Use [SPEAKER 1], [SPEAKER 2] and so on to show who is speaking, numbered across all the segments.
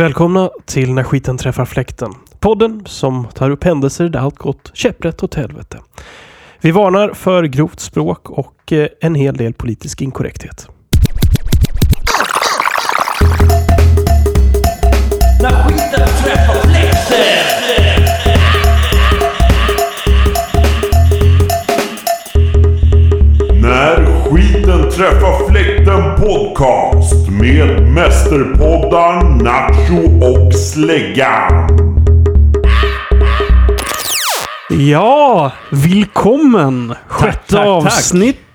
[SPEAKER 1] Välkomna till När skiten träffar fläkten. Podden som tar upp händelser där allt gått käpprätt åt helvete. Vi varnar för grovt språk och eh, en hel del politisk inkorrekthet.
[SPEAKER 2] När skiten träffar fläkten podcast med mästerpoddar Nacho och Släggan.
[SPEAKER 1] Ja, välkommen! Sjätte
[SPEAKER 3] tack, tack.
[SPEAKER 1] avsnittet!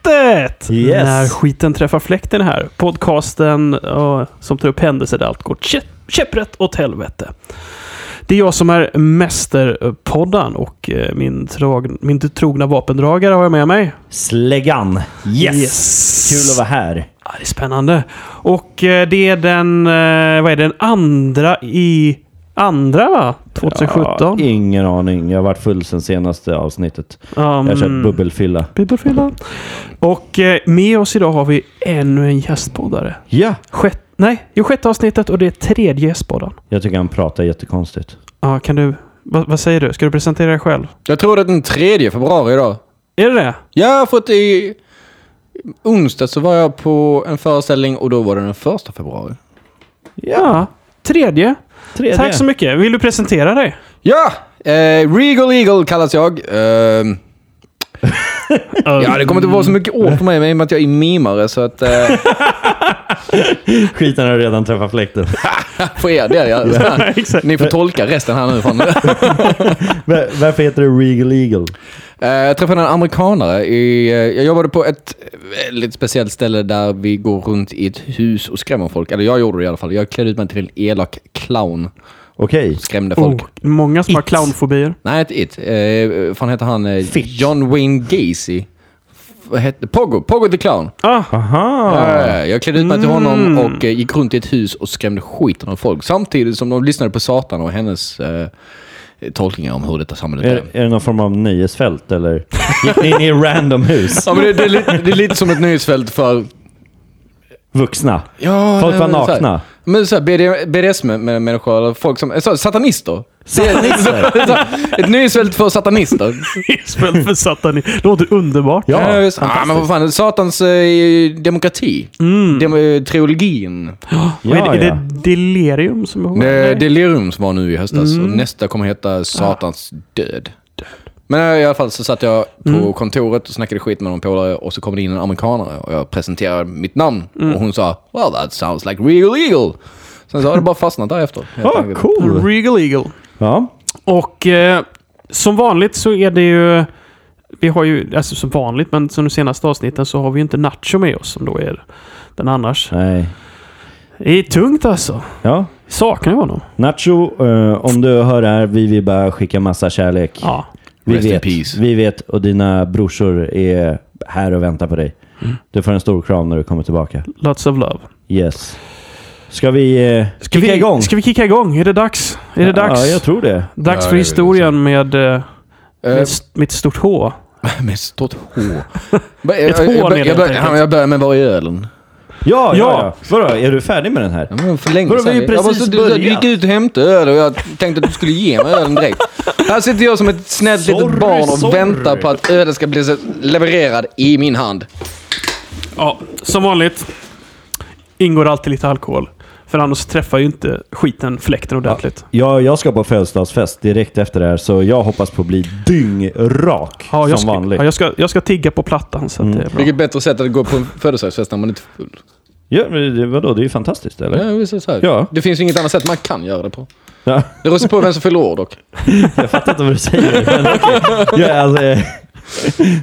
[SPEAKER 3] Yes.
[SPEAKER 1] När skiten träffar fläkten här. Podcasten eh, som tar upp händelser där allt går kä- käpprätt åt helvete. Det är jag som är mästerpoddan och eh, min, trag- min trogna vapendragare har jag med mig.
[SPEAKER 3] Släggan. Yes.
[SPEAKER 1] Yes.
[SPEAKER 3] Kul att vara här.
[SPEAKER 1] Ja, det är spännande. Och eh, det är den, eh, vad är det, den andra i andra va? 2017?
[SPEAKER 3] Ja, ingen aning. Jag har varit full sen senaste avsnittet.
[SPEAKER 1] Um,
[SPEAKER 3] Jag har kört bubbelfylla.
[SPEAKER 1] bubbelfylla. Och eh, med oss idag har vi ännu en gästpoddare.
[SPEAKER 3] Ja.
[SPEAKER 1] Sjätt, nej, i sjätte avsnittet och det är tredje gästpoddaren.
[SPEAKER 3] Jag tycker han pratar jättekonstigt.
[SPEAKER 1] Ja, kan du, vad, vad säger du? Ska du presentera dig själv?
[SPEAKER 4] Jag tror det är den 3 februari idag.
[SPEAKER 1] Är det det?
[SPEAKER 4] Jag har fått i... Onsdag så var jag på en föreställning och då var det den första februari.
[SPEAKER 1] Ja. Tredje.
[SPEAKER 3] Tredje.
[SPEAKER 1] Tack så mycket. Vill du presentera dig?
[SPEAKER 4] Ja! Eh, Regal Eagle kallas jag. Ehm, ja, det kommer inte vara så mycket ord för mig men i och med att jag är mimare så att... Eh,
[SPEAKER 3] Skiten har redan träffat fläkten.
[SPEAKER 4] för er del, ja.
[SPEAKER 1] exakt.
[SPEAKER 4] Ni får tolka resten här nu. Fan.
[SPEAKER 3] Va- Varför heter det Regal Eagle?
[SPEAKER 4] Eh, jag träffade en amerikanare. I, eh, jag jobbade på ett väldigt speciellt ställe där vi går runt i ett hus och skrämmer folk. Eller jag gjorde det i alla fall. Jag klädde ut mig till en elak clown.
[SPEAKER 3] Okej.
[SPEAKER 4] Skrämde folk.
[SPEAKER 1] Oh, många som har
[SPEAKER 3] It.
[SPEAKER 1] clownfobier.
[SPEAKER 4] Nej, inte It. Eh, fan heter han? Eh, John Wayne Gacy. F- Vad hette Pogo. Pogo the Clown.
[SPEAKER 1] Ah,
[SPEAKER 3] Aha.
[SPEAKER 4] Eh, jag klädde ut mig till honom och eh, gick runt i ett hus och skrämde skiten av folk. Samtidigt som de lyssnade på Satan och hennes eh, tolkningar om hur detta samhället
[SPEAKER 3] Är,
[SPEAKER 4] är.
[SPEAKER 3] är det någon form av nöjesfält eller? Gick ni in i random hus?
[SPEAKER 4] Ja, men det, det, är lite, det är lite som ett nyhetsfält för...
[SPEAKER 3] Vuxna?
[SPEAKER 4] Ja,
[SPEAKER 3] Folk
[SPEAKER 4] nej,
[SPEAKER 3] var
[SPEAKER 4] men så här-
[SPEAKER 3] nakna?
[SPEAKER 4] Men så här, BD, BDSM-människor, eller folk som... Så, här, satanister. Satanister? ett nyhetsfält för satanister.
[SPEAKER 1] spel för satan. Det låter underbart.
[SPEAKER 3] Ja,
[SPEAKER 4] Ja, just, ah, men vad fan, Satans eh, demokrati.
[SPEAKER 1] Mm.
[SPEAKER 4] Dem, eh, trilogin.
[SPEAKER 1] Vad är,
[SPEAKER 3] Ja,
[SPEAKER 1] det, är
[SPEAKER 3] ja.
[SPEAKER 1] det delirium som är ihåg?
[SPEAKER 4] Det, Delirium som var nu i höstas
[SPEAKER 1] Mm.
[SPEAKER 4] och nästa kommer heta Satans död. Men eh, i alla fall så satt jag på
[SPEAKER 1] Mm.
[SPEAKER 4] kontoret och snackade skit med någon polare och så kom det in en amerikanare och jag presenterade mitt namn
[SPEAKER 1] Mm.
[SPEAKER 4] och hon sa “Well that sounds like real eagle”. Sen så har det bara fastnat därefter. helt
[SPEAKER 3] Ah,
[SPEAKER 4] enkelt.
[SPEAKER 3] cool.
[SPEAKER 1] Regal Eagle.
[SPEAKER 3] Ja.
[SPEAKER 1] Och eh, som vanligt så är det ju... Vi har ju, alltså som vanligt, men som de senaste avsnitten så har vi ju inte Nacho med oss som då är den annars.
[SPEAKER 3] Nej.
[SPEAKER 1] Det är tungt alltså.
[SPEAKER 3] Ja.
[SPEAKER 1] Saknar ju honom.
[SPEAKER 3] Nacho, eh, om du hör det här, vi vill bara skicka massa kärlek.
[SPEAKER 1] Ja.
[SPEAKER 3] Vi
[SPEAKER 4] Rest in
[SPEAKER 3] vet,
[SPEAKER 4] peace.
[SPEAKER 3] vi vet och dina brorsor är här och väntar på dig. Du får en stor kram när du kommer tillbaka.
[SPEAKER 1] Lots of love.
[SPEAKER 3] Yes. Ska vi eh,
[SPEAKER 1] Ska
[SPEAKER 3] kicka
[SPEAKER 1] vi,
[SPEAKER 3] igång?
[SPEAKER 1] Ska vi kicka igång? Är det dags? Är det dags?
[SPEAKER 3] Ja, jag tror det.
[SPEAKER 1] Dags
[SPEAKER 4] Ja,
[SPEAKER 1] för
[SPEAKER 4] det är väl
[SPEAKER 1] historien med, eh,
[SPEAKER 4] Eh,
[SPEAKER 1] med st- mitt stort H.
[SPEAKER 4] Med stort H. Jag-
[SPEAKER 1] Ett H
[SPEAKER 4] jag- jag-
[SPEAKER 1] ner,
[SPEAKER 4] jag börjar-
[SPEAKER 1] helt enkelt.
[SPEAKER 4] Jag börjar med var är ölen?
[SPEAKER 3] Ja, ja,
[SPEAKER 1] Ja.
[SPEAKER 3] ja. Vadå, är du färdig med den här?
[SPEAKER 4] Ja, men för länge
[SPEAKER 3] Vadå, vi har ju
[SPEAKER 4] sedan. Jag
[SPEAKER 3] precis
[SPEAKER 4] var så- du, du
[SPEAKER 3] börjat.
[SPEAKER 4] gick ut och hämtade öl och jag tänkte att du skulle ge mig ölen direkt. Här sitter jag som ett snällt
[SPEAKER 3] Sorry,
[SPEAKER 4] litet barn och
[SPEAKER 3] sorry.
[SPEAKER 4] väntar på att ölen ska bli så- levererad i min hand.
[SPEAKER 1] Ja, som vanligt ingår alltid lite alkohol. För annars träffar ju inte skiten fläkten ordentligt.
[SPEAKER 3] Ja, jag ska på födelsedagsfest direkt efter det här, så jag hoppas på att bli dyngrak
[SPEAKER 1] Ja, jag
[SPEAKER 3] som
[SPEAKER 1] ska,
[SPEAKER 3] vanligt.
[SPEAKER 1] Ja,
[SPEAKER 3] Mm.
[SPEAKER 1] jag, ska, jag ska tigga på plattan så att det är bra.
[SPEAKER 4] Vilket bättre sätt att gå på en födelsedagsfest när man inte är full.
[SPEAKER 3] Ja, men det- vadå, det är ju fantastiskt, eller?
[SPEAKER 4] Ja, visst är det så här.
[SPEAKER 3] Ja.
[SPEAKER 4] Det finns ju inget annat sätt man kan göra det på.
[SPEAKER 3] Ja,
[SPEAKER 4] Det rör sig på vem som fyller år dock.
[SPEAKER 3] jag fattar inte vad du säger. Men okej. ja, alltså, eh,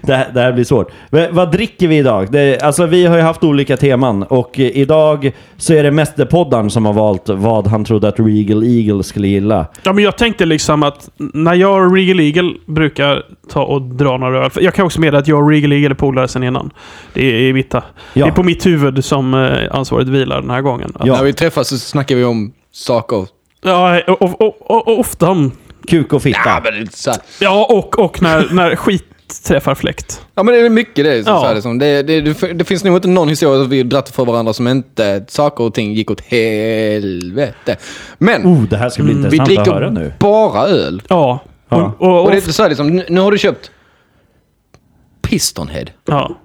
[SPEAKER 3] det, här, det här blir svårt. Men, vad dricker vi idag? Det, alltså, vi har ju haft olika teman och eh, idag så är det mästerpoddaren som har valt vad han trodde att Regal Eagle skulle gilla.
[SPEAKER 1] Ja, men jag tänkte liksom att när jag och Regal Eagle brukar ta och dra några öl. för Jag kan också meddela att jag och Regal Eagle är polare sedan innan. Det är, i mitt, det är på mitt huvud som eh, ansvaret vilar den här gången. Att-
[SPEAKER 3] Ja.
[SPEAKER 4] När vi träffas så snackar vi om saker.
[SPEAKER 1] Ja, och, och, och, och ofta om...
[SPEAKER 3] Kuk och fitta.
[SPEAKER 4] Ja, men det är så här.
[SPEAKER 1] Ja, och, och när, när skit... träffar fläkt.
[SPEAKER 4] Ja, men det är mycket det. Så
[SPEAKER 1] Ja.
[SPEAKER 4] så här, liksom. det, det, det, det finns nog inte någon historia som vi har dratt för varandra som inte saker och ting gick åt helvete. Men
[SPEAKER 3] Oh, det här ska
[SPEAKER 1] Mm.
[SPEAKER 3] bli
[SPEAKER 4] vi
[SPEAKER 3] intressant att höra nu.
[SPEAKER 4] dricker bara öl.
[SPEAKER 1] Ja. Och,
[SPEAKER 3] Ja.
[SPEAKER 1] och, och,
[SPEAKER 4] Och det är så här, liksom, nu- nu har du köpt Pistonhead.
[SPEAKER 1] ja.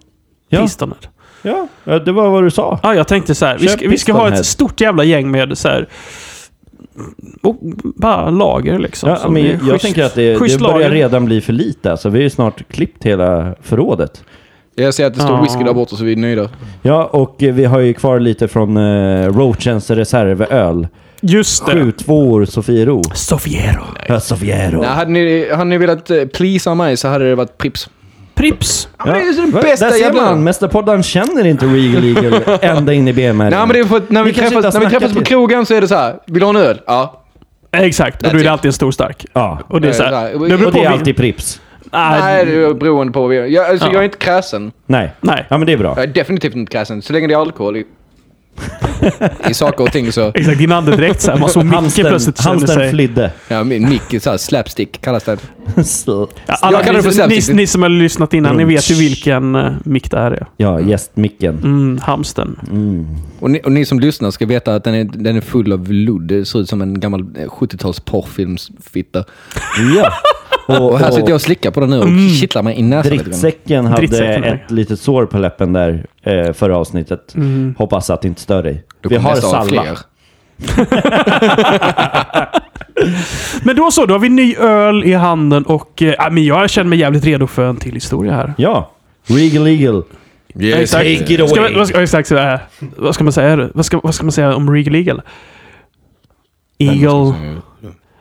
[SPEAKER 3] Ja.
[SPEAKER 1] Pistoner.
[SPEAKER 3] Ja, ja, det var vad du sa.
[SPEAKER 1] Ja, jag tänkte så här. Vi
[SPEAKER 3] Köp
[SPEAKER 1] ska, vi ska ha
[SPEAKER 3] Pistonhead.
[SPEAKER 1] ett stort jävla gäng med så här... Och bara lager liksom.
[SPEAKER 3] Ja,
[SPEAKER 1] som
[SPEAKER 3] men
[SPEAKER 1] är
[SPEAKER 3] jag
[SPEAKER 1] schysst-
[SPEAKER 3] tänker att det, det
[SPEAKER 1] schysst lager.
[SPEAKER 3] börjar redan bli för lite. Alltså, vi har ju snart klippt hela förrådet.
[SPEAKER 4] Jag ser att det står
[SPEAKER 1] Ja.
[SPEAKER 4] whisky där borta så vi är nöjda.
[SPEAKER 3] Ja, och eh, vi har ju kvar lite från eh, Roachens reservöl.
[SPEAKER 1] Just det.
[SPEAKER 3] Sju tvåor Sofiero.
[SPEAKER 1] Sofiero.
[SPEAKER 3] Ja, Sofiero.
[SPEAKER 4] Nej, hade, ni, hade ni velat eh, pleasa mig så hade det varit Prips.
[SPEAKER 1] Prips.
[SPEAKER 4] Ja, men det är ju den
[SPEAKER 3] Va?
[SPEAKER 4] bästa
[SPEAKER 3] Där ser
[SPEAKER 4] jävla-
[SPEAKER 3] man, Mästerpodden känner inte Regal Eagle ända in i benmärgen.
[SPEAKER 4] Nej, men det är för att när vi,
[SPEAKER 3] Vi kanske inte
[SPEAKER 4] träffas,
[SPEAKER 3] har
[SPEAKER 4] när vi
[SPEAKER 3] snackat
[SPEAKER 4] träffas på
[SPEAKER 3] till-
[SPEAKER 4] krogen så är det så här. Vill du ha en öl? Ja.
[SPEAKER 1] Exakt. Och då är det alltid en stor stark.
[SPEAKER 3] Ja,
[SPEAKER 1] Och det är så här.
[SPEAKER 4] Nej,
[SPEAKER 1] Det
[SPEAKER 4] nej.
[SPEAKER 1] beror
[SPEAKER 3] och det
[SPEAKER 1] på
[SPEAKER 3] är
[SPEAKER 1] vi-
[SPEAKER 3] alltid Prips.
[SPEAKER 1] Nej,
[SPEAKER 4] Nej, det är beroende på vad vi gör. Jag, alltså,
[SPEAKER 1] Ja.
[SPEAKER 4] jag är inte kräsen.
[SPEAKER 3] Nej.
[SPEAKER 1] Nej.
[SPEAKER 3] Ja, men det är bra.
[SPEAKER 4] Jag är definitivt inte kräsen. Så länge det är alkohol i, i saker och ting så...
[SPEAKER 1] Exakt, din andedräkt såhär. Man såg Micke
[SPEAKER 3] Hamsten,
[SPEAKER 1] plötsligt känner
[SPEAKER 3] hamsten
[SPEAKER 1] sig...
[SPEAKER 3] flydde.
[SPEAKER 4] Ja, min mick är så här slapstick kallas det.
[SPEAKER 3] Så-
[SPEAKER 1] Ja, alla,
[SPEAKER 4] Jag kallar det för
[SPEAKER 1] ni,
[SPEAKER 4] slapstick.
[SPEAKER 1] ni som har lyssnat innan, ni vet ju vilken uh, mick det här är.
[SPEAKER 3] Ja, gästmicken.
[SPEAKER 1] Mm, hamsten.
[SPEAKER 4] Och ni, och ni som lyssnar ska veta att den är, den är full av ludd. Det ser ut som en gammal eh, 70-tals porrfilmsfitta.
[SPEAKER 3] Ja. Och,
[SPEAKER 4] Och här sitter jag och slickar på den nu och
[SPEAKER 3] Mm.
[SPEAKER 4] kittlar mig i näsan lite grann.
[SPEAKER 3] Drittsäcken hade
[SPEAKER 1] Drittsäcken, nej.
[SPEAKER 3] ett litet sår på läppen där eh, förra avsnittet. Hoppas att det inte stör dig.
[SPEAKER 4] Då
[SPEAKER 3] Vi
[SPEAKER 4] Mm.
[SPEAKER 3] har
[SPEAKER 4] kommer nästa av
[SPEAKER 3] salva.
[SPEAKER 4] fler.
[SPEAKER 1] Men då så, då har vi ny öl i handen och eh, ja, men jag känner mig jävligt redo för en till historia här.
[SPEAKER 3] Ja. Regal Eagle.
[SPEAKER 4] Yes.
[SPEAKER 3] Take it away.
[SPEAKER 1] Ska, man- vad, ska, exakt så här. vad ska man säga? då? Vad ska, vad ska man säga om Regal Eagle? Eagle,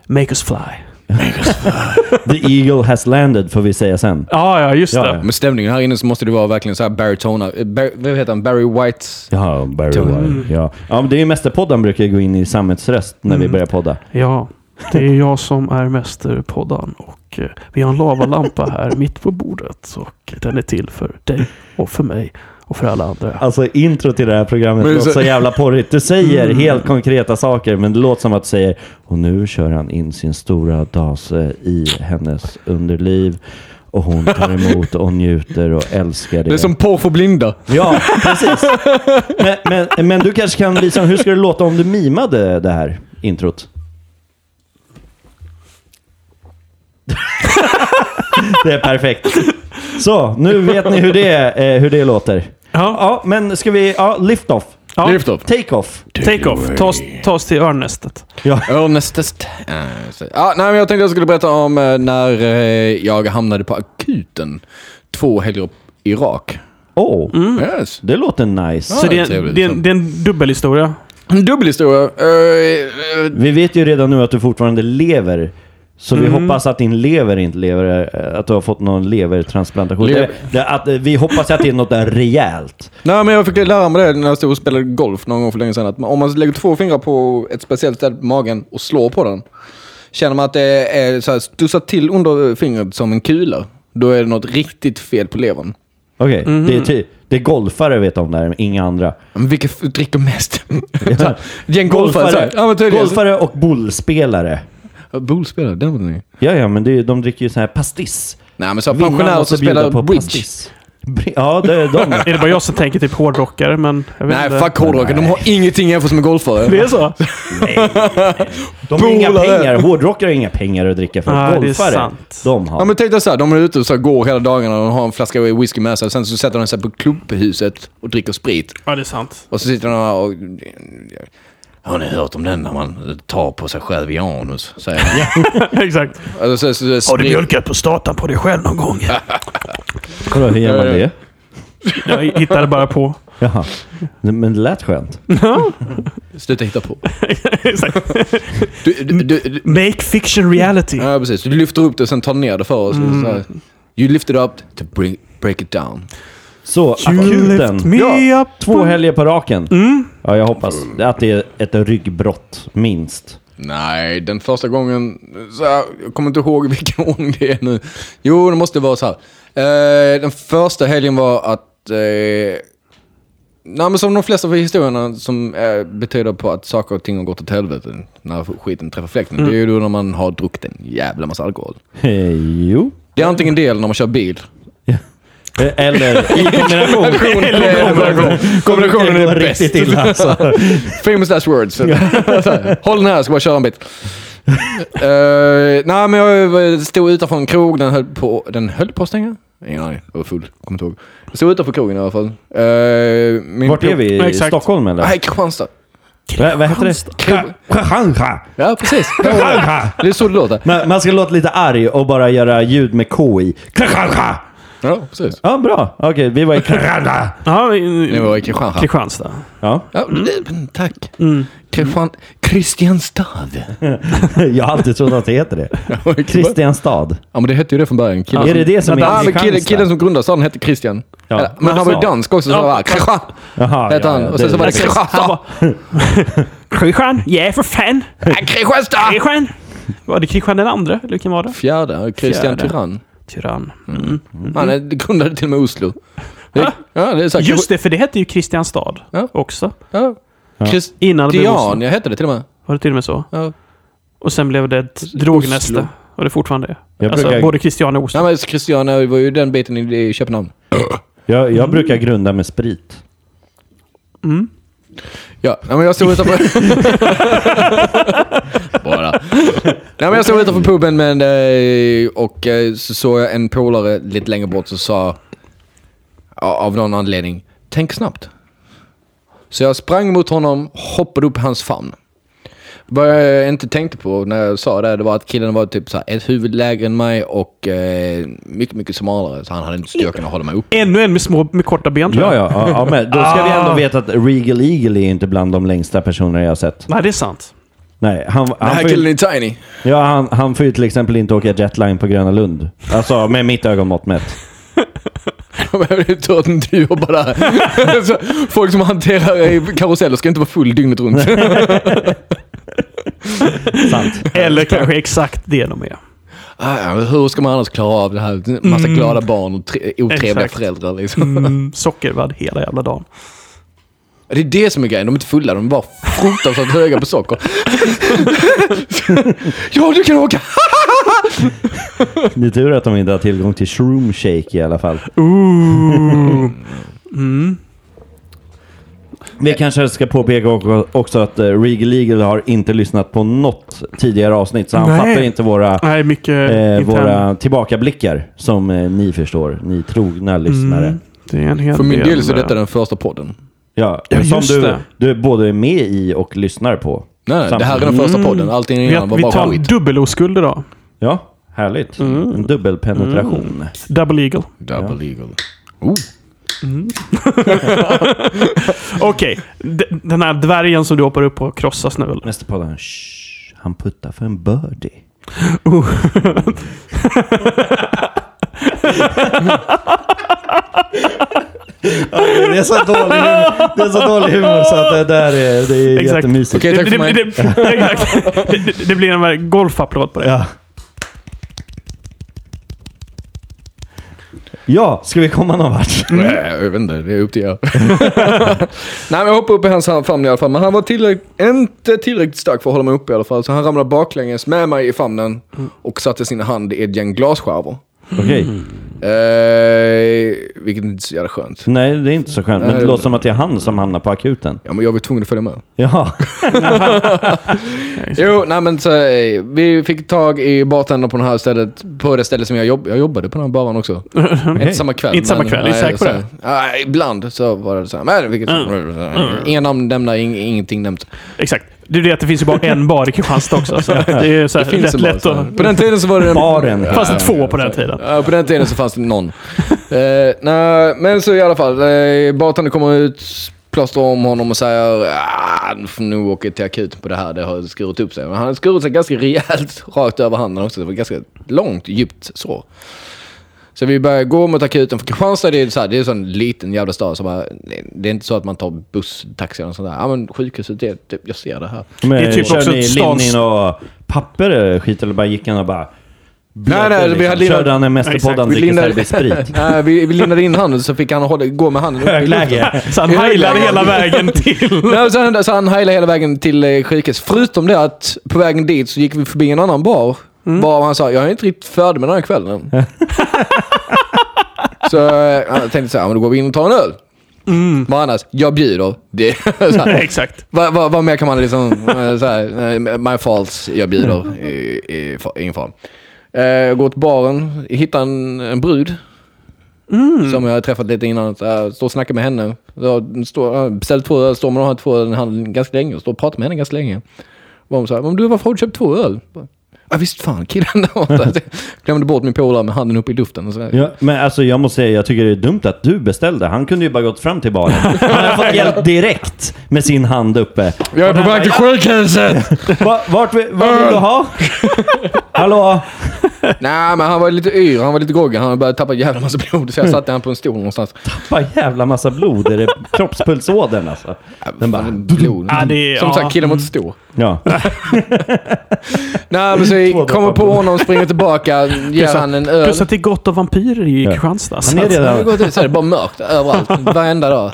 [SPEAKER 1] make us fly.
[SPEAKER 3] The Eagle has landed, får vi säga sen.
[SPEAKER 1] Ja, ja, just
[SPEAKER 3] Ja,
[SPEAKER 1] det.
[SPEAKER 3] ja.
[SPEAKER 4] Med stämningen här inne så måste det vara verkligen så här baritona. eh, Bar, vad heter han? Barry White?
[SPEAKER 3] Ja, Barry White. Ja. ja, men det är ju Mästerpodden brukar ju gå in i sammetsröst när vi börjar podda.
[SPEAKER 1] Ja, det är jag som är mästerpoddan och eh, vi har en lavalampa här mitt på bordet och den är till för dig och för mig och för alla andra.
[SPEAKER 3] Alltså intro till det här programmet
[SPEAKER 4] Men
[SPEAKER 3] låter så... Mm.
[SPEAKER 4] så-
[SPEAKER 3] jävla porrigt. Du säger helt konkreta saker, men det låter som att du säger och nu kör han in sin stora dase i hennes underliv och hon tar emot och njuter och älskar det.
[SPEAKER 4] Det är som porr för blinda.
[SPEAKER 3] Ja, precis. Men, men, men du kanske kan visa hur skulle det låta om du mimade det här introt? Det är perfekt. Så, nu vet ni hur det, eh, hur det låter.
[SPEAKER 1] Ja,
[SPEAKER 3] Ja, men ska vi... Ja, lift off.
[SPEAKER 1] Ja.
[SPEAKER 4] Lift off.
[SPEAKER 3] Take off.
[SPEAKER 1] take off. Ta oss, ta oss till örnnästet.
[SPEAKER 4] Örnestest. Ah, Ja, nej, men jag tänkte jag skulle berätta om eh, när eh, jag hamnade på akuten två helger i Irak.
[SPEAKER 3] Åh, oh,
[SPEAKER 4] Yes.
[SPEAKER 3] det låter nice.
[SPEAKER 1] Så
[SPEAKER 4] Ja,
[SPEAKER 1] det är,
[SPEAKER 4] trevligt,
[SPEAKER 1] en, det, är en, det är en dubbelhistoria.
[SPEAKER 4] En dubbelhistoria. Eh, eh,
[SPEAKER 3] Vi vet ju redan nu att du fortfarande lever. Så vi hoppas att din lever inte lever, eh, att du har fått någon levertransplantation.
[SPEAKER 4] Lever.
[SPEAKER 3] Det- det- att, eh, vi hoppas att det är något där rejält.
[SPEAKER 4] Nej, men jag fick lära mig det när jag stod och spelade golf någon gång för länge sedan. Att om man lägger två fingrar på ett speciellt ställe på magen och slår på den. Känner man att det är så här, stussar till under fingret som en kula. Då är det något riktigt fel på levern.
[SPEAKER 3] Okej, det
[SPEAKER 4] Mhm.
[SPEAKER 3] är ty- det är golfare vet om det här, men inga andra.
[SPEAKER 4] Men Vilka f- dricker mest? Så här, Gäng golfare. så här. Ja, men tydligen.
[SPEAKER 3] golfare och bollspelare.
[SPEAKER 4] Ja, Boulspelare, den var ny.
[SPEAKER 3] Ja, ja, men det är, ju- de dricker ju så här pastiss.
[SPEAKER 4] Nej, men så här,
[SPEAKER 3] Vinnaren
[SPEAKER 4] pensionärer
[SPEAKER 3] måste
[SPEAKER 4] som
[SPEAKER 3] bjuda
[SPEAKER 4] spelar bridge.
[SPEAKER 3] pastiss. Bri- Ja, det är de.
[SPEAKER 1] Är det bara jag som tänker typ hårdrockare, men jag vet
[SPEAKER 4] Nej,
[SPEAKER 1] inte.
[SPEAKER 4] fuck hårdrocken. De har ingenting jämfört med
[SPEAKER 1] Det
[SPEAKER 4] golfare.
[SPEAKER 1] är så?
[SPEAKER 3] De har inga
[SPEAKER 4] Polare.
[SPEAKER 3] pengar. Hårdrockare har inga pengar att dricka för.
[SPEAKER 1] Nej, det är
[SPEAKER 3] golfare,
[SPEAKER 1] sant.
[SPEAKER 3] de
[SPEAKER 4] Ja,
[SPEAKER 3] har.
[SPEAKER 4] men tänk dig så här, de är ute och så här, går hela dagarna och har en flaska whisky med sig. Och sen så sätter de sig på klubbhuset och dricker sprit.
[SPEAKER 1] Ja, det är sant.
[SPEAKER 4] Och så sitter de här och... Har ni hört om den när man tar på sig själv i anus? Säger han.
[SPEAKER 1] Exakt.
[SPEAKER 4] Alltså, så, så, så,
[SPEAKER 1] Har du mjölkat prostatan på dig själv någon gång?
[SPEAKER 3] Kolla, hur gör man det?
[SPEAKER 1] Jag hittade bara på.
[SPEAKER 3] Jaha. Men det lät skönt.
[SPEAKER 4] Sluta hitta på.
[SPEAKER 1] Exakt.
[SPEAKER 4] Du, du, du, du,
[SPEAKER 1] Make fiction reality.
[SPEAKER 4] ja, precis. Du lyfter upp det och sen tar ner det för oss. Så här. You lift it up to bring, break it down.
[SPEAKER 3] Så, akuten.
[SPEAKER 1] me
[SPEAKER 3] Ja,
[SPEAKER 1] up.
[SPEAKER 3] två helger på raken.
[SPEAKER 4] Mm.
[SPEAKER 3] Ja, jag hoppas att det är ett ryggbrott, minst.
[SPEAKER 4] Nej, den första gången... Så här, jag kommer inte ihåg vilken ordning det är nu. Jo, det måste vara så här. Eh, den första helgen var att... Eh, nej, men som de flesta av historierna som eh, betyder på att saker och ting har gått åt helvete när skiten träffar fläkten. Det är ju då när man har druckit en jävla massa alkohol.
[SPEAKER 3] Hej, jo.
[SPEAKER 4] Det är antingen del när man kör bil.
[SPEAKER 3] Eh, Eller i kombination.
[SPEAKER 4] Kombination- Kombinationen
[SPEAKER 3] Det går
[SPEAKER 4] är bäst.
[SPEAKER 3] riktigt illa alltså.
[SPEAKER 4] Famous last words. Så här, Håll den här, jag ska bara köra en bit. Eh, nej, men jag stod utanför en krog. Den höll på, den höll på att stänga? Ingen aning. Jag var full. Kommer inte ihåg. Jag stod utanför krogen i alla fall. Uh, min
[SPEAKER 3] Vart är vi? I
[SPEAKER 1] Exakt.
[SPEAKER 3] Stockholm eller?
[SPEAKER 4] Nej, Kristianstad.
[SPEAKER 3] Va- Vad heter det? Kra- Kristianstad.
[SPEAKER 4] Ja, precis.
[SPEAKER 3] Kristianstad.
[SPEAKER 4] det är så det låter.
[SPEAKER 3] Man, man ska låta lite arg och bara göra ljud med K i. Kristianstad.
[SPEAKER 4] Ja, precis.
[SPEAKER 3] Ja, bra. Okej, vi var i Kristianstad.
[SPEAKER 1] Ja,
[SPEAKER 4] Nu
[SPEAKER 1] i-
[SPEAKER 4] var jag i Kristianstad.
[SPEAKER 1] Kristianstad.
[SPEAKER 3] Ja.
[SPEAKER 4] Ja, det- tack. Kristian, Kristianstad.
[SPEAKER 3] Jag har alltid trott att det heter det. Kristianstad.
[SPEAKER 4] Ja, men det hette ju det från början. Killen
[SPEAKER 3] Är det det som är
[SPEAKER 4] Ja, men killen,
[SPEAKER 3] Kristianstad?
[SPEAKER 4] killen som grundade staden hette Christian.
[SPEAKER 3] Ja.
[SPEAKER 4] Eller, men han var ju dansk också, så det var bara Kristianstad.
[SPEAKER 3] Jaha,
[SPEAKER 4] Hette
[SPEAKER 3] ja,
[SPEAKER 4] han.
[SPEAKER 3] ja,
[SPEAKER 4] Och sen
[SPEAKER 3] det-
[SPEAKER 4] så var det
[SPEAKER 3] det-
[SPEAKER 4] Kristianstad.
[SPEAKER 1] Kristian? Ja, för fan!
[SPEAKER 4] Ja, Kristianstad!
[SPEAKER 1] Kristian! Var det Kristian den andra? Eller vilken var det?
[SPEAKER 4] Fjärde, Christian
[SPEAKER 1] Fjärde.
[SPEAKER 4] Tyrann.
[SPEAKER 1] Tyrann.
[SPEAKER 4] Mm. Han är, grundade till och med Oslo. Det, ja, det är så här,
[SPEAKER 1] Just det, för det hette ju Kristianstad
[SPEAKER 4] Ja.
[SPEAKER 1] också.
[SPEAKER 4] Ja.
[SPEAKER 1] Innan det blev
[SPEAKER 4] Christian,
[SPEAKER 1] Oslo.
[SPEAKER 4] jag hette det till och med.
[SPEAKER 1] Var det till och med så?
[SPEAKER 4] Ja.
[SPEAKER 1] Och sen blev det ett drognäste. Och det fortfarande är.
[SPEAKER 3] Jag
[SPEAKER 1] Alltså,
[SPEAKER 3] brukar-
[SPEAKER 1] både Christian och
[SPEAKER 4] Ja,
[SPEAKER 1] Oslo.
[SPEAKER 4] men Christian var ju den biten i, i Köpenhamn.
[SPEAKER 3] Jag, jag brukar grunda med sprit.
[SPEAKER 4] Ja, nej, men jag stod utanför... Bara. Nej, men jag stod utanför puben men, eh, och eh, så såg jag en polare lite längre bort som sa ja, av någon anledning, tänk snabbt. Så jag sprang mot honom, hoppade upp i hans famn. Vad jag inte tänkte på när jag sa det, det var att killen var typ så här, ett huvud lägre än mig och eh, mycket, mycket smalare. Så han hade inte styrkan att hålla mig upp.
[SPEAKER 1] Ännu en med, små, med korta ben tror
[SPEAKER 3] Ja,
[SPEAKER 1] jag.
[SPEAKER 3] ja, ja, ja men då ska vi ändå veta att Regal Eagle är inte bland de längsta personer jag har sett.
[SPEAKER 1] Nej, det är sant.
[SPEAKER 3] Nej, han,
[SPEAKER 4] Den
[SPEAKER 3] han,
[SPEAKER 4] här
[SPEAKER 3] får
[SPEAKER 4] killen
[SPEAKER 3] ju,
[SPEAKER 4] är tiny.
[SPEAKER 3] ja, han, han får ju till exempel inte åka jetline på Gröna Lund. Alltså, med mitt ögonmått mätt.
[SPEAKER 4] Men Det är tur att du jobbar där. Så Folk som hanterar eh, karuseller ska inte vara full dygnet runt.
[SPEAKER 3] Sant.
[SPEAKER 1] Eller kanske exakt det de är.
[SPEAKER 4] Ah, ja, Hur ska man annars klara av det här? Massa glada barn och tre- otrevliga
[SPEAKER 1] Mm. Exakt.
[SPEAKER 4] föräldrar liksom.
[SPEAKER 1] Mm, sockervadd hela jävla dagen.
[SPEAKER 4] Det är det som är grejen. De är inte fulla, de är bara fruktansvärt höga på socker. ja, du kan åka!
[SPEAKER 3] Det är tur att de inte har tillgång till shroom shake i alla fall.
[SPEAKER 1] Ooh. Mm.
[SPEAKER 3] Vi kanske ska påpeka o- också att eh, Regal Eagle har inte lyssnat på något tidigare avsnitt, så han
[SPEAKER 1] Nej.
[SPEAKER 3] fattar inte våra,
[SPEAKER 1] Nej, mycket
[SPEAKER 3] eh,
[SPEAKER 1] intern.
[SPEAKER 3] våra tillbakablickar som eh, ni förstår, ni trogna lyssnare.
[SPEAKER 1] Mm. Det är en hel
[SPEAKER 4] För min del så är
[SPEAKER 1] eh,
[SPEAKER 4] detta den första podden.
[SPEAKER 3] Ja,
[SPEAKER 1] Ja,
[SPEAKER 3] som
[SPEAKER 1] just
[SPEAKER 3] du,
[SPEAKER 1] det.
[SPEAKER 3] du både är med i och lyssnar på.
[SPEAKER 4] Nej, nej, det här är den första podden. Allting innan
[SPEAKER 1] Mm. Vi,
[SPEAKER 4] var
[SPEAKER 1] vi
[SPEAKER 4] bara
[SPEAKER 1] tar
[SPEAKER 4] skit.
[SPEAKER 1] dubbeloskuld idag.
[SPEAKER 3] Ja, härligt.
[SPEAKER 1] Mm.
[SPEAKER 3] En dubbelpenetration.
[SPEAKER 4] Mm.
[SPEAKER 1] Double Eagle.
[SPEAKER 4] Double Eagle. Oh.
[SPEAKER 1] Okej, d- den här dvärgen som du hoppar upp på krossas nu eller?
[SPEAKER 3] Nästa podd, han, "Shh, han puttar för en birdie. Ja, det, är så dålig, humor- det är så dålig humor så att det där är, det är
[SPEAKER 1] Exakt.
[SPEAKER 3] jättemysigt.
[SPEAKER 4] Okej,
[SPEAKER 1] Det,
[SPEAKER 4] tack för
[SPEAKER 1] det,
[SPEAKER 4] mig.
[SPEAKER 1] det, exakt. det, det, det blir en verk- golfapplåd på det.
[SPEAKER 3] Ja. Ja, ska vi komma någon vart?
[SPEAKER 4] Nej, jag vet inte. Det är upp till er. Mm. Nej, men jag hoppade upp i hans famn i alla fall. Men han var tillräck inte tillräckligt stark för att hålla mig uppe i alla fall. Så han ramlade baklänges med mig i famnen och satte sin hand i ett gäng glasskärvor.
[SPEAKER 3] Okej.
[SPEAKER 4] Eh, vilket inte är så jävla skönt.
[SPEAKER 3] Nej, det är inte så skönt. Men det låter som att det är han som hamnar på akuten.
[SPEAKER 4] Ja, men jag var tvungen att följa med.
[SPEAKER 3] Ja.
[SPEAKER 4] Jo, nej men så, eh, vi fick tag i bartendern på det här stället, på det stället som jag, jobb jag jobbade på den här baren också. Inte samma kväll.
[SPEAKER 1] Inte samma
[SPEAKER 4] men-
[SPEAKER 1] kväll, är du
[SPEAKER 4] nej,
[SPEAKER 1] säker på
[SPEAKER 4] så-
[SPEAKER 1] det?
[SPEAKER 4] Ja, ibland så var det så här. Men, vilket, Inga namn nämnda, ing, ingenting nämnt.
[SPEAKER 1] Exakt. Du vet, det finns ju bara en bar i Kristianstad också. Så det är så här,
[SPEAKER 4] finns
[SPEAKER 1] rätt
[SPEAKER 4] en bar,
[SPEAKER 1] lätt
[SPEAKER 4] så här.
[SPEAKER 1] att...
[SPEAKER 4] På den tiden så var det...
[SPEAKER 3] Baren.
[SPEAKER 1] Det fanns det två på den tiden.
[SPEAKER 4] Ja, på den tiden så fanns det någon. eh, nej, men så i alla fall. Eh, Bartendern kommer ut, plåstrar om honom och säger ah, du får nog åka till akuten på det här. Det har skurit upp sig. Men han har skurit sig ganska rejält rakt över handen också. Det var ganska långt, djupt sår. Så vi börjar gå mot akuten, för Kristianstad det är så här, det är en sån liten jävla stad. Så bara, det är inte så att man tar buss, taxi eller något sånt där. Ja men sjukhuset, det, det, jag ser det här.
[SPEAKER 3] Men,
[SPEAKER 1] Det är typ
[SPEAKER 3] kör
[SPEAKER 1] också
[SPEAKER 3] ni
[SPEAKER 1] stans-
[SPEAKER 3] linjen och papper eller skit eller bara gick han och bara... liksom?
[SPEAKER 4] Nej, nej, vi hade lindat-
[SPEAKER 3] Körde han en
[SPEAKER 1] Exakt,
[SPEAKER 3] mästerpoddan
[SPEAKER 4] vi
[SPEAKER 3] dricker
[SPEAKER 4] lindade-
[SPEAKER 3] serbisk sprit?
[SPEAKER 4] Nej, vi, vi lindade in handen så fick han hålla, gå med handen upp i luften.
[SPEAKER 3] Högläge.
[SPEAKER 1] Så han
[SPEAKER 4] Det är
[SPEAKER 1] heilade
[SPEAKER 4] lätt.
[SPEAKER 1] hela vägen till...
[SPEAKER 4] Nej, så han, så han heilade hela vägen till eh, sjukhus. Förutom det att på vägen dit så gick vi förbi en annan bar Bara han sa, jag är inte riktigt färdig med den här kvällen. så eh, jag tänkte så här, "Ja, men då går vi in och tar en öl. Vad annars? Jag bjuder. Det, så här,
[SPEAKER 1] Exakt.
[SPEAKER 4] vad, vad, vad mer kan man liksom... eh, så här, eh, my faults, jag bjuder i, i, i ingen form. Eh, går till baren, hittar en, en brud. Som jag har träffat lite innan. Så här, står och snackar med henne. Jag står, eh, beställer två öl, står med de här två ölen i handen ganska länge. och Står och pratar med henne ganska länge. Och hon sa, men du varför har du köpt två öl? Bara, Ja visst fan, killen där borta. Glömde bort min polare med handen uppe i luften och sådär.
[SPEAKER 3] Ja, men alltså jag måste säga, jag tycker det är dumt att du beställde. Han kunde ju bara gått fram till baren. Han har fått hjälp direkt med sin hand uppe.
[SPEAKER 4] Jag är på väg till sjukhuset!
[SPEAKER 3] Va, vart vi, vad vill du ha? Hallå?
[SPEAKER 4] Nej, men han var lite yr, han var lite groggy, han började tappa jävla massa blod. Så jag satte han på en stol någonstans.
[SPEAKER 3] Vad jävla massa blod är det kroppspulsådern alltså. Den bara...
[SPEAKER 4] Blod.
[SPEAKER 1] Ja, det-
[SPEAKER 4] Som
[SPEAKER 1] ja.
[SPEAKER 4] sagt, killen var inte stor.
[SPEAKER 3] Ja.
[SPEAKER 4] Nej, men så
[SPEAKER 3] Två
[SPEAKER 4] jag kommer
[SPEAKER 3] droppar
[SPEAKER 4] på honom, springer tillbaka, ger han en öl.
[SPEAKER 1] Plus att det är gott av vampyrer i Kristianstad. så
[SPEAKER 3] Han är
[SPEAKER 1] att-
[SPEAKER 4] Jag har
[SPEAKER 3] redan,
[SPEAKER 4] gått ut så är det bara mörkt överallt, varenda dag.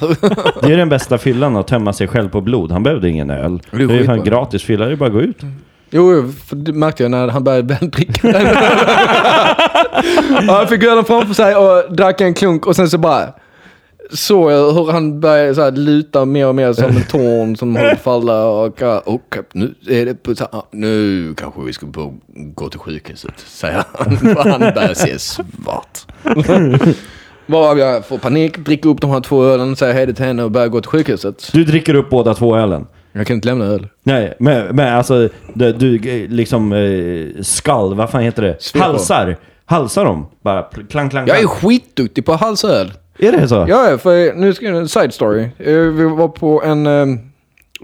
[SPEAKER 3] det är den bästa fyllan, att tömma sig själv på blod. Han behövde ingen öl.
[SPEAKER 4] är
[SPEAKER 3] Det är ju fan
[SPEAKER 4] skitbra.
[SPEAKER 3] gratis fylla, det är bara att gå ut.
[SPEAKER 4] Jo, jo, för det märkte jag när han började väl dricka. ja, han fick ölen framför sig och drack en klunk och sen så bara såg jag hur han började så här, luta mer och mer som en torn som håller på att falla. Och, ja, och nu är det på, så här, nu kanske vi ska bo- gå till sjukhuset, säger han. För han börjar se svart. Varav jag får panik, dricker upp de här två ölen, säger hej då till henne och börjar gå till sjukhuset.
[SPEAKER 3] Du dricker upp båda två ölen.
[SPEAKER 4] Jag kan inte lämna öl.
[SPEAKER 3] Nej, men, men alltså du, du eh, liksom eh, skall, vad fan heter det?
[SPEAKER 4] Sveper.
[SPEAKER 3] Halsar. Halsar dem. Bara pl- klang, klang,
[SPEAKER 4] Jag
[SPEAKER 3] klang.
[SPEAKER 4] är skitduktig på halsöl.
[SPEAKER 3] Är det så?
[SPEAKER 4] Ja, för nu ska jag en side story. Eh, Vi var på en eh,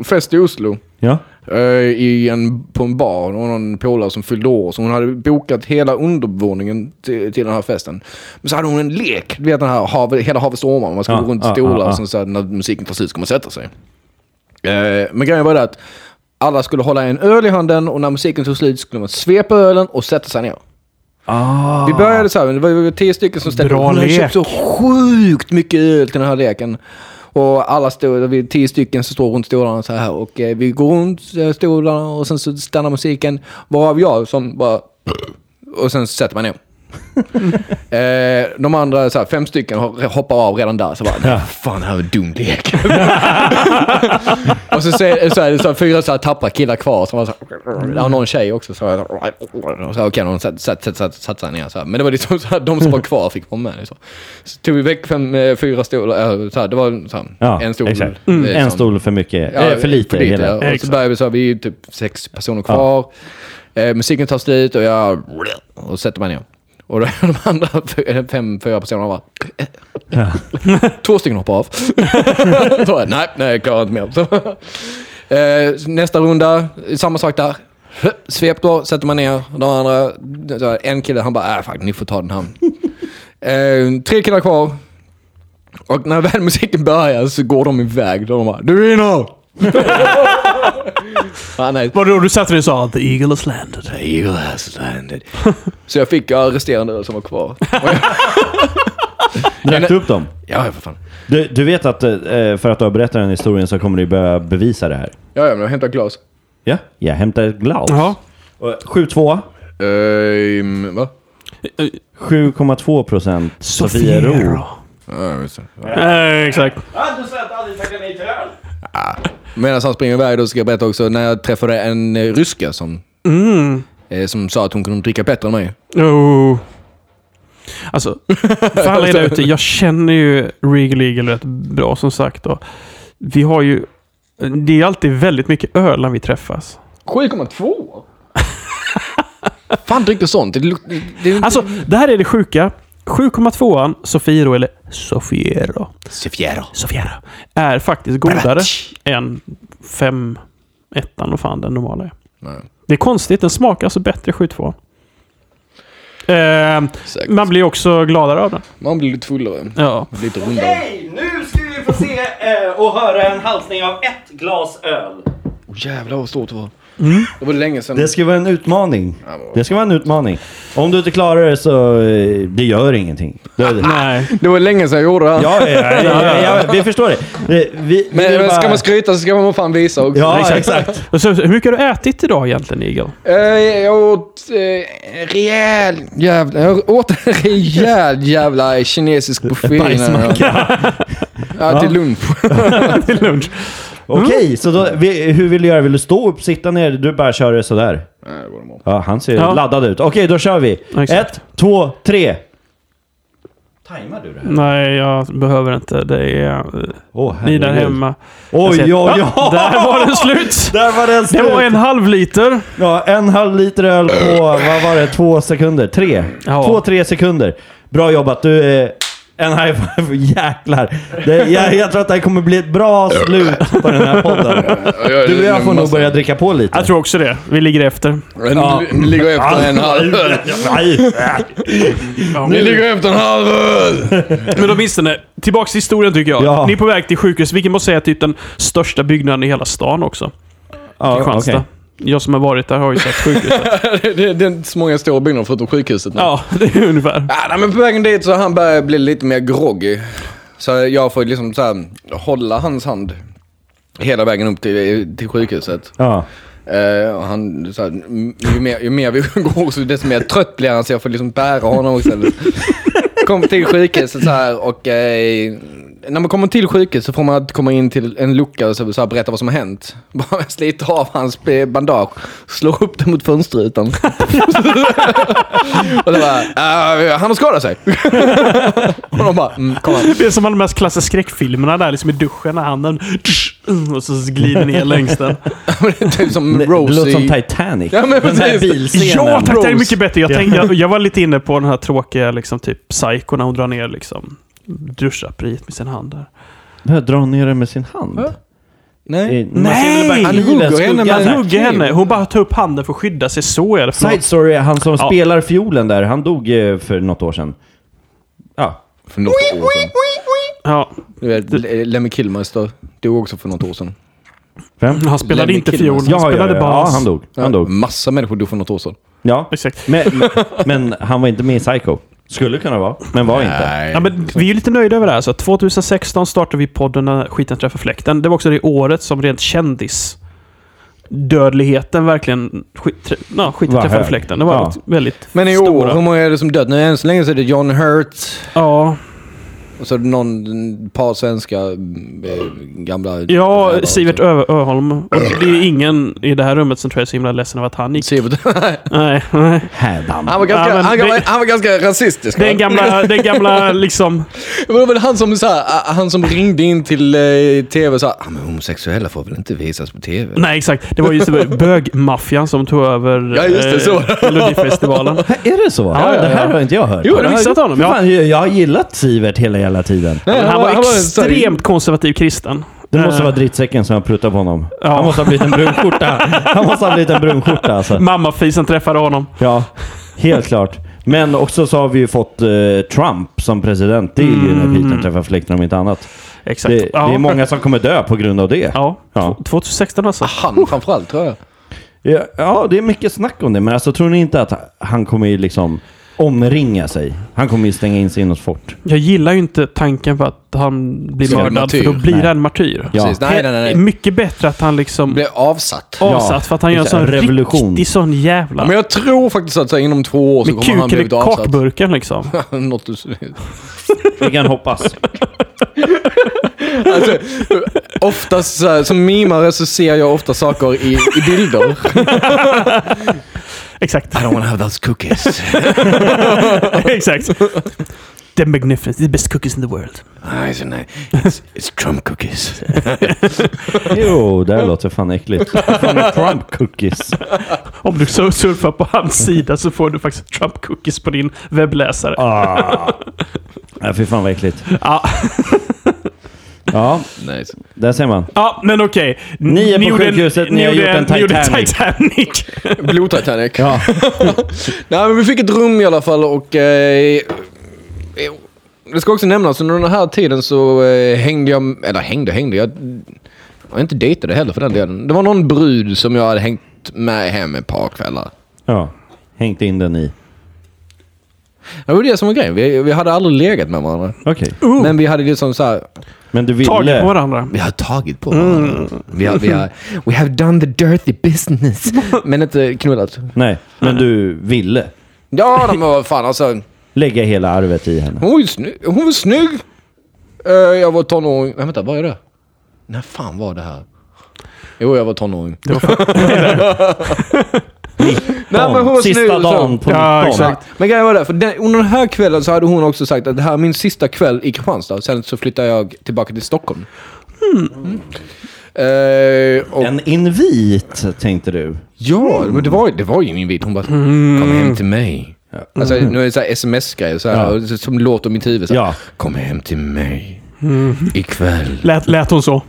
[SPEAKER 4] fest i Oslo.
[SPEAKER 3] Ja.
[SPEAKER 4] eh, I en, på en bar. Och någon polare som fyllde år. Så hon hade bokat hela undervåningen till, till den här festen. Men så hade hon en lek. Du vet den här havet, hela havet stormar. Man ska
[SPEAKER 3] Ja,
[SPEAKER 4] gå runt i
[SPEAKER 3] ja,
[SPEAKER 4] stolar.
[SPEAKER 3] ja, ja.
[SPEAKER 4] Och sen så här, när musiken tar slut ska man sätta sig. Eh, Men grejen var det att alla skulle hålla en öl i handen. Och när musiken tog slut skulle man svepa ölen och sätta sig ner. Vi började så här, men det var ju tio stycken som ställde
[SPEAKER 1] Bra
[SPEAKER 4] upp. Hon hade
[SPEAKER 1] lek.
[SPEAKER 4] köpt så sjukt mycket öl till den här leken. Och alla stod, vi är tio stycken som står runt stolarna så här. Och eh, vi går runt eh, stolarna och sen så stannar musiken. Varav jag som bara... Och sen sätter man ner. eh, de andra, så här, fem stycken, har- hoppar av redan där. Så bara, "Nej, fan det här var en dum lek. och så, ser- så är det så här, fyra så här, tappra killar kvar. Som var så här, ja, någon tjej också. Så, här, och så här, okej, någon satt, satt, satt, satt, satt sig ner. Så här. Men det var liksom så här, de som var kvar fick vara med. Liksom. Så tog vi väck fem, eh, fyra stolar. eh, Så här, det var så här,
[SPEAKER 3] Ja,
[SPEAKER 4] en stol.
[SPEAKER 3] exakt. Mm. En
[SPEAKER 4] liksom.
[SPEAKER 3] stol för mycket.
[SPEAKER 4] Ja,
[SPEAKER 3] eh, för lite. hela.
[SPEAKER 4] ja. Och så
[SPEAKER 1] Exakt.
[SPEAKER 4] börjar vi så här, vi är ju typ sex personer kvar. Eh, musiken tar slut och jag... Och sätter mig ner. Och då är de andra fy- eh, fem, fyra personerna bara... Två stycken hoppar av. Då är jag, nej, nej, jag klarar inte mer. Så, Eh, nästa runda, samma sak där. Svep då, sätter man ner. De andra, så här, en kille han bara, äh, fuck, ni får ta den här. eh, tre killar kvar. Och när väl musiken börjar så går de iväg. De bara, du vinner! ah, nej.
[SPEAKER 1] Var det då du satte dig och sa att the eagle has landed?
[SPEAKER 4] You has landed. Så jag fick jag resterande öl som var kvar. Och jag,
[SPEAKER 3] Drack du upp dem?
[SPEAKER 4] ja, ja, för fan.
[SPEAKER 3] Du, du vet att eh, för att du har berättat den historien så kommer du börja bevisa det här.
[SPEAKER 4] Ja, ja, men jag hämtar ett glas.
[SPEAKER 3] Ja, jag hämtar ett glas.
[SPEAKER 1] Ja.
[SPEAKER 3] Och 7-2.
[SPEAKER 4] Ehm, va?
[SPEAKER 3] 7,2 procent
[SPEAKER 1] Sofiero.
[SPEAKER 3] Sofiero.
[SPEAKER 4] Ja, just det.
[SPEAKER 1] Eh, exakt.
[SPEAKER 4] Medan han springer iväg då ska jag berätta också när jag träffade en eh, ryska som,
[SPEAKER 3] Mm.
[SPEAKER 4] eh, som sa att hon kunde dricka bättre än mig.
[SPEAKER 1] Oh. Alltså, för alla er där ute, jag känner ju Regal Eagle rätt bra som sagt. Och vi har ju... Det är alltid väldigt mycket öl när vi träffas.
[SPEAKER 4] 7,2? Fan dricker sånt? Det, luk- det, det,
[SPEAKER 1] Alltså, det här är det sjuka. 7,2an Sofiero, eller Sofiero,
[SPEAKER 4] Sefiero.
[SPEAKER 1] Sofiero, är faktiskt godare än 5 ettan och fan den normala är.
[SPEAKER 4] Nej,
[SPEAKER 1] Det är konstigt, den smakar alltså bättre 7,2. Eh,
[SPEAKER 4] säkert.
[SPEAKER 1] man blir också gladare av den.
[SPEAKER 4] Man blir lite fullare.
[SPEAKER 1] Ja.
[SPEAKER 4] Lite rundare.
[SPEAKER 3] nu ska vi eh, få se och höra en halsning av ett glas öl.
[SPEAKER 4] Åh jävlar vad stort det var. Det var länge sedan.
[SPEAKER 3] Mm. Det ska vara en utmaning. Det ska vara en utmaning. Om du inte klarar det så, eh, det gör ingenting. Det-
[SPEAKER 1] Nej.
[SPEAKER 4] Det var länge sedan jag gjorde det.
[SPEAKER 3] Ja, ja, ja, ja, ja, vi förstår det. Eh, Vi, vi, vi
[SPEAKER 4] Men
[SPEAKER 3] vill
[SPEAKER 4] men ska
[SPEAKER 3] bara-
[SPEAKER 4] man skryta så ska man fan visa också.
[SPEAKER 3] Ja, exakt.
[SPEAKER 1] Och Så, hur mycket har du ätit idag egentligen, Eagle?
[SPEAKER 4] Eh, Jag åt eh, rejäl jävla... Jag åt en rejäl jävla kinesisk buffé. Bajsmacka. Ja, till lunch.
[SPEAKER 1] Till lunch?
[SPEAKER 3] Okej, så då, vi, hur vill du göra? Vill du stå upp, sitta ner? Du bara kör det sådär.
[SPEAKER 4] Nej, det var det bra.
[SPEAKER 3] Ja, han ser
[SPEAKER 1] Ja.
[SPEAKER 3] laddad ut. Okej, då kör vi.
[SPEAKER 1] Exakt.
[SPEAKER 3] Ett, två, tre. Tajmar du det här?
[SPEAKER 1] Nej, jag behöver inte. Det är... eh,
[SPEAKER 3] Åh,
[SPEAKER 1] Ni
[SPEAKER 3] herregud.
[SPEAKER 1] där hemma. Jag
[SPEAKER 3] Oj,
[SPEAKER 1] ser-
[SPEAKER 3] oj, oj.
[SPEAKER 1] Ah, Där var den slut!
[SPEAKER 3] Där var den
[SPEAKER 1] Det
[SPEAKER 3] slut.
[SPEAKER 1] var en halv liter.
[SPEAKER 3] Ja, en halv liter öl på,
[SPEAKER 4] Äh.
[SPEAKER 3] vad var det, två sekunder? Tre?
[SPEAKER 1] Ja.
[SPEAKER 3] Två, tre sekunder. Bra jobbat. Du, eh, en high five. Jäklar. Det, jag, jag tror att det här kommer bli ett bra slut på den här podden. Du och jag får nog börja dricka på lite.
[SPEAKER 1] Jag tror också det. Vi ligger efter.
[SPEAKER 4] Ja. Ni ligger efter en halv öl.
[SPEAKER 1] Alltså,
[SPEAKER 3] Nej.
[SPEAKER 4] Ni ligger efter en halv öl.
[SPEAKER 1] Men åtminstone, tillbaks till historien tycker jag.
[SPEAKER 3] Ja.
[SPEAKER 1] Ni är på väg till sjukhus, vilket måste säga är typ den största byggnaden i hela stan också.
[SPEAKER 3] Ja,
[SPEAKER 1] Kristianstad.
[SPEAKER 3] okej.
[SPEAKER 1] Jag som har varit där har ju sett sjukhuset.
[SPEAKER 4] Det, det, det är inte så många stora byggnader förutom sjukhuset. nu.
[SPEAKER 1] ja, det är ungefär.
[SPEAKER 4] Ja, nej, men på vägen dit så han börjar bli lite mer groggy. Så jag får liksom så här, hålla hans hand hela vägen upp till, till sjukhuset.
[SPEAKER 3] Ja.
[SPEAKER 4] Eh, och han, så här, m- ju, mer, ju mer vi går så desto mer trött blir han så jag får liksom bära honom också. Kom till sjukhuset så här och eh, när man kommer till sjukhuset så får man komma in till en lucka och så, så här, berätta vad som har hänt. Bara slita av hans eh, bandage, slår upp det mot fönsterrutan. och det bara, eh, han har skadat sig. och de bara, mm, kom här.
[SPEAKER 1] Det är som de mest klassiska skräckfilmerna där, liksom i duschen när handen... Och så glider ner längs den.
[SPEAKER 4] typ som
[SPEAKER 3] Det låter som
[SPEAKER 4] Rosie.
[SPEAKER 3] Titanic.
[SPEAKER 4] Ja, men
[SPEAKER 3] den här
[SPEAKER 4] precis.
[SPEAKER 3] bilscenen.
[SPEAKER 1] Ja tack, det är
[SPEAKER 4] Rose.
[SPEAKER 1] mycket bättre. Jag, tänkte, jag, jag var lite inne på den här tråkiga liksom, typ psycho när hon drar ner liksom, duschaperiet med sin hand där.
[SPEAKER 3] Men Dra ner den med sin hand.
[SPEAKER 4] Ja. Nej.
[SPEAKER 3] Eh, man ser
[SPEAKER 1] Nej!
[SPEAKER 3] väl bara
[SPEAKER 4] Han
[SPEAKER 3] knivens
[SPEAKER 4] hugger henne
[SPEAKER 3] skugga
[SPEAKER 4] med-
[SPEAKER 3] där.
[SPEAKER 1] Han hugger
[SPEAKER 4] kniv.
[SPEAKER 1] henne. Hon bara tar upp handen för att skydda sig. Så är det. Förlåt.
[SPEAKER 3] Side story, han som
[SPEAKER 1] Ja.
[SPEAKER 3] spelar fiolen där, han dog eh, för något år sedan. Ja.
[SPEAKER 4] För något år sedan.
[SPEAKER 1] Ja.
[SPEAKER 4] Du vet, Le- Lemmy Kilmister dog också för något år sedan.
[SPEAKER 3] Vem?
[SPEAKER 1] Han spelade
[SPEAKER 4] Lemmy
[SPEAKER 1] inte
[SPEAKER 4] Kilmer.
[SPEAKER 1] fiol, han
[SPEAKER 3] Ja, ja,
[SPEAKER 1] spelade
[SPEAKER 3] ja, ja,
[SPEAKER 1] bas.
[SPEAKER 3] han dog. Han dog.
[SPEAKER 4] Massa människor dog för något år sedan.
[SPEAKER 3] Ja.
[SPEAKER 1] Exakt.
[SPEAKER 3] Men, men han var inte med i Psycho. Skulle kunna vara, men var inte.
[SPEAKER 1] Ja, men vi är ju lite nöjda över det här. Så 2016 startade vi podden när skiten träffar fläkten. Det var också det året som rent kändis dödligheten verkligen... Skit, trä- ja, skiten
[SPEAKER 3] Var
[SPEAKER 1] träffade
[SPEAKER 3] hög.
[SPEAKER 1] fläkten. Det var
[SPEAKER 3] Ja.
[SPEAKER 1] väldigt
[SPEAKER 4] Men i år,
[SPEAKER 1] stora.
[SPEAKER 4] hur många är det som dött? Nu än så länge så är det John Hurt
[SPEAKER 1] Ja,
[SPEAKER 4] och så är det någon, ett par svenska eh, gamla...
[SPEAKER 1] ja Sivert Ö- Öholm. Och det är ingen i det här rummet som tror jag är så himla ledsen över att han gick.
[SPEAKER 4] Sivert.
[SPEAKER 1] Nej, nej.
[SPEAKER 3] Hädan.
[SPEAKER 4] Han var ganska,
[SPEAKER 1] Ja, men
[SPEAKER 4] han,
[SPEAKER 1] det-
[SPEAKER 4] var, han var ganska rasistisk. va?
[SPEAKER 1] Den gamla, den gamla liksom...
[SPEAKER 4] Det var väl han som, så här, ah, han som ringde in till eh, tv och sa ah, men homosexuella får väl inte visas på tv.
[SPEAKER 1] Nej, exakt. Det var just det, bögmaffian som tog över
[SPEAKER 4] Ja, just det,
[SPEAKER 1] eh,
[SPEAKER 4] så.
[SPEAKER 1] Melodifestivalen.
[SPEAKER 3] Är det så?
[SPEAKER 1] Ja, ja,
[SPEAKER 3] Det här
[SPEAKER 1] ja.
[SPEAKER 3] har inte jag hört.
[SPEAKER 1] Jo, har du missat honom?
[SPEAKER 3] För
[SPEAKER 1] Ja.
[SPEAKER 3] Fan, jag jag har gillat Sivert hela jävla tiden.
[SPEAKER 4] Nej,
[SPEAKER 1] Han var
[SPEAKER 4] en sån-
[SPEAKER 1] extremt konservativ kristen.
[SPEAKER 3] Det måste
[SPEAKER 1] Eh,
[SPEAKER 3] vara drittsäcken som har pruttat på honom.
[SPEAKER 1] Ja.
[SPEAKER 3] Han måste ha blivit en brunskjorta. Han måste ha blivit en brunskjorta alltså.
[SPEAKER 1] Mammafisen träffade honom.
[SPEAKER 3] Ja, helt klart. Men också så har vi ju fått eh, Trump som president. Det är ju när skiten träffar fläkten om inte annat.
[SPEAKER 1] Exakt.
[SPEAKER 3] Det,
[SPEAKER 1] Mm. ja.
[SPEAKER 3] det är många som kommer dö på grund av det.
[SPEAKER 1] Ja.
[SPEAKER 3] Ja. Ah.
[SPEAKER 1] 2016 alltså.
[SPEAKER 4] Han framförallt tror jag.
[SPEAKER 3] Ja, ja, det är mycket snack om det. Men alltså tror ni inte att han kommer ju liksom omringa sig? Han kommer ju stänga in sig i något fort.
[SPEAKER 1] Jag gillar ju inte tanken på att han blir
[SPEAKER 4] Ska vara
[SPEAKER 1] mördad, för
[SPEAKER 4] martyr.
[SPEAKER 1] då blir
[SPEAKER 3] Nej.
[SPEAKER 1] han martyr.
[SPEAKER 3] Ja.
[SPEAKER 4] Precis. Nej, nej, nej. nej.
[SPEAKER 1] Mycket bättre att han liksom
[SPEAKER 4] Blev avsatt.
[SPEAKER 1] avsatt för att han gör en
[SPEAKER 3] exakt.
[SPEAKER 1] sån
[SPEAKER 3] Revolution.
[SPEAKER 1] riktig sån jävla...
[SPEAKER 4] Men jag tror faktiskt att så här, inom två år så
[SPEAKER 1] Med
[SPEAKER 4] kommer han
[SPEAKER 1] kuken i
[SPEAKER 4] blivit avsatt.
[SPEAKER 1] kakburken liksom.
[SPEAKER 4] Något du-
[SPEAKER 3] Vi kan hoppas.
[SPEAKER 4] Alltså, oftast så här, som mimare så ser jag ofta saker i, i bilder.
[SPEAKER 1] Exakt.
[SPEAKER 4] I don't wanna have those cookies.
[SPEAKER 1] Exakt. The magnificent, the best cookies in the world.
[SPEAKER 4] Nej, så nej. It's, it's Trump cookies.
[SPEAKER 3] Jo, det här låter fan äckligt. Fan med Trump cookies.
[SPEAKER 1] Om du så surfar på hans sida så får du faktiskt Trump cookies på din webbläsare.
[SPEAKER 3] Ah. Nej, fy fan vad äckligt.
[SPEAKER 1] Ja.
[SPEAKER 3] Ja,
[SPEAKER 4] Nice.
[SPEAKER 3] där ser man.
[SPEAKER 1] Ja, men okej.
[SPEAKER 3] Ni är på
[SPEAKER 1] gjorde en-
[SPEAKER 3] sjukhuset, ni har
[SPEAKER 1] gjorde
[SPEAKER 3] gjort en
[SPEAKER 1] ni gjorde
[SPEAKER 3] Titanic.
[SPEAKER 1] Titanic.
[SPEAKER 4] Blodtitanic.
[SPEAKER 3] Ja.
[SPEAKER 4] Nej, men vi fick ett rum i alla fall och... Eh, eh, det ska också nämnas, under den här tiden så eh, hängde jag... Eller hängde, hängde. Jag, jag inte dejtade heller för den delen. Det var någon brud som jag hade hängt tagit med hem ett par kvällar.
[SPEAKER 3] Ja. Hängt in den i.
[SPEAKER 4] Det var det som var grejen. Vi, vi hade aldrig legat med varandra.
[SPEAKER 3] Okej.
[SPEAKER 1] Uh,
[SPEAKER 4] Men vi hade liksom så här,
[SPEAKER 3] Men du ville...
[SPEAKER 1] tagit på varandra.
[SPEAKER 4] vi har tagit på varandra. Vi, har, vi har, we have done the dirty business. Men inte knullat.
[SPEAKER 3] Nej, men du ville
[SPEAKER 4] Ja, men vad fan alltså.
[SPEAKER 3] lägga hela arvet i henne.
[SPEAKER 4] Hon var, ju snygg. Hon var snygg. Eh, jag var tonåring. Nej, vänta, vad är det? När fan var det här? Jo, jag var tonåring.
[SPEAKER 1] Det var fan,
[SPEAKER 4] Nej, men hon var
[SPEAKER 3] Sista
[SPEAKER 4] snygg, så-
[SPEAKER 3] dagen på
[SPEAKER 1] Ja,
[SPEAKER 3] 19.
[SPEAKER 1] exakt.
[SPEAKER 4] Men grejen var det, för den, under den här kvällen så hade hon också sagt att det här är min sista kväll i Kristianstad. Sen så flyttar jag tillbaka till Stockholm.
[SPEAKER 1] Hmm.
[SPEAKER 4] Mm. Eh, och,
[SPEAKER 3] En invit, tänkte du.
[SPEAKER 4] ja, men det var, det var ju en invit. Hon bara “Kom hem till mig”. Alltså, nu är det så här sms-grejer så här,
[SPEAKER 3] Ja.
[SPEAKER 4] och så- som låter i mitt huvud. Så här,
[SPEAKER 3] Ja.
[SPEAKER 4] “Kom hem till mig ikväll”.
[SPEAKER 1] lät, lät hon så?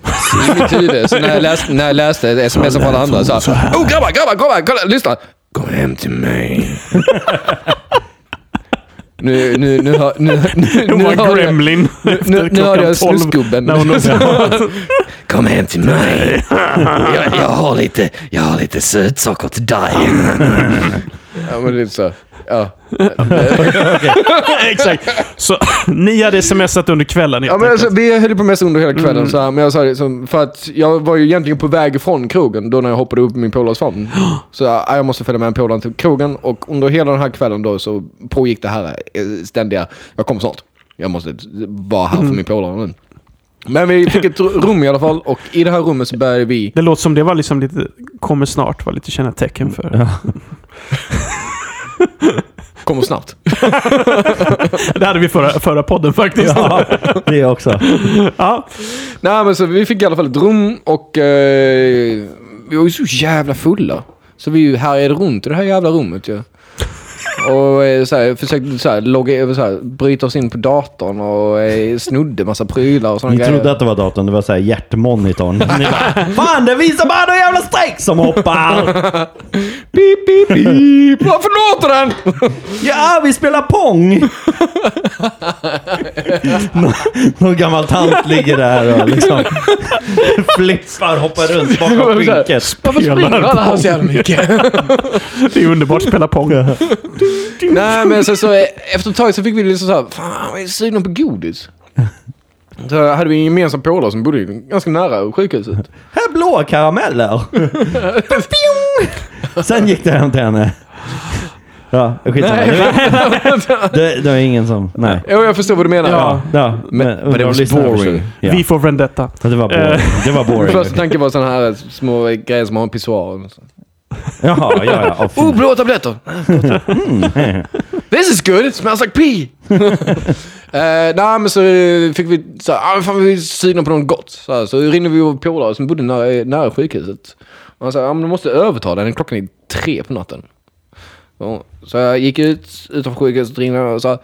[SPEAKER 4] Mm. i mitt huvud. Så när jag läste, när jag läste sms från alla andra så
[SPEAKER 1] så
[SPEAKER 4] här. Oh grabbar, grabbar, grabbar, kolla, lyssna. Kom hem till mig. Nu, nu, nu, hör- nu, nu, nu,
[SPEAKER 1] Hon
[SPEAKER 4] nu,
[SPEAKER 1] var
[SPEAKER 4] hörde jag-
[SPEAKER 1] gremlin.
[SPEAKER 4] nu, nu hörde jag
[SPEAKER 1] Klockan tolv
[SPEAKER 4] snusgubben.
[SPEAKER 1] När hon
[SPEAKER 4] Kom hem till mig. Jag, jag, har lite, jag har lite sötsaker till dig. Ja, men det är så. Ja.
[SPEAKER 1] Exakt. Så ni hade smsat under kvällen helt
[SPEAKER 4] Ja, men
[SPEAKER 1] enkelt. Mm.
[SPEAKER 4] alltså, vi höll på mest under hela kvällen. Så här, men jag sa liksom, för att jag var ju egentligen på väg från krogen då när jag hoppade upp i min polares famn. Så jag, jag måste följa med en polare till krogen och under hela den här kvällen då så pågick det här eh, ständiga, jag kommer snart. Jag måste vara här för
[SPEAKER 1] Mm.
[SPEAKER 4] min polare nu. Men vi fick ett rum i alla fall och i det här rummet så började vi...
[SPEAKER 1] Det låter som det var liksom lite, kommer snart, var lite kännetecken för.
[SPEAKER 4] Kommer snabbt.
[SPEAKER 1] Det hade vi förra, förra podden faktiskt.
[SPEAKER 3] Ja, det också.
[SPEAKER 1] Ja.
[SPEAKER 4] Nej men så vi fick i alla fall ett rum och eh, vi var ju så jävla fulla. Så vi ju härjade runt i det här jävla rummet ju. Och eh, så här, försökte så här, logga, över, så här, bryta oss in på datorn och eh, snodde massa prylar och sådana
[SPEAKER 3] Ni trodde att det var datorn, det var så här hjärtmonitorn. Ni bara, Fan, det visar bara några jävla streck som hoppar!
[SPEAKER 4] Pip, pip, pip! Varför låter den?
[SPEAKER 3] Ja, vi spelar pong! Nå- Någon gammal tant ligger där och liksom flippar, hoppar runt bakom
[SPEAKER 4] Så här,
[SPEAKER 3] skynket.
[SPEAKER 4] Varför springer alla här så jävla mycket?
[SPEAKER 1] Det är underbart att spela pong.
[SPEAKER 4] Nej men sen så eh, efter ett tag så fick vi liksom såhär, fan vi är sugna på godis. Så hade vi en gemensam polare som bodde ganska nära sjukhuset.
[SPEAKER 3] Här blå karameller. Pjong! Sen gick det hem till henne. Ja, skitsamma.
[SPEAKER 4] Nej.
[SPEAKER 3] Det, det, det var ingen som... Nej.
[SPEAKER 4] Jo jag förstår vad du menar.
[SPEAKER 1] Ja.
[SPEAKER 3] Ja, men,
[SPEAKER 4] Men- but it was
[SPEAKER 3] lyssnarna
[SPEAKER 4] boring.
[SPEAKER 3] förstår. Ja.
[SPEAKER 1] Vi får vendetta.
[SPEAKER 3] Ja, det var boring. Det var
[SPEAKER 4] Min
[SPEAKER 3] boring.
[SPEAKER 4] första tanke var sådana här små grejer som har en pissoar.
[SPEAKER 3] Jaha, ja, ja. Åh, fy.
[SPEAKER 4] Oh, blåa tabletter! This is good! It smells like pee! Eh, nej, men så eh, fick vi så här, ah, fan vi är sugna på något gott. Så, här, så ringde vi vår polare som bodde nära, nära sjukhuset. Och han sa, ja men du måste överta den, klockan är tre på natten. Så, så jag gick ut utanför sjukhuset, ringde och sa,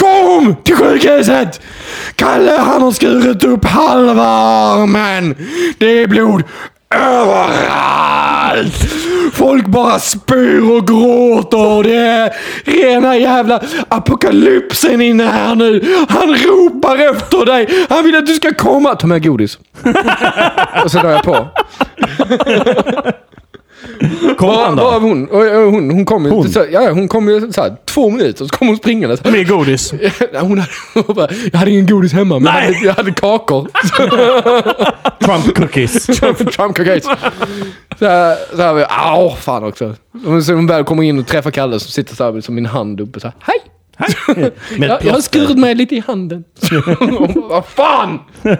[SPEAKER 4] Kom till sjukhuset! Kalle han har skurit upp halva armen. Det är blod överallt. Folk bara spyr och gråter. Det är rena jävla apokalypsen inne här nu. Han ropar efter dig. Han vill att du ska komma. Ta med godis. och så la jag på.
[SPEAKER 3] Kom
[SPEAKER 4] Bara,
[SPEAKER 3] han
[SPEAKER 4] bara
[SPEAKER 3] då?
[SPEAKER 4] hon, och, och hon, hon kom ju
[SPEAKER 3] Hon?
[SPEAKER 4] Så, ja, ja, hon kom ju så här, två minuter så kom hon springande. Så här.
[SPEAKER 1] Med godis.
[SPEAKER 4] Ja, Hon hade, hon bara, jag hade ingen godis hemma, men jag
[SPEAKER 1] Nej.
[SPEAKER 4] hade, jag hade kakor.
[SPEAKER 3] Trump cookies.
[SPEAKER 4] Trump cookies. Så här, så här, var jag, "Ah, åh fan också. Och så hon väl kommer in och träffar Kalle som sitter så här med som min hand uppe så här, hej!
[SPEAKER 3] Med
[SPEAKER 4] Jag, jag har skurit mig lite i handen. Och hon bara, Vad fan!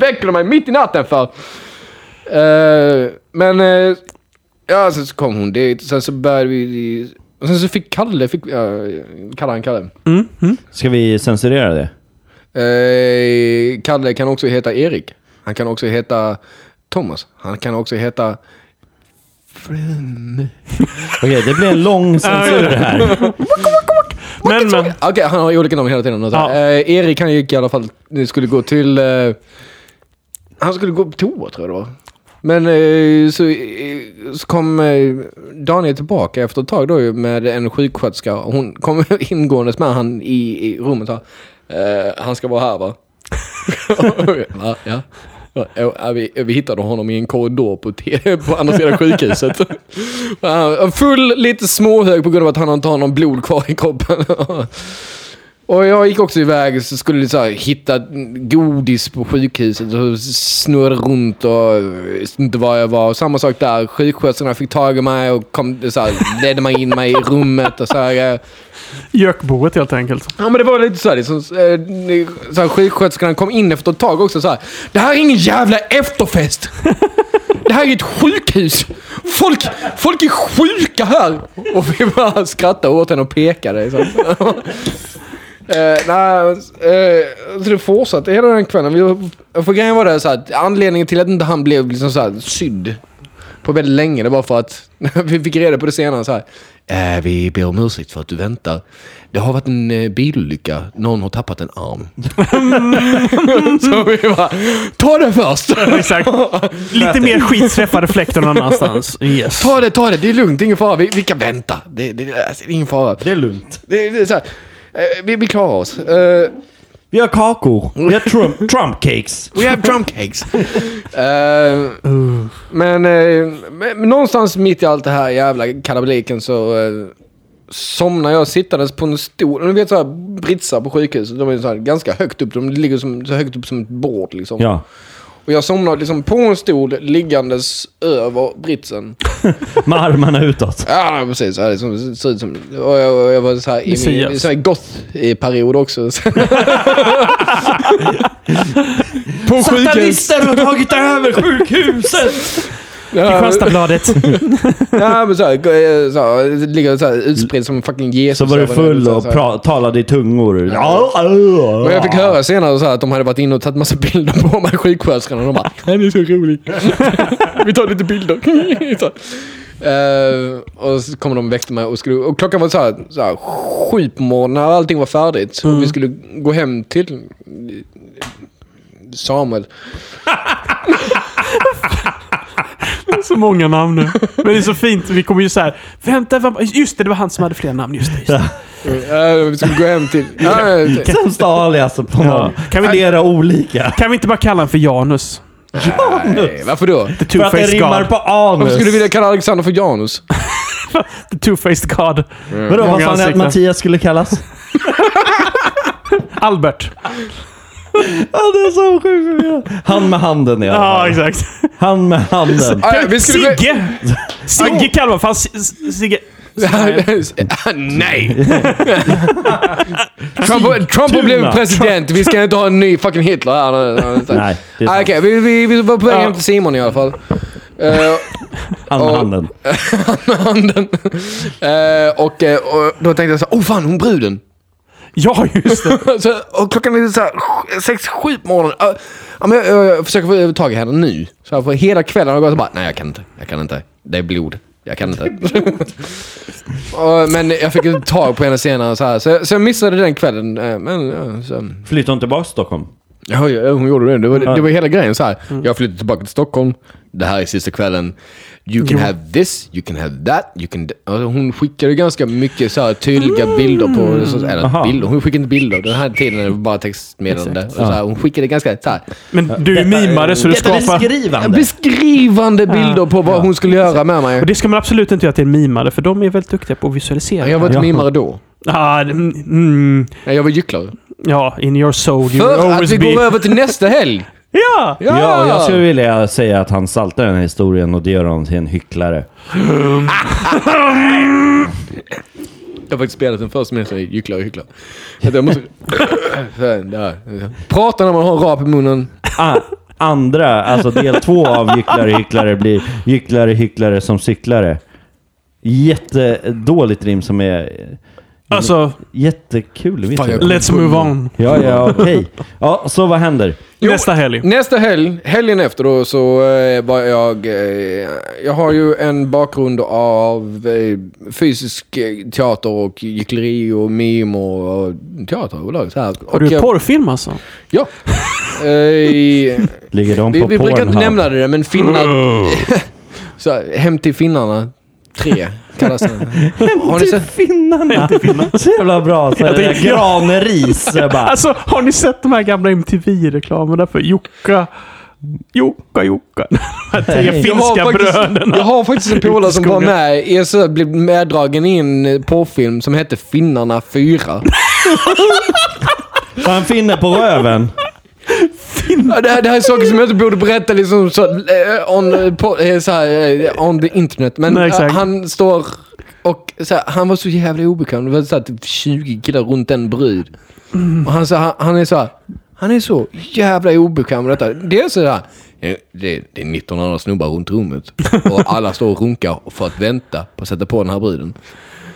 [SPEAKER 4] Väcker de mig mitt i natten för? Eh, men, eh, ja sen så kom hon dit, sen så började vi... Och sen så fick Kalle, fick, uh, kallar han Kalle.
[SPEAKER 3] Ska vi censurera det?
[SPEAKER 4] Eh, Kalle kan också heta Erik. Han kan också heta Thomas. Han kan också heta...
[SPEAKER 3] Okej, det blir en lång censur det här.
[SPEAKER 1] Men, men.
[SPEAKER 4] Okej, han har olika namn hela tiden.
[SPEAKER 1] Ja.
[SPEAKER 4] Eh, Erik han gick i alla fall... Nu skulle gå till... Eh, han skulle gå på toa tror jag det var. Men eh, så, eh, så kom eh, Daniel tillbaka efter ett tag då ju med en sjuksköterska. Och Hon kom ingåendes med han i, i rummet. Så, här, eh, han ska vara här va? Och jag, va? Ja. Ja, ja, vi, vi hittade honom i en korridor på, t- på andra sidan sjukhuset. Han- Eh, Full, lite småhög på grund av att han inte har någon blod kvar i kroppen. Och jag gick också iväg så skulle jag så här, hitta godis på sjukhuset och snurra runt och visste inte var jag var. Samma sak där. Sjuksköterskorna fick tag i mig och kom, så här, ledde mig in mig i rummet och så här. eh,
[SPEAKER 1] Gökboet helt enkelt.
[SPEAKER 4] Ja men det var lite såhär liksom, eh, såhär, sjuksköterskan kom in efter ett tag också såhär. Det här är ingen jävla efterfest! Det här är ett sjukhus! Folk, folk är sjuka här! Och vi bara skrattade åt henne och pekade. Liksom. Eh, nej, eh, så det fortsatte hela den kvällen. Vi, för grejen var det så att anledningen till att inte han blev liksom så här sydd på väldigt länge, det var för att vi fick reda på det senare så här. Eh, vi ber om ursäkt för att du väntar. Det har varit en eh, bilolycka. Någon har tappat en arm. så vi bara, ta det först!
[SPEAKER 1] Exakt. Lite mer skit träffade fläkten någon annanstans. Yes.
[SPEAKER 4] Ta det, ta det. Det är lugnt. Det är ingen fara. Vi, vi kan vänta. Det, det, alltså, det är ingen fara.
[SPEAKER 3] Det är lugnt.
[SPEAKER 4] Det, det är så här. eh, Vi, vi klarar oss. Eh,
[SPEAKER 3] Vi har kakor. Vi har Trump, Trump cakes.
[SPEAKER 4] We have drum cakes. Eh, men, eh, men någonstans mitt i allt det här jävla kalabaliken så uh, somnar jag sittandes på en stol. Ni vet såhär britsar på sjukhuset. De är så här ganska högt upp. De ligger som, så högt upp som ett bord liksom.
[SPEAKER 3] Ja.
[SPEAKER 4] Och jag somnar liksom på en stol liggandes över britsen.
[SPEAKER 3] Med armarna utåt.
[SPEAKER 4] Ja, precis. Ja, det som- ser ut som... Och jag, och jag var så här i min
[SPEAKER 1] Messias.
[SPEAKER 4] så här goth-period också. på
[SPEAKER 3] har tagit över sjukhuset!
[SPEAKER 4] Ja,
[SPEAKER 1] Kristianstadsbladet.
[SPEAKER 4] Ja, men så här, gå- eh, så här, ligger så här utspridd som en fucking Jesus.
[SPEAKER 3] Så var du
[SPEAKER 4] över den,
[SPEAKER 3] full
[SPEAKER 4] så här,
[SPEAKER 3] och
[SPEAKER 4] så här.
[SPEAKER 3] pra- talade i tungor.
[SPEAKER 4] Men jag fick höra senare så här, att de hade varit inne och tagit massa bilder på mig, sjuksköterskorna. Och de bara “Han är så rolig. Vi tar lite bilder”. så. Eh, och så kom de och väckte mig och, skulle, och klockan var så här, så här sju på morgonen när allting var färdigt. Och vi skulle gå hem till Samuel.
[SPEAKER 1] Så många namn nu. Men det är så fint. Vi kommer ju så här. Vänta, vad- just det, det var han som hade flera namn. Just det, just det.
[SPEAKER 4] Eh, vi skulle gå hem till... Ja, ja, ja.
[SPEAKER 3] Sämsta alias alltså, på honom.
[SPEAKER 1] Kan vi-
[SPEAKER 3] Flera olika.
[SPEAKER 1] Kan vi inte bara kalla honom för Janus?
[SPEAKER 4] Nej, varför då?
[SPEAKER 1] The
[SPEAKER 3] För att det
[SPEAKER 1] two-faced
[SPEAKER 3] rimmar
[SPEAKER 1] God.
[SPEAKER 3] på
[SPEAKER 4] Varför
[SPEAKER 3] anus.
[SPEAKER 4] skulle du vilja kalla Alexander för Janus?
[SPEAKER 1] The two-faced God.
[SPEAKER 3] Vadå, vad
[SPEAKER 1] Många
[SPEAKER 3] sa ni att
[SPEAKER 1] ansikten.
[SPEAKER 3] Mattias skulle kallas?
[SPEAKER 1] Albert.
[SPEAKER 3] Ja, det är så sjukt. Han med handen i alla
[SPEAKER 1] Ja,
[SPEAKER 3] fall.
[SPEAKER 1] exakt.
[SPEAKER 3] Han med handen.
[SPEAKER 4] Ah, ja, vi skulle-
[SPEAKER 1] Sigge! Sigge kallar man. Fan, S- Sigge...
[SPEAKER 4] Nej! Trump, Trump har
[SPEAKER 3] Tuna.
[SPEAKER 4] blivit president. Vi ska inte ha en ny fucking Hitler här.
[SPEAKER 3] Nej, det är
[SPEAKER 4] Ah,
[SPEAKER 3] sant.
[SPEAKER 4] Okej, vi, vi, vi var på väg
[SPEAKER 1] Ja.
[SPEAKER 4] hem till Simon i alla fall. Eh,
[SPEAKER 3] Han med
[SPEAKER 4] och-
[SPEAKER 3] handen.
[SPEAKER 4] handen. Eh, och, eh, och då tänkte jag så här, åh fan, hon bruden.
[SPEAKER 1] Ja, just det.
[SPEAKER 4] så, och klockan är så här, sj- sex, sju på morgonen. Ah, ja, men jag, jag, jag försöker få tag i henne nu. Så här, för hela kvällen har jag gått och bara, nej jag kan inte, jag kan inte. Det är blod. Jag kan inte. Och, men jag fick ett tag på henne senare så, här, så, jag, så jag missade den kvällen. eh, Men, ja, så,
[SPEAKER 3] Flyttar hon tillbaka till Stockholm?
[SPEAKER 4] Ja, ja, hon gjorde det. Det var, det var hela grejen. Så här. Jag flyttade tillbaka till Stockholm. Det här är sista kvällen. You can have this, you can have that, you can... Alltså, hon skickade ganska mycket så här, tydliga bilder på... Så, eller
[SPEAKER 3] Aha.
[SPEAKER 4] bilder. Hon skickade inte bilder. Den här tiden var det bara textmeddelande. Och så här, hon skickade ganska så här,
[SPEAKER 1] Men du är mimare så du skapar...
[SPEAKER 3] beskrivande.
[SPEAKER 4] beskrivande bilder på vad hon skulle göra med mig.
[SPEAKER 1] Och det ska man absolut inte göra till en mimare, för de är väldigt duktiga på att visualisera.
[SPEAKER 4] Jag var inte
[SPEAKER 3] Ja.
[SPEAKER 4] mimare då.
[SPEAKER 1] Ah, mm, mm,
[SPEAKER 4] Nej, Jag var gycklare.
[SPEAKER 1] ja, in your soul you will
[SPEAKER 4] För att
[SPEAKER 1] always
[SPEAKER 4] vi
[SPEAKER 1] be...
[SPEAKER 4] går över till nästa helg!
[SPEAKER 1] Ja!
[SPEAKER 4] Ja!
[SPEAKER 3] Ja, jag skulle vilja säga att han saltar den här historien och det gör honom till en hycklare.
[SPEAKER 4] Jag har faktiskt spelat den först men jag säger gycklar och hycklar. Att jag måste... Så här, där. Prata när man har rap i munnen.
[SPEAKER 3] A- Ah, andra, alltså del två av gycklare hycklare blir gycklare hycklare som cyklare. Jättedåligt rim som är
[SPEAKER 1] Alltså,
[SPEAKER 3] jättekul. vet
[SPEAKER 4] Fan,
[SPEAKER 3] du.
[SPEAKER 4] jag-
[SPEAKER 1] let's move on.
[SPEAKER 3] Ja, ja, okej. Ja, så vad händer?
[SPEAKER 4] Jo,
[SPEAKER 1] Nästa helg.
[SPEAKER 4] Nästa helg, helgen efter då, så eh, var jag... Eh, jag har ju en bakgrund av eh, fysisk eh, teater och gyckleri och mim och, och teater. Och så här.
[SPEAKER 1] Har
[SPEAKER 4] Och
[SPEAKER 1] du
[SPEAKER 4] jag-
[SPEAKER 1] porrfilm alltså?
[SPEAKER 4] Ja. Eh,
[SPEAKER 3] Ligger de
[SPEAKER 4] Vi,
[SPEAKER 3] på
[SPEAKER 4] vi brukar inte
[SPEAKER 3] Pornhub?
[SPEAKER 4] nämna det, men finnar...
[SPEAKER 1] Oh.
[SPEAKER 4] så här, hem till finnarna 3 kallas den. Har ni
[SPEAKER 3] Till
[SPEAKER 4] sett?
[SPEAKER 3] finnarna! Så jävla bra! Så är det
[SPEAKER 1] tänkte-
[SPEAKER 3] där graneris. eh, Bara.
[SPEAKER 1] Alltså, har ni sett de här gamla MTV-reklamerna för Jocka Jokka, jokka. De här tre
[SPEAKER 3] Nej.
[SPEAKER 4] Jag har
[SPEAKER 1] finska
[SPEAKER 4] faktiskt-
[SPEAKER 1] bröderna.
[SPEAKER 4] Jag har faktiskt en polare som var
[SPEAKER 1] skogen.
[SPEAKER 4] med i så blev meddragen i en påfilm som hette Finnarna 4.
[SPEAKER 3] Vad han finner på röven.
[SPEAKER 4] Ja, det, här, det här är saker som jag inte borde berätta liksom så, eh, on, eh, på, eh, så här, eh, on the internet. Men
[SPEAKER 1] Nej,
[SPEAKER 4] eh,
[SPEAKER 1] exakt.
[SPEAKER 4] han står och så här, han var så jävla obekväm. Det var så här, typ 20 killar runt en brud. Och han, så, han, han är så här, han är så jävla obekväm med detta. Det är så här, eh, det, det är 19 andra snubbar runt rummet och alla står och runkar för att vänta på att sätta på den här bruden.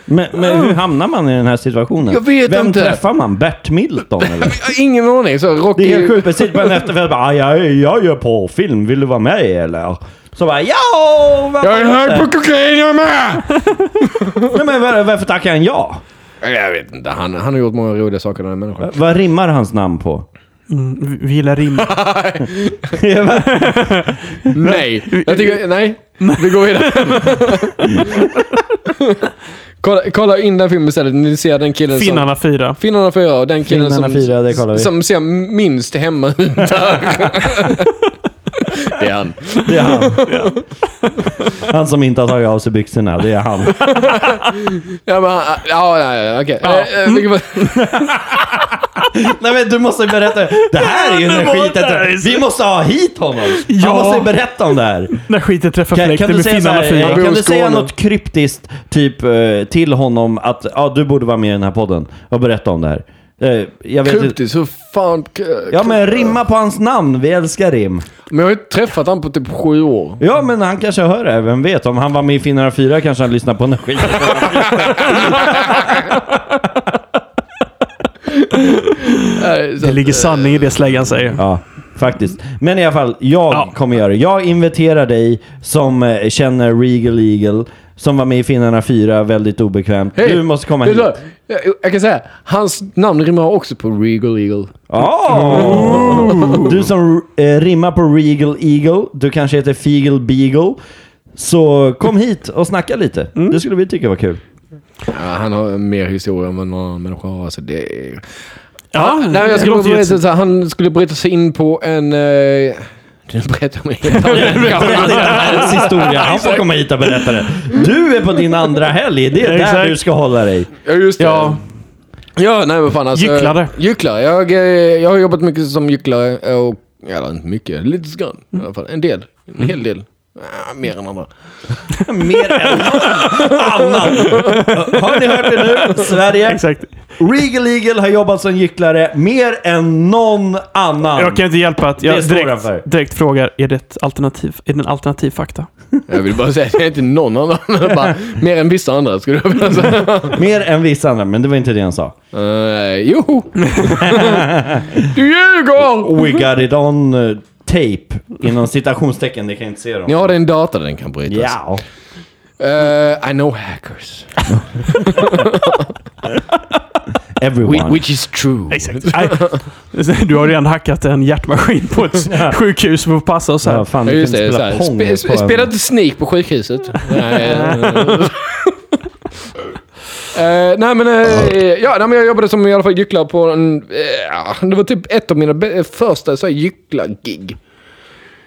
[SPEAKER 3] Men, men hur hamnar man i den här situationen?
[SPEAKER 4] Jag vet
[SPEAKER 3] Vem
[SPEAKER 4] inte.
[SPEAKER 3] träffar man? Bert Milton eller?
[SPEAKER 4] Jag har äh, Ingen aning. Så Rocky...
[SPEAKER 3] Det är sjukt. Precis på en efterfest bara "Ah, jag, jag gör på film. vill du vara med eller? Så bara ja! varför
[SPEAKER 4] Jag är hög
[SPEAKER 3] inte?"
[SPEAKER 4] på kokain jag är med!
[SPEAKER 3] Nej, men var, varför tackar han ja?
[SPEAKER 4] Jag vet inte. Han, han har gjort många roliga saker den här människan.
[SPEAKER 3] Va- Vad rimmar hans namn på?
[SPEAKER 1] Mm, vi gillar rim.
[SPEAKER 4] Nej. Jag tycker, nej. Vi går vidare. kolla, kolla in den filmen istället. Ni ser den killen som...
[SPEAKER 1] Finnarna fyra.
[SPEAKER 4] Finnarna fyra och den killen
[SPEAKER 3] Finnarna
[SPEAKER 4] som,
[SPEAKER 3] fyra, det kollar vi.
[SPEAKER 4] som ser minst hemma ut där. det är han.
[SPEAKER 3] Det är han. Han som inte har tagit av sig byxorna, det är han.
[SPEAKER 4] Ja, men, han- ja, nej, nej, okej.
[SPEAKER 1] Ja.
[SPEAKER 4] Eh, eh, vilket-
[SPEAKER 3] Nej men du måste berätta. Det här är ju
[SPEAKER 1] Det
[SPEAKER 3] den
[SPEAKER 1] var
[SPEAKER 3] skiten.
[SPEAKER 1] nice.
[SPEAKER 3] Vi måste ha hit honom.
[SPEAKER 1] Ja.
[SPEAKER 3] Han måste ju berätta om det här.
[SPEAKER 1] När skiten träffar
[SPEAKER 3] Kan,
[SPEAKER 1] fläkten
[SPEAKER 3] kan, du
[SPEAKER 1] med
[SPEAKER 3] säga, så
[SPEAKER 1] finnarna
[SPEAKER 3] här, eh,
[SPEAKER 1] fyra.
[SPEAKER 3] kan
[SPEAKER 4] Bror
[SPEAKER 3] du säga
[SPEAKER 4] Skåne.
[SPEAKER 3] något kryptiskt typ eh, till honom att ja, du borde vara med i den här podden och berätta om det här? Eh, jag vet inte.
[SPEAKER 4] Kryptis, hur fan...
[SPEAKER 3] Ja men rimma på hans namn, vi älskar rim.
[SPEAKER 4] Men jag har ju inte träffat han på typ sju år.
[SPEAKER 3] Ja men han kanske hör det, här, vem vet? Om han var med i Finnarna 4 kanske han lyssnar på den här skiten.
[SPEAKER 4] Eh, så
[SPEAKER 1] Det
[SPEAKER 4] att-
[SPEAKER 1] ligger sanning i det släggan säger.
[SPEAKER 3] Ja, faktiskt. Men i alla fall, jag
[SPEAKER 1] Ja.
[SPEAKER 3] kommer göra det. Jag inviterar dig som eh, känner Regal Eagle, som var med i Finnarna 4, väldigt obekvämt.
[SPEAKER 4] Hej!
[SPEAKER 3] Du måste komma
[SPEAKER 4] Vet
[SPEAKER 3] hit.
[SPEAKER 4] du vad? Jag, jag kan säga, hans namn rimmar också på Regal Eagle.
[SPEAKER 3] Oh. Du som eh, rimmar på Regal Eagle, du kanske heter Feagle Beagle. Så kom hit och snacka lite.
[SPEAKER 1] Mm.
[SPEAKER 3] Det skulle vi tycka var kul.
[SPEAKER 4] Ja, han har mer historia än vad någon annan människa har. Alltså det... är-
[SPEAKER 1] Ja,
[SPEAKER 4] Ah, nej, jag skulle
[SPEAKER 1] låter
[SPEAKER 4] bara
[SPEAKER 1] ju-
[SPEAKER 4] berätta, så här, han skulle bryta sig in på en... Eh, du berättar mig
[SPEAKER 3] Det är hans historia. Han får komma hit och berätta det. Du är på din andra helg. Det är där
[SPEAKER 1] Exakt.
[SPEAKER 3] du ska hålla dig.
[SPEAKER 4] Ja, just det.
[SPEAKER 1] Ja.
[SPEAKER 4] Ja, nej men fan alltså.
[SPEAKER 1] Gycklare.
[SPEAKER 4] Gycklare. Jag, eh, jag har jobbat mycket som gycklare och... Eller inte mycket, lite grann i alla fall. En del. En hel del. Ah, mer än andra.
[SPEAKER 3] Mer än annan. Har ni hört det nu? Sverige.
[SPEAKER 1] Exakt.
[SPEAKER 3] Regal Eagle har jobbat som gycklare mer än någon annan.
[SPEAKER 1] Jag kan inte hjälpa att
[SPEAKER 3] Det
[SPEAKER 1] jag
[SPEAKER 3] står han för.
[SPEAKER 1] direkt, direkt frågar, är det ett alternativ? Är det en alternativ fakta?
[SPEAKER 4] Jag vill bara säga att jag är inte någon annan. Bara, mer än vissa andra skulle jag vilja säga.
[SPEAKER 3] Mer än vissa andra, men det var inte det han sa.
[SPEAKER 4] Eh, jo! du ljuger!
[SPEAKER 3] We got it on eh, tape. Inom citationstecken, ni kan inte se dem.
[SPEAKER 4] Ni har en data den kan brytas.
[SPEAKER 3] Ja.
[SPEAKER 4] Eh, I know hackers.
[SPEAKER 3] Everyone.
[SPEAKER 4] Whi- which is true.
[SPEAKER 1] Nej. Du har redan hackat en hjärtmaskin på ett sjukhus för att passa oss
[SPEAKER 3] Ja,
[SPEAKER 1] här.
[SPEAKER 3] fan,
[SPEAKER 4] Ja,
[SPEAKER 3] du
[SPEAKER 4] just
[SPEAKER 3] kunde
[SPEAKER 4] det.
[SPEAKER 3] spela
[SPEAKER 4] Spela,
[SPEAKER 3] pong
[SPEAKER 4] spe,
[SPEAKER 3] på
[SPEAKER 4] spe,
[SPEAKER 3] en-
[SPEAKER 4] spela inte sneak på sjukhuset. nej, Eh, nej, men, eh, ja, nej men jag jobbade som i alla fall gycklare på en... eh, det var typ ett av mina be- eh, första så här gycklargig.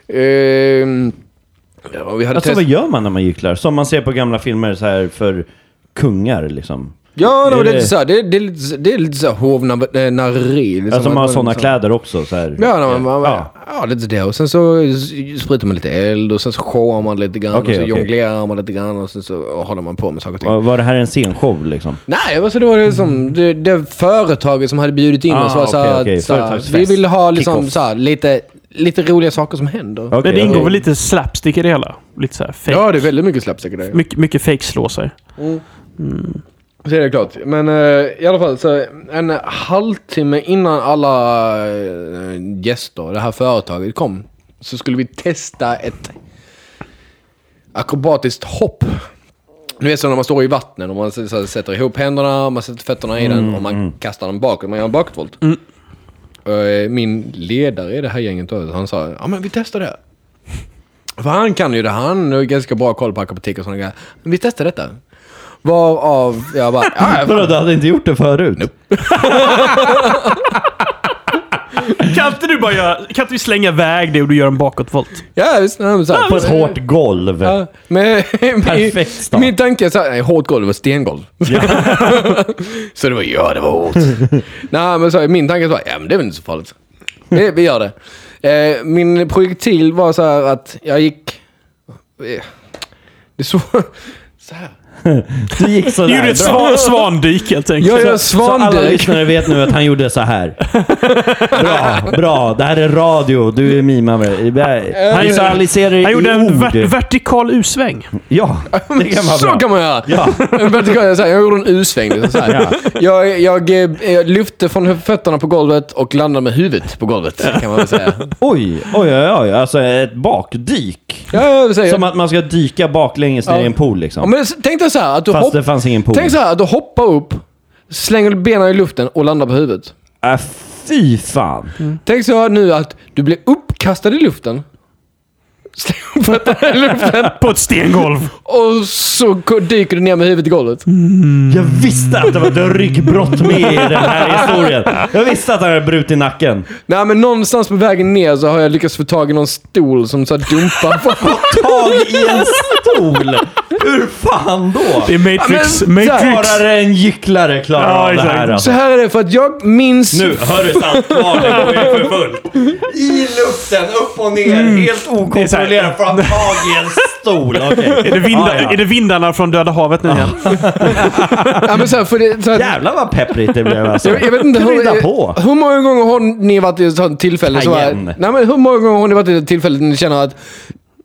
[SPEAKER 4] Eh, ja, vi hade
[SPEAKER 3] Alltså
[SPEAKER 4] test-
[SPEAKER 3] vad gör man när man gycklar? Som man ser på gamla filmer så här för kungar liksom.
[SPEAKER 4] Ja,
[SPEAKER 3] Är
[SPEAKER 4] nej, men det är
[SPEAKER 3] det-
[SPEAKER 4] lite såhär, det, är- det, är lite så- det är lite såhär hovnarri. Liksom.
[SPEAKER 3] Alltså man har
[SPEAKER 4] Att
[SPEAKER 3] sådana
[SPEAKER 4] så-
[SPEAKER 3] kläder också. Så här.
[SPEAKER 4] Ja, nej, man, man,
[SPEAKER 3] Ja.
[SPEAKER 4] ja. lite det. Och sen så s- sprutar man lite eld och sen så showar man lite grann
[SPEAKER 3] Okej,
[SPEAKER 4] och så
[SPEAKER 3] okej.
[SPEAKER 4] jonglerar man lite grann och sen så håller man på med saker och ting.
[SPEAKER 3] Var- Var det här en scenshow liksom?
[SPEAKER 4] Nej, alltså det var det som det, det företaget som hade bjudit in
[SPEAKER 3] Ah,
[SPEAKER 4] oss var så här,
[SPEAKER 3] okej, okej.
[SPEAKER 4] så här,
[SPEAKER 3] Företagsfest.
[SPEAKER 4] vi vill ha liksom
[SPEAKER 3] Kick-off.
[SPEAKER 4] så här, lite, lite roliga saker som händer.
[SPEAKER 3] Okej,
[SPEAKER 1] Men det ingår
[SPEAKER 3] okej.
[SPEAKER 1] väl lite slapstick i det hela? Lite så här fake.
[SPEAKER 4] Ja, det är väldigt mycket slapstick i det.
[SPEAKER 1] Mycket, mycket fake slå sig.
[SPEAKER 4] Så är det klart. Men eh, i alla fall, så en halvtimme innan alla eh, gäster, det här företaget kom, så skulle vi testa ett akrobatiskt hopp. Du vet så när man står i vattnet och man så, så, sätter ihop händerna, man sätter fötterna i den och man kastar den bakåt, man gör en bakåtvolt. Eh, Min ledare i det här gänget då, han sa ja men vi testar det. För han kan ju det, han har ju ganska bra koll på akrobatik och sådana grejer. Men vi testar detta. Varav jag Äh, bara, ja,
[SPEAKER 3] Vadå, du hade inte gjort det förut?
[SPEAKER 1] Kan inte du bara göra, kan inte vi slänga iväg det och du gör en bakåtvolt?
[SPEAKER 4] Ja, visst. nej, men så här-
[SPEAKER 3] På ett hårt golv.
[SPEAKER 4] Alltså, Ja, men,
[SPEAKER 3] Perfekt start.
[SPEAKER 4] Min tanke är så här, nej, hårt golv och stengolv. så det var, ja det var hårt. nej, men så här, min tanke var, ja men det är väl inte så farligt. Vi, vi gör det. Eh, min projektil var så här att jag gick... Eh, det är så... så här.
[SPEAKER 3] Du gick
[SPEAKER 1] Du gjorde
[SPEAKER 3] sådär.
[SPEAKER 1] ett
[SPEAKER 3] Bra.
[SPEAKER 1] svan, svandyk helt enkelt.
[SPEAKER 4] Jag gör en
[SPEAKER 3] Så alla
[SPEAKER 4] svanduk.
[SPEAKER 3] lyssnare vet nu att han gjorde så här. Bra, bra. Det här är radio. Du är mimare. Han visualiserar
[SPEAKER 1] Han gjorde
[SPEAKER 3] i
[SPEAKER 1] en
[SPEAKER 3] ord.
[SPEAKER 1] ver- vertikal U-sväng.
[SPEAKER 3] ja, det kan vara
[SPEAKER 4] Så
[SPEAKER 3] bra.
[SPEAKER 4] kan man göra!
[SPEAKER 3] Ja.
[SPEAKER 4] En vertikal- så här, Jag gjorde en U-sväng. Liksom, så här. jag, jag, eh, jag lyfte från fötterna på golvet och landade med huvudet på golvet. Kan man väl säga.
[SPEAKER 3] Oj, oj, oj, oj. Alltså ett bakdyk.
[SPEAKER 4] Ja, jag vill säga.
[SPEAKER 3] Som att man ska dyka baklänges ner i en pool
[SPEAKER 4] Ja,
[SPEAKER 3] liksom.
[SPEAKER 4] men tänk dig så här att du
[SPEAKER 3] Fast
[SPEAKER 4] hoppar...
[SPEAKER 3] det fanns ingen pool.
[SPEAKER 4] Tänk så här, du hoppar upp, slänger benen i luften och landar på huvudet.
[SPEAKER 3] Äh, fy fan.
[SPEAKER 4] Tänk så här nu att du blir uppkastad i luften. Slänger fötterna i luften
[SPEAKER 1] På ett stengolv.
[SPEAKER 4] och så k- dyker du ner med huvudet i golvet.
[SPEAKER 3] Jag visste att det var ett ryggbrott med i den här historien. Jag visste att han hade brutit nacken.
[SPEAKER 4] Nej men någonstans på vägen ner så har jag lyckats få tag i någon stol som så här dumpar. på-
[SPEAKER 3] Tag i en stol! Hur fan då?
[SPEAKER 1] Det är Matrix.
[SPEAKER 4] Ja, men-
[SPEAKER 1] Matrix.
[SPEAKER 3] Bara en gycklare klarar
[SPEAKER 1] Ja,
[SPEAKER 3] av det
[SPEAKER 1] exakt.
[SPEAKER 3] här.
[SPEAKER 4] så
[SPEAKER 3] Alltså.
[SPEAKER 4] här är det för att jag minns...
[SPEAKER 3] Nu, hör du sant kvar? Det går ju för fullt. I luften, upp och ner, helt
[SPEAKER 1] Mm. Det är så
[SPEAKER 3] okontrollerat. Får han tag i en stol? Okej.
[SPEAKER 1] Är det, vinda,
[SPEAKER 3] Ja, ja.
[SPEAKER 1] är det vindarna från Döda havet nu igen?
[SPEAKER 4] Ja, men så här, för det, så här,
[SPEAKER 3] Jävlar vad pepprigt det blev alltså.
[SPEAKER 4] Jag, jag vet inte
[SPEAKER 3] Krydda
[SPEAKER 4] hur,
[SPEAKER 3] på.
[SPEAKER 4] hur många gånger har ni varit i ett sånt tillfälle? Så här,
[SPEAKER 3] Igen.
[SPEAKER 4] nej, men hur många gånger har ni varit i ett tillfälle där ni känner att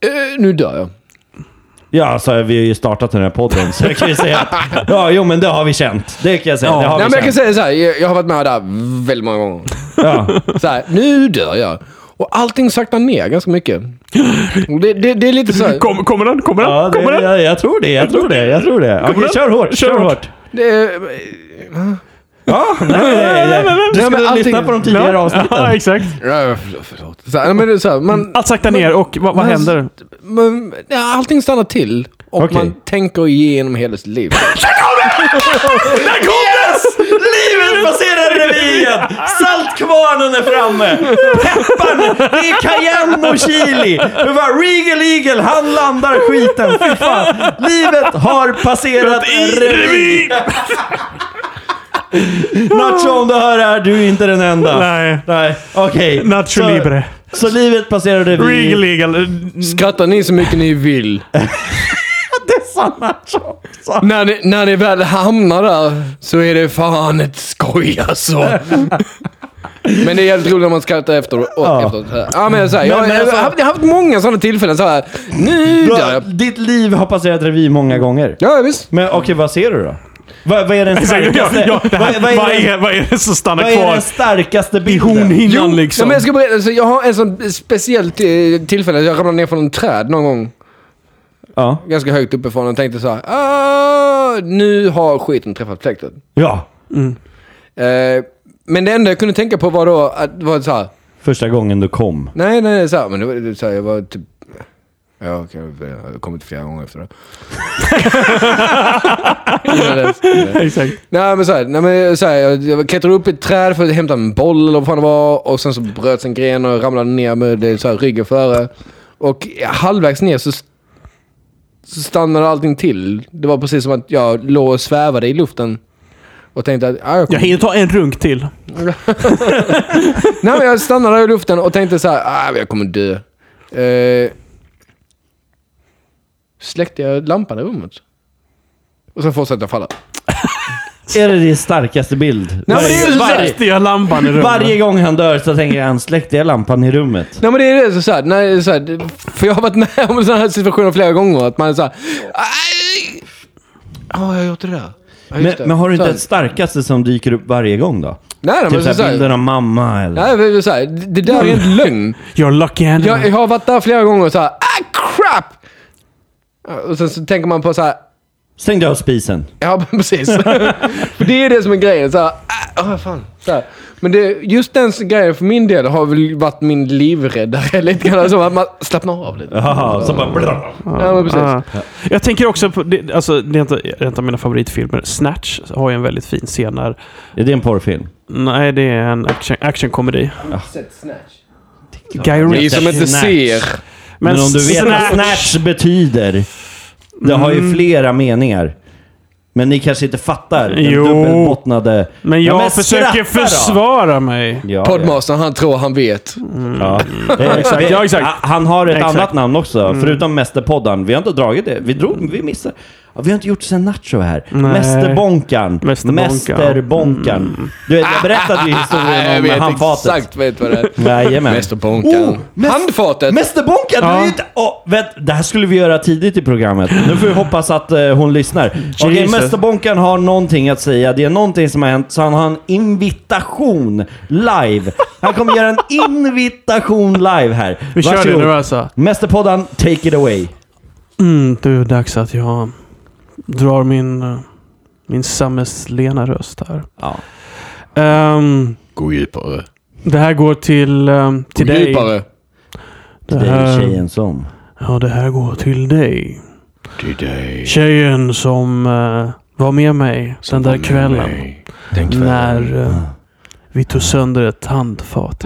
[SPEAKER 4] eh, nu dör jag?
[SPEAKER 3] Ja, alltså vi har ju startat den här podden så jag kan ju säga att- Ja, jo men det har vi känt. Det kan jag säga. Det har
[SPEAKER 4] Nej,
[SPEAKER 3] vi
[SPEAKER 4] men jag kan
[SPEAKER 3] känt.
[SPEAKER 4] säga så här, jag, jag har varit med där väldigt många gånger.
[SPEAKER 3] Ja.
[SPEAKER 4] Så här, nu dör jag. Och allting saktar ner ganska mycket. Och Det, det, det är lite så här,
[SPEAKER 1] Kom, kommer den? Kommer den?
[SPEAKER 3] Ja, det,
[SPEAKER 1] kommer den?
[SPEAKER 3] jag, jag tror det. Jag tror det. Jag tror det. Okej,
[SPEAKER 1] den?
[SPEAKER 3] kör hårt.
[SPEAKER 1] Kör
[SPEAKER 3] Kör
[SPEAKER 1] hårt.
[SPEAKER 3] hårt.
[SPEAKER 4] det, är-
[SPEAKER 1] Ah,
[SPEAKER 3] Ja, nej, nej, nej. Du
[SPEAKER 4] Nej,
[SPEAKER 3] skulle
[SPEAKER 4] men allting-
[SPEAKER 3] lyssna på de tidigare avsnitten.
[SPEAKER 1] Ja, exakt.
[SPEAKER 4] ja, förlåt, förlåt. Så här, nej, men det är så här, man,
[SPEAKER 1] Allt sakta ner och vad, vad
[SPEAKER 4] Men-
[SPEAKER 1] händer?
[SPEAKER 4] man, ja, allting stannar till. Och
[SPEAKER 3] Okej.
[SPEAKER 4] man tänker igenom hela sitt liv.
[SPEAKER 3] Yes! Livet passerar revyen! Saltkvarnen är framme! Pepparn, det är cayenne och chili! Det var Regal Eagle, han landar skiten! Fy fan! Livet har passerat revy! Nacho, om du hör det här, du är inte den enda.
[SPEAKER 1] Nej.
[SPEAKER 3] Nej, okej.
[SPEAKER 1] Nacho
[SPEAKER 3] Så-
[SPEAKER 1] Libre.
[SPEAKER 3] Så livet passerar revy.
[SPEAKER 1] Regal Eagle.
[SPEAKER 4] Skrattar ni så mycket ni vill.
[SPEAKER 3] Det sa Nacho. Sa-
[SPEAKER 4] När ni, när ni väl hamnar där så är det fan ett skoj alltså. Men det är jävligt roligt när man skrattar efteråt.
[SPEAKER 3] Ja.
[SPEAKER 4] Ja. efteråt. Ja, men så här,
[SPEAKER 3] Men-
[SPEAKER 4] jag,
[SPEAKER 3] men
[SPEAKER 4] jag,
[SPEAKER 3] alltså-
[SPEAKER 4] har haft- jag har haft många sådana tillfällen. Så här, nu dör jag.
[SPEAKER 3] Ditt liv har passerat revy många gånger.
[SPEAKER 4] Ja, visst.
[SPEAKER 3] Men okej, vad ser du då? Vad, vad är den starkaste...
[SPEAKER 1] Ja, det här,
[SPEAKER 3] vad, vad, är
[SPEAKER 1] vad,
[SPEAKER 3] den,
[SPEAKER 1] är, vad är det som stannar
[SPEAKER 3] vad är
[SPEAKER 1] kvar?
[SPEAKER 3] den starkaste bilden?
[SPEAKER 1] Hornhinnan liksom.
[SPEAKER 4] Ja, men jag ska berätta. Så jag har en sån speciellt eh, tillfälle. Jag ramlade ner från en träd någon gång.
[SPEAKER 3] Ja.
[SPEAKER 4] Ganska högt uppifrån och tänkte så här. "Ah, Nu har skiten träffat fläkten.
[SPEAKER 3] ja,
[SPEAKER 4] Eh, men det enda jag kunde tänka på var då att var så här.
[SPEAKER 3] första gången du kom.
[SPEAKER 4] Nej, nej, nej, så här, men det var, det, så här, jag var typ... Ja, okej, jag har kommit flera gånger efter det. Innan dess.
[SPEAKER 1] Exakt.
[SPEAKER 4] nej, men så här, nej, men så här, jag, jag klättrade upp i ett träd för att hämta en boll eller vad fan det var och sen så bröts en gren och ramlade ner med eh, så här, ryggen före. Och halvvägs ner så, så stannade allting till. Det var precis som att jag låg och svävade i luften. Och tänkte att... Ja, jag
[SPEAKER 1] Jag
[SPEAKER 4] kommer-
[SPEAKER 1] hinner ta en runk till.
[SPEAKER 4] Nej, men jag stannade där i luften och tänkte så här, ah, jag kommer dö. Eh, släckte jag lampan i rummet? Och sen fortsatte jag falla.
[SPEAKER 3] Är det din starkaste bild?
[SPEAKER 4] men det är ju så här-
[SPEAKER 1] Släckte jag lampan i rummet?
[SPEAKER 3] varje gång han dör så tänker jag, han släckte jag lampan i rummet?
[SPEAKER 4] Nej men det är det, så- så här, nej, så här, det- för jag har varit med om sådana här situationer flera gånger. Att man är så här, "Aj!" ja jag har gjort det där. Ja, just
[SPEAKER 3] Men,
[SPEAKER 4] det.
[SPEAKER 3] men har du
[SPEAKER 4] Så
[SPEAKER 3] inte
[SPEAKER 4] här.
[SPEAKER 3] ett starkaste som dyker upp varje gång då?
[SPEAKER 4] Nej, nej,
[SPEAKER 3] Typ
[SPEAKER 4] men så
[SPEAKER 3] såhär bilden
[SPEAKER 4] här,
[SPEAKER 3] av mamma eller?
[SPEAKER 4] nej, men så här, det- det där är en lögn.
[SPEAKER 1] You're lucky animal.
[SPEAKER 4] Jag, jag har varit där flera gånger och så här, ah crap! Ja, Och sen så tänker man på så här,
[SPEAKER 3] Stängde jag av spisen?
[SPEAKER 4] Ja, men precis. För det är det som är grejen. Så här, ah, ah, fan. Så här. Men det, just den grejen för min del har väl varit min livräddare lite grann. Så att man slappnar av lite.
[SPEAKER 3] Jaha, så bara...
[SPEAKER 4] Ja, men precis.
[SPEAKER 1] Ah. Jag tänker också på, det, alltså, det är inte, det är en av mina favoritfilmer. Snatch har ju en väldigt fin scen när...
[SPEAKER 3] Är det en porrfilm?
[SPEAKER 1] Nej, det är en action, actionkomedi.
[SPEAKER 4] Sett Snatch.
[SPEAKER 1] Guy
[SPEAKER 4] Ni
[SPEAKER 1] Ritchie.
[SPEAKER 4] som inte
[SPEAKER 3] Snatch.
[SPEAKER 4] ser.
[SPEAKER 3] Men, om du vet
[SPEAKER 1] Snatch-
[SPEAKER 3] vad snatch betyder. Det har
[SPEAKER 1] Mm.
[SPEAKER 3] ju flera meningar. Men ni kanske inte fattar den
[SPEAKER 1] Jo.
[SPEAKER 3] dubbelbottnade...
[SPEAKER 1] Men jag
[SPEAKER 3] Ja,
[SPEAKER 1] försöker
[SPEAKER 3] skratta då!
[SPEAKER 1] försvara mig.
[SPEAKER 3] Ja,
[SPEAKER 4] Podmastern, han tror han vet.
[SPEAKER 3] Ja. Eh,
[SPEAKER 1] Exakt,
[SPEAKER 3] vi-
[SPEAKER 1] ja, exakt.
[SPEAKER 3] ha- Han har ett
[SPEAKER 1] Exakt. Mm.
[SPEAKER 3] annat namn också, förutom Mästerpoddan. Vi har inte dragit det. Vi, drog, vi missade. Ja, Vi har inte gjort sen Nacho här.
[SPEAKER 1] Nej.
[SPEAKER 3] Mästerbonkan.
[SPEAKER 1] Mästerbonkan. Mm.
[SPEAKER 3] Mästerbonkan. Du vet, jag berättade ju historien
[SPEAKER 4] Ah, jag
[SPEAKER 3] om
[SPEAKER 4] vet
[SPEAKER 3] handfatet.
[SPEAKER 4] exakt vet vad det är.
[SPEAKER 3] Jajamän. Oh,
[SPEAKER 4] Mästerbonkan.
[SPEAKER 3] mäst-
[SPEAKER 4] Handfatet.
[SPEAKER 3] Mästerbonkan! Du är
[SPEAKER 1] Ja.
[SPEAKER 3] ju inte... Åh, vänt, det här skulle vi göra tidigt i programmet. Nu får vi hoppas att eh, hon lyssnar. Okej,
[SPEAKER 1] Jesus.
[SPEAKER 3] Mästerbonkan har någonting att säga. Det är någonting som har hänt, så han har en invitation live. Han kommer göra en invitation live här.
[SPEAKER 1] Vi kör det nu alltså.
[SPEAKER 3] Mästerpoddan, take it away.
[SPEAKER 1] Mm, det är dags att jag drar min, eh, min sammetslena röst här.
[SPEAKER 3] Ja.
[SPEAKER 1] Ehm,
[SPEAKER 4] Gå djupare.
[SPEAKER 1] det här går till, ehm, till
[SPEAKER 4] Gå
[SPEAKER 1] dig.
[SPEAKER 4] djupare.
[SPEAKER 1] Det
[SPEAKER 3] Det är
[SPEAKER 1] här,
[SPEAKER 3] tjejen som...
[SPEAKER 1] ja, det här går till dig.
[SPEAKER 4] Till dig.
[SPEAKER 1] Tjejen som eh, var med mig den där kvällen.
[SPEAKER 4] Den kvällen.
[SPEAKER 1] När eh, vi tog sönder ett handfat.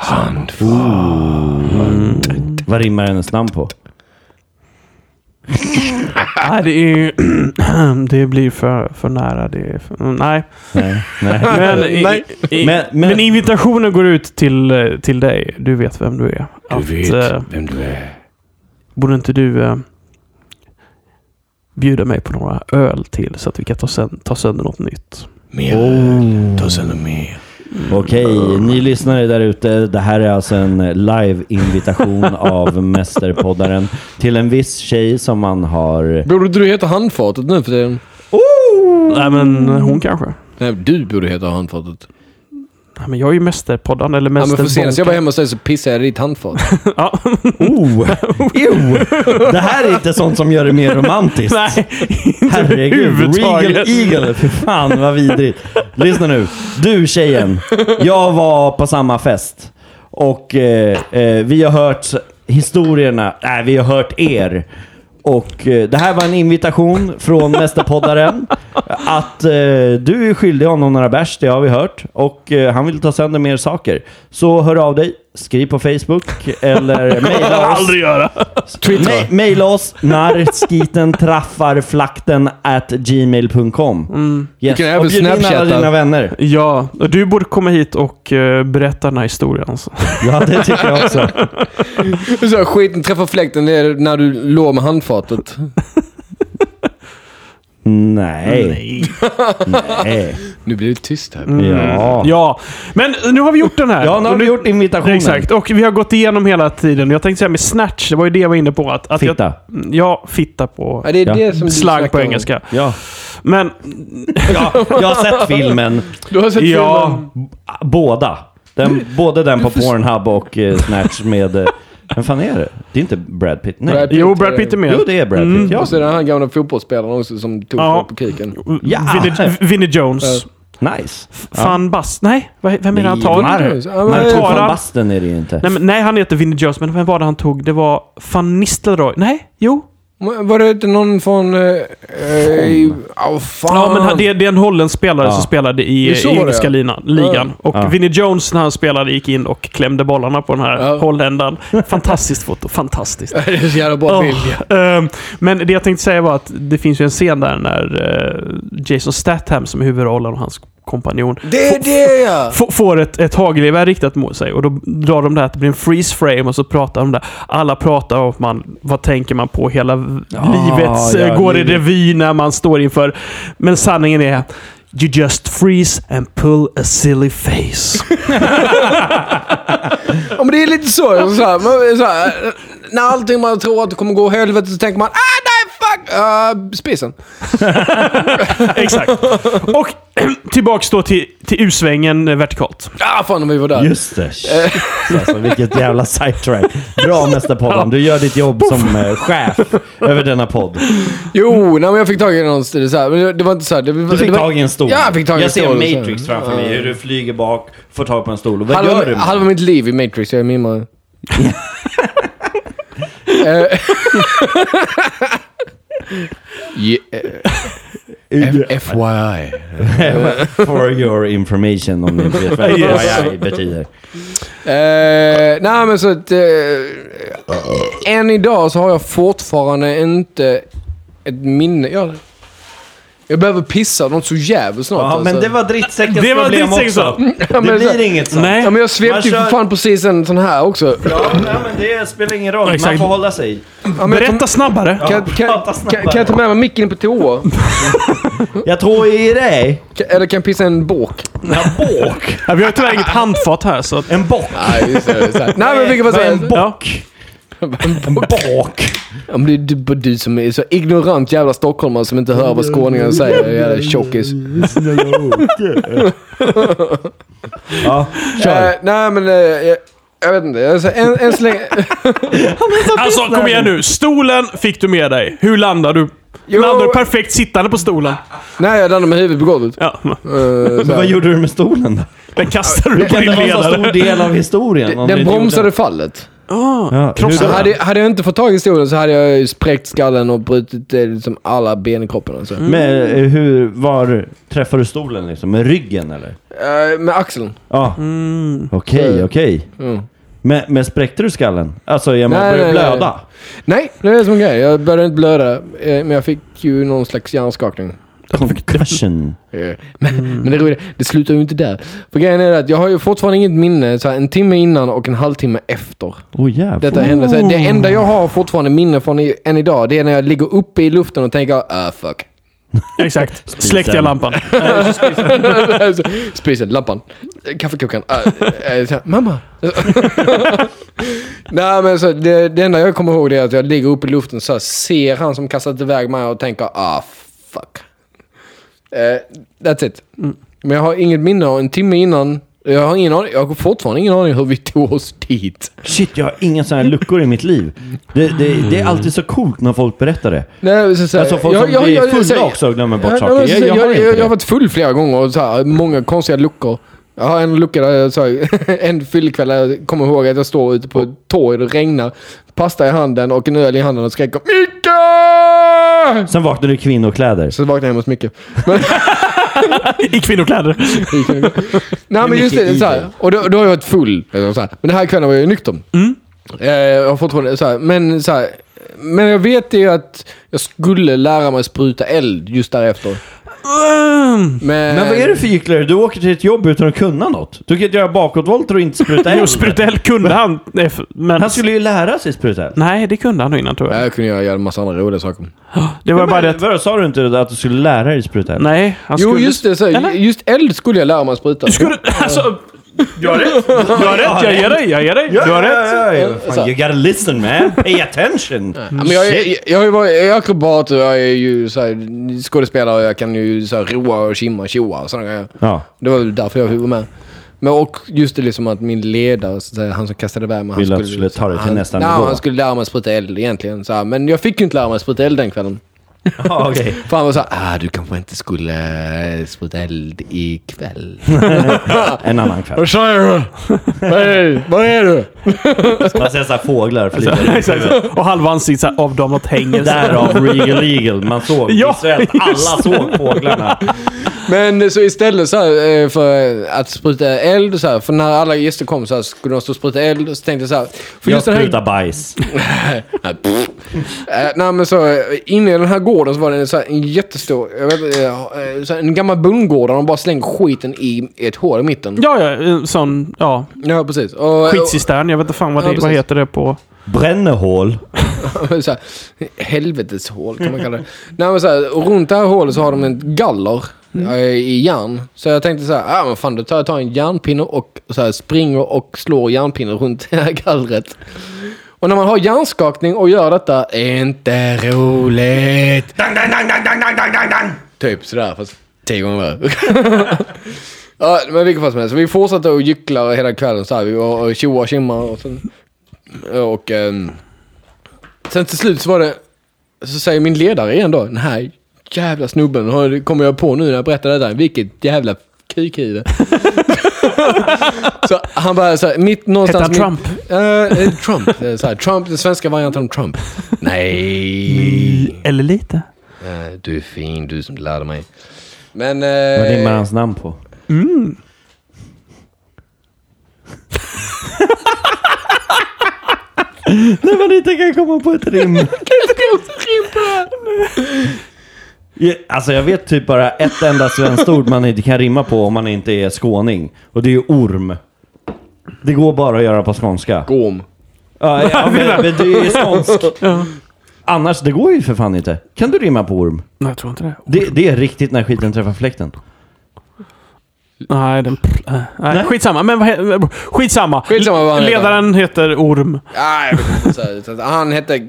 [SPEAKER 3] Vad rimmar hennes namn på?
[SPEAKER 1] Nej, det, är, det blir för, för nära. Det är för, mm, nej.
[SPEAKER 3] Nej. nej.
[SPEAKER 1] Men, i,
[SPEAKER 4] Nej.
[SPEAKER 1] i, men,
[SPEAKER 3] Men- men-
[SPEAKER 1] invitationen går ut till, eh, till dig. Du vet vem du är.
[SPEAKER 4] Du
[SPEAKER 1] Att, eh,
[SPEAKER 4] vet vem du är.
[SPEAKER 1] borde inte du eh, bjuda mig på några öl till så att vi kan ta, sen, ta sönder något nytt?
[SPEAKER 4] Mer.
[SPEAKER 1] Oh.
[SPEAKER 4] Ta sönder mer.
[SPEAKER 3] Okej, ni lyssnare där ute. Det här är alltså en live-invitation av Mästerpoddaren till en viss tjej som man har...
[SPEAKER 4] Borde inte du heta Handfatet nu för tiden?
[SPEAKER 1] Nej, men
[SPEAKER 3] Mm.
[SPEAKER 1] eh, hon kanske.
[SPEAKER 4] Nej, du borde heta Handfatet.
[SPEAKER 1] Nej, men jag är ju mästerpoddan eller
[SPEAKER 4] Ja, men för senast jag var
[SPEAKER 1] mästerbonkan.
[SPEAKER 4] hemma hos dig så pissade jag i ditt handfat.
[SPEAKER 1] Ja,
[SPEAKER 3] Oh! Ew. Det här är inte sånt som gör det mer romantiskt.
[SPEAKER 1] nej,
[SPEAKER 3] Herregud,
[SPEAKER 1] överhuvudtaget.
[SPEAKER 3] Regal Eagle. Fy fan vad vidrigt. Lyssna nu. Du tjejen, jag var på samma fest. Och eh, eh, vi har hört historierna, nej vi har hört er. Och eh, det här var en invitation från Mästerpoddaren. Att eh, du är skyldig honom några bärs, det har vi hört. Och eh, han vill ta sönder mer saker. Så hör av dig, skriv på Facebook eller mejla oss.
[SPEAKER 1] aldrig göra.
[SPEAKER 3] Ma- Maila oss narskitentraffarflakten at gmail.com. Yes.
[SPEAKER 4] Du kan
[SPEAKER 3] Och
[SPEAKER 4] även
[SPEAKER 3] bjud in alla
[SPEAKER 4] snapchatta.
[SPEAKER 3] dina vänner.
[SPEAKER 1] Ja, och du borde komma hit och eh, berätta den här historien. Alltså.
[SPEAKER 3] Ja, det tycker jag också.
[SPEAKER 4] Så här, skiten träffar fläkten det är när du låg med handfatet.
[SPEAKER 3] Nej. Nej.
[SPEAKER 4] Nu blir det tyst här.
[SPEAKER 1] Mm.
[SPEAKER 3] Ja.
[SPEAKER 1] Ja, men nu har vi gjort den här.
[SPEAKER 3] Ja, nu har
[SPEAKER 1] Och
[SPEAKER 3] vi gjort invitationen.
[SPEAKER 1] Exakt, och vi har gått igenom hela tiden. Jag tänkte säga med snatch, det var ju det jag var inne på. Att, att
[SPEAKER 3] Fitta.
[SPEAKER 1] Jag, ja, fitta på
[SPEAKER 4] Ja, det är
[SPEAKER 3] Ja.
[SPEAKER 4] det som du
[SPEAKER 1] slang
[SPEAKER 4] snackar
[SPEAKER 1] på
[SPEAKER 4] om.
[SPEAKER 1] engelska.
[SPEAKER 3] Ja.
[SPEAKER 1] Men
[SPEAKER 3] ja. Jag har sett filmen.
[SPEAKER 4] Du har sett
[SPEAKER 1] Ja.
[SPEAKER 4] filmen?
[SPEAKER 3] Båda. Den, både den på Pornhub och eh, Snatch med... eh, Vem fan är det? Det är inte Brad Pitt. Nej.
[SPEAKER 4] Brad Pitt.
[SPEAKER 1] jo, Brad Pitt är med.
[SPEAKER 3] Jo, det är Brad Pitt.
[SPEAKER 1] Mm.
[SPEAKER 3] Ja.
[SPEAKER 4] Och så är det den här gamla fotbollsspelaren också som tog
[SPEAKER 1] Ja.
[SPEAKER 4] folk på kuken.
[SPEAKER 3] Ja.
[SPEAKER 1] Vinnie, Vinnie Jones.
[SPEAKER 3] Nice.
[SPEAKER 1] Fan Bast... Nej, vad- vem är det han tar?
[SPEAKER 3] Mar-
[SPEAKER 4] Jones. Ja, men-
[SPEAKER 3] Marco
[SPEAKER 1] Tar
[SPEAKER 3] van
[SPEAKER 1] han-
[SPEAKER 3] Basten är det ju inte.
[SPEAKER 1] Nej, men, nej, han heter Vinnie Jones, men vem var det han tog? Det var Van Nistelrooy. Nej, jo.
[SPEAKER 4] Men Var det inte någon från... eh, eh, Åh
[SPEAKER 3] Ah.
[SPEAKER 4] fan.
[SPEAKER 1] Ja, men han, det, det är en holländsk spelare
[SPEAKER 3] Ja.
[SPEAKER 1] som spelade i,
[SPEAKER 4] Det är så
[SPEAKER 1] i
[SPEAKER 4] det är.
[SPEAKER 1] engelska linan, ligan. Och
[SPEAKER 3] Ja.
[SPEAKER 1] Vinnie Jones när han spelade gick in och klämde bollarna på den här
[SPEAKER 4] Ja.
[SPEAKER 1] holländaren. Fantastiskt foto. Fantastiskt.
[SPEAKER 4] det är så jävla bra
[SPEAKER 1] Åh,
[SPEAKER 4] bild.
[SPEAKER 1] ehm, men det jag tänkte säga var att det finns ju en scen där när eh, Jason Statham som är huvudrollen och hans kompanjon
[SPEAKER 4] Det är det ja!
[SPEAKER 1] f- får ett, ett hagelgevär riktat mot sig och då drar de det här att det blir en freeze frame och så pratar de där. Alla pratar om att man, vad tänker man på? Hela v- livet eh,
[SPEAKER 3] ja,
[SPEAKER 1] går i
[SPEAKER 3] livet.
[SPEAKER 1] revy när man står inför. Men sanningen är You just freeze and pull a silly face.
[SPEAKER 4] Ja, men det är lite så. så, här, man, så här, när allting man tror att det kommer gå åt helvete så tänker man ah nej fuck! Uh, spisen.
[SPEAKER 1] Exakt. Och till, tillbaks då till, till U-svängen eh, vertikalt.
[SPEAKER 4] Ah, fan om vi var där.
[SPEAKER 3] Just det. Shit, alltså, vilket jävla sidetrack. Bra Mästerpodden. Du gör ditt jobb som eh, chef över denna podd.
[SPEAKER 4] Alltså, Jo, nej, men jag fick tag i någon det, så här, men det- det var inte så här, det,
[SPEAKER 3] Du fick
[SPEAKER 4] det var,
[SPEAKER 3] tag i en stol.
[SPEAKER 4] Ja, jag fick tag i en
[SPEAKER 3] jag
[SPEAKER 4] stol.
[SPEAKER 3] ser Matrix framför mig. Hur du flyger bak, får tag på en stol. Och vad gör du?
[SPEAKER 4] Halva,
[SPEAKER 3] med
[SPEAKER 4] halva
[SPEAKER 3] den?
[SPEAKER 4] mitt liv i Matrix, jag är mimare. Eh, Je- eh, F- FYI.
[SPEAKER 3] For your information om ni inte vet vad AI betyder.
[SPEAKER 4] Eh, nej men så att... Eh, än idag så har jag fortfarande inte ett minne. Jag, jag behöver pissa något så jävligt snart.
[SPEAKER 3] Ja, men
[SPEAKER 4] alltså.
[SPEAKER 3] det var drittsäckens
[SPEAKER 1] Det var
[SPEAKER 3] problem
[SPEAKER 1] drittsäckens
[SPEAKER 3] också. Det
[SPEAKER 4] Ja, men så-
[SPEAKER 3] blir inget sånt.
[SPEAKER 1] Nej.
[SPEAKER 4] Ja, men jag
[SPEAKER 3] Man
[SPEAKER 4] svepte ju
[SPEAKER 3] kör-
[SPEAKER 4] för fan precis en sån här också.
[SPEAKER 3] Ja, nej, men det spelar ingen roll. Man
[SPEAKER 1] Exakt.
[SPEAKER 3] får hålla sig.
[SPEAKER 4] Ja, men jag
[SPEAKER 1] Berätta snabbare.
[SPEAKER 4] Kan, kan,
[SPEAKER 3] prata
[SPEAKER 4] kan,
[SPEAKER 3] snabbare.
[SPEAKER 4] kan jag ta med mig micken in på toa?
[SPEAKER 3] Jag tror i dig.
[SPEAKER 4] Kan- Eller kan jag pissa i en båk?
[SPEAKER 3] En båk.
[SPEAKER 1] Ja, vi har ju tyvärr inget handfat här, så att,
[SPEAKER 3] En bock.
[SPEAKER 4] Nej, just det. Så här. Nej, men vilket
[SPEAKER 3] Vad
[SPEAKER 4] var
[SPEAKER 3] är en
[SPEAKER 4] det?
[SPEAKER 3] bock? En bock.
[SPEAKER 4] Ja, men det är du, bara du som är så ignorant jävla stockholmare som inte hör vad skåningarna säger. Jävla tjockis.
[SPEAKER 3] Ja, kör.
[SPEAKER 4] Eh, nej, men eh, jag, jag vet inte. Alltså, än, än så länge...
[SPEAKER 1] Alltså kom igen nu. Stolen fick du med dig. Hur landar du?
[SPEAKER 4] Jo.
[SPEAKER 1] Landar du perfekt sittande på stolen?
[SPEAKER 4] nej, jag landade med huvudet på golvet.
[SPEAKER 1] Ja.
[SPEAKER 4] Eh, så
[SPEAKER 3] Men
[SPEAKER 4] här.
[SPEAKER 3] vad gjorde du med stolen då?
[SPEAKER 1] Den kastade du
[SPEAKER 3] Det
[SPEAKER 1] på
[SPEAKER 3] kan
[SPEAKER 1] din
[SPEAKER 3] inte vara en så stor
[SPEAKER 1] ledare.
[SPEAKER 3] del av historien. om det
[SPEAKER 4] Den
[SPEAKER 3] inte
[SPEAKER 4] bromsade
[SPEAKER 3] gjorde-
[SPEAKER 4] fallet.
[SPEAKER 1] Ah.
[SPEAKER 3] Ja,
[SPEAKER 1] krossade.
[SPEAKER 3] hur då?
[SPEAKER 4] Hade, hade jag inte fått tag i stolen så hade jag ju spräckt skallen och brutit eh, liksom alla ben i kroppen. Alltså.
[SPEAKER 3] Men eh, hur, var träffade du stolen liksom? Med ryggen eller?
[SPEAKER 4] Eh, med axeln.
[SPEAKER 3] Ja. Okej, okej.
[SPEAKER 4] Mm.
[SPEAKER 3] Men, men spräckte du skallen? Alltså, jag menar,
[SPEAKER 4] Nej,
[SPEAKER 3] började
[SPEAKER 4] nej, nej.
[SPEAKER 3] blöda?
[SPEAKER 4] Nej, det är det som är grejen. Jag började inte blöda, eh, men jag fick ju någon slags hjärnskakning.
[SPEAKER 3] Concussion.
[SPEAKER 4] Eh, Men, men det roliga, det slutar ju inte där. För grejen är att jag har ju fortfarande inget minne så här, en timme innan och en halvtimme efter
[SPEAKER 3] Åh oh, jävlar.
[SPEAKER 4] detta hände. Så här, det enda jag har fortfarande minne från i, än idag, det är när jag ligger uppe i luften och tänker ah fuck.
[SPEAKER 1] Exakt. Släckte jag lampan.
[SPEAKER 4] Så, Spisen, lampan, eh, kaffekokaren. eh, eh, så här, Mamma! Nej men så det, det enda jag kommer ihåg det är att jag ligger uppe i luften så här, ser han som kastat iväg mig och tänker ah fuck. Eh, that's it. Men jag har inget minne av en timme innan. Jag har, ingen aning, jag har fortfarande ingen aning hur vi tog oss dit.
[SPEAKER 3] Oh, Shit, jag har inga sådana här luckor i mitt liv. Det, det, det är alltid så coolt när folk berättar det.
[SPEAKER 4] Nej, så, så, här,
[SPEAKER 3] Alltså folk som blir fulla också och glömmer bort
[SPEAKER 4] Ja,
[SPEAKER 3] saker.
[SPEAKER 4] men så-
[SPEAKER 3] Jag- jag har inte
[SPEAKER 4] jag
[SPEAKER 3] det.
[SPEAKER 4] har varit full flera gånger och så här, många konstiga luckor. Jag har en lucka där jag så här, en fyllekväll där jag kommer ihåg att jag står ute på ett torg och det regnar. Pasta i handen och en öl i handen och skriker Micke!
[SPEAKER 3] Sen vaknade du i kvinnokläder.
[SPEAKER 4] Så vaknade jag hemma hos Micke.
[SPEAKER 1] I kvinnokläder. Ehm.
[SPEAKER 4] Nej men
[SPEAKER 3] mycket
[SPEAKER 4] just det,
[SPEAKER 3] i
[SPEAKER 4] så här,
[SPEAKER 3] det?
[SPEAKER 4] och då, då har jag varit full. Liksom, så här. Men den här kvällen var jag ju nykter.
[SPEAKER 3] Mm.
[SPEAKER 4] Eh, jag har fortfarande, så här, men, så här, men jag vet ju att jag skulle lära mig spruta eld just därefter.
[SPEAKER 1] Mm.
[SPEAKER 4] Men,
[SPEAKER 3] Men vad är det för gycklare? Du åker till ett jobb utan att kunna något. Du kan inte göra bakåtvolter och inte spruta
[SPEAKER 1] Jo,
[SPEAKER 3] eld.
[SPEAKER 1] Sprutell kunde han. nej, f- Men...
[SPEAKER 3] Han skulle ju lära sig spruta eld.
[SPEAKER 1] Nej, det kunde han nog innan tror
[SPEAKER 4] Ja,
[SPEAKER 1] jag. Ah,
[SPEAKER 4] jag kunde göra en massa andra roliga saker.
[SPEAKER 1] Det var bara det att...
[SPEAKER 3] Vadå, sa du inte att du skulle lära dig spruta eld?
[SPEAKER 1] Nej, han
[SPEAKER 4] Jo,
[SPEAKER 1] skulle...
[SPEAKER 4] just det. Så,
[SPEAKER 1] Eller?
[SPEAKER 4] just eld skulle jag lära mig att spruta.
[SPEAKER 1] Du skulle... Alltså... Du har rätt. Du har rätt. Jag ger dig. Jag ger dig. Du har rätt.
[SPEAKER 3] Ja, ja, ja.
[SPEAKER 4] Så.
[SPEAKER 3] Fan, you gotta listen man. Pay attention.
[SPEAKER 4] Ja, men jag, är- jag, jag, har ju varit- jag är akrobat och jag är ju så här, skådespelare och jag kan ju så här, roa och tjimma och tjoa och sådana grejer.
[SPEAKER 3] Ja.
[SPEAKER 4] Det var väl därför jag var med. Men och just det liksom att min ledare, så att säga, han som kastade iväg mig, han
[SPEAKER 3] Ville att du skulle ta det till
[SPEAKER 4] han,
[SPEAKER 3] nästa
[SPEAKER 4] nej,
[SPEAKER 3] nivå.
[SPEAKER 4] han skulle lära mig att spruta eld egentligen. Så här, men jag fick ju inte lära mig att spruta eld den kvällen.
[SPEAKER 3] Ja, okej.
[SPEAKER 4] För han var såhär, ah, du kanske inte skulle eh, spruta eld ikväll.
[SPEAKER 3] En annan kväll.
[SPEAKER 4] Vad säger du? Vad är- Vad är du?
[SPEAKER 3] Man ser såhär fåglar flyga.
[SPEAKER 1] Exakt, exakt. Och halva ansiktet så här avdomnat hänger. så här.
[SPEAKER 3] Därav Regal Eagle. Man såg
[SPEAKER 1] Ja,
[SPEAKER 3] visuellt. Alla såg fåglarna.
[SPEAKER 4] Men eh, så istället så här, eh, för att spruta eld så här, för när alla gäster kom så här, skulle de stå och spruta eld och så tänkte jag så här. För
[SPEAKER 3] Jag
[SPEAKER 4] just den här,
[SPEAKER 3] sprutar bajs.
[SPEAKER 4] Eh, nej men så eh, inne i den här gården så var det så här, en jättestor, jag vet, inte, eh, så här, en gammal bondgård där de bara slänger skiten i ett hål i mitten.
[SPEAKER 1] Ja, ja. En sån... Ja.
[SPEAKER 4] Ja precis. Och,
[SPEAKER 1] Skitcistern. Jag vet inte fan vad,
[SPEAKER 4] Ja,
[SPEAKER 1] det, vad
[SPEAKER 4] precis.
[SPEAKER 1] heter det på...
[SPEAKER 3] Brännehål.
[SPEAKER 4] och, så här, helveteshål kan man kalla det. nej men så här, och runt det här hålet så har de en galler. eh, I järn. Så jag tänkte så här, ah, men fan då tar jag tar en järnpinne och så här, springer och slår järnpinnen runt det här gallret. Och när man har hjärnskakning och gör detta, är inte roligt. Typ sådär. Fast Tio gånger värre. ja, men vilken fall som helst. Vi fortsatte att gyckla hela kvällen så här. Vi var och tjoa och tjimmar och sen... Och... ehm, sen till slut så var det... Så säger min ledare igen då. Den här jävla snubben har- kommer jag på nu när jag berättar detta. Vilket jävla kukhuvud. så han bara så här, mitt någonstans...
[SPEAKER 1] Hette han
[SPEAKER 4] mitt- Eh, eh, Trump. Det är Så här, Trump, den svenska varianten av Trump. Nej.
[SPEAKER 1] Eller lite.
[SPEAKER 4] Eh, Du är fin, du som lärde mig. Men...
[SPEAKER 3] Vad rimmar
[SPEAKER 4] Eh,
[SPEAKER 3] hans namn på? När man inte kan komma på ett rim. Ja, Alltså jag vet typ bara ett enda svenskt ord man inte kan rimma på om man inte är skåning. Och det är ju orm. Det går bara att göra på skånska.
[SPEAKER 4] Gorm.
[SPEAKER 3] Ja, ja men, men du är ju skånsk. Annars, det går ju för fan inte. Kan du rimma på orm?
[SPEAKER 1] Nej, jag tror inte det.
[SPEAKER 3] Det, det är riktigt när skiten träffar fläkten.
[SPEAKER 1] Nej, den... Nej, nej. skitsamma. Men vad he- skitsamma.
[SPEAKER 4] Skitsamma vad han heter.
[SPEAKER 1] Ledaren heter Orm.
[SPEAKER 4] Nej, jag vet inte. Så här, så att Han hette...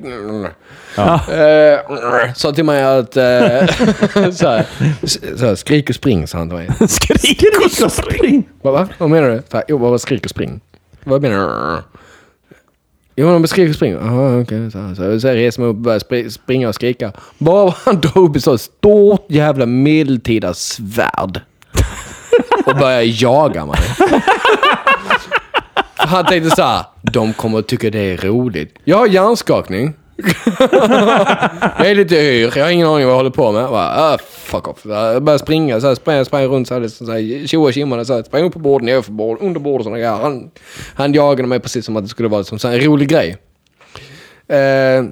[SPEAKER 3] Ja.
[SPEAKER 4] Eh, sa till mig att... eh, så här, så här, skrik och spring, sa han till mig.
[SPEAKER 1] Skrik och
[SPEAKER 3] Skrik och spring!
[SPEAKER 4] Vad, va? vad menar du? Så här, jo, vad skrik och spring? Vad menar du? Jo, de skriker och springer. Jaha, okej. Så, här, så, här, så här reser man upp och börjar spri- springa och skrika. Bara han drar upp ett sånt stort jävla medeltida svärd. Och börjar jaga mig. Han tänkte så här, de kommer att tycka det är roligt. Jag har hjärnskakning. jag är lite yr, jag har ingen aning vad jag håller på med. Jag bara, ah, fuck off. Så här, Jag började springa, så här, sprang, sprang runt så här, liksom, så här, tjoa och tjimmade, så här, sprang upp på bordet, nerför bordet, under bordet och sådana grejer. Han, han jagade mig precis som att det skulle vara liksom, så här, en rolig grej. Eh,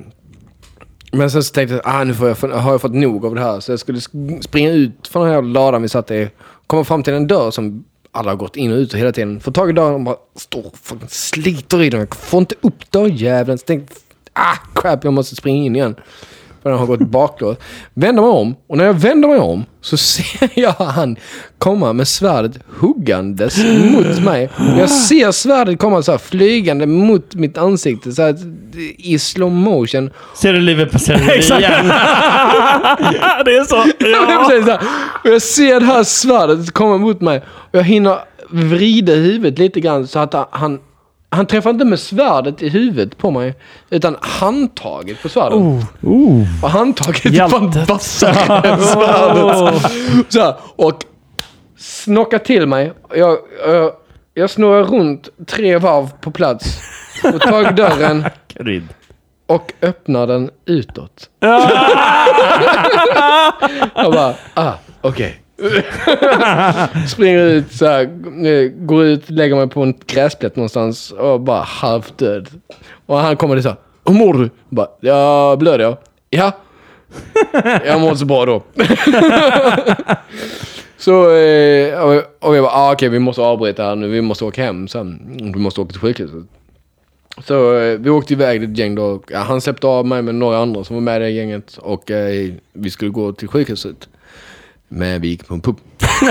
[SPEAKER 4] men sen så tänkte jag, ah, nu får jag, har jag fått nog av det här. Så jag skulle sk- springa ut från den här ladan vi satt i. Komma fram till en dörr som alla har gått in och ut hela tiden. Får tag i dörren och bara står och fucking sliter i den. Jag får inte upp dörrjäveln. Så tänkte jag, ah crap, jag måste springa in igen. För den har gått baklås. Vänder mig om och när jag vänder mig om så ser jag han komma med svärdet huggandes mot mig. Jag ser svärdet komma så här flygande mot mitt ansikte så här, i slow motion.
[SPEAKER 3] Ser du livet på
[SPEAKER 1] Exakt.
[SPEAKER 3] igen?
[SPEAKER 1] det är så.
[SPEAKER 4] Ja. men
[SPEAKER 1] Ja.
[SPEAKER 4] precis så här. Och jag ser det här svärdet komma mot mig. Och jag hinner vrida huvudet lite grann så att han... Han träffar inte med svärdet i huvudet på mig, utan handtaget på svärdet. Och handtaget var
[SPEAKER 1] Hjältet.
[SPEAKER 4] vassare än svärdet. Så här, och snockar till mig. Jag, jag, jag snurrar runt tre varv på plats och tar dörren
[SPEAKER 3] Krydd.
[SPEAKER 4] och öppnar den utåt. jag bara, ah, okej. Springer ut så här, eh, går ut, lägger mig på en gräsplätt någonstans och bara halvdöd. Och han kommer och så här, hur mår du? Jag bara, ja, blöder jag? Ja. Jag mår inte så bra då. så, eh, och jag- och jag bara, ah, okej vi måste avbryta här nu, vi måste åka hem sen. Vi måste åka till sjukhuset. Så eh, vi åkte iväg ett gäng då. Ja, han släppte av mig med några andra som var med i det gänget och eh, vi skulle gå till sjukhuset. Men vi gick på en pub.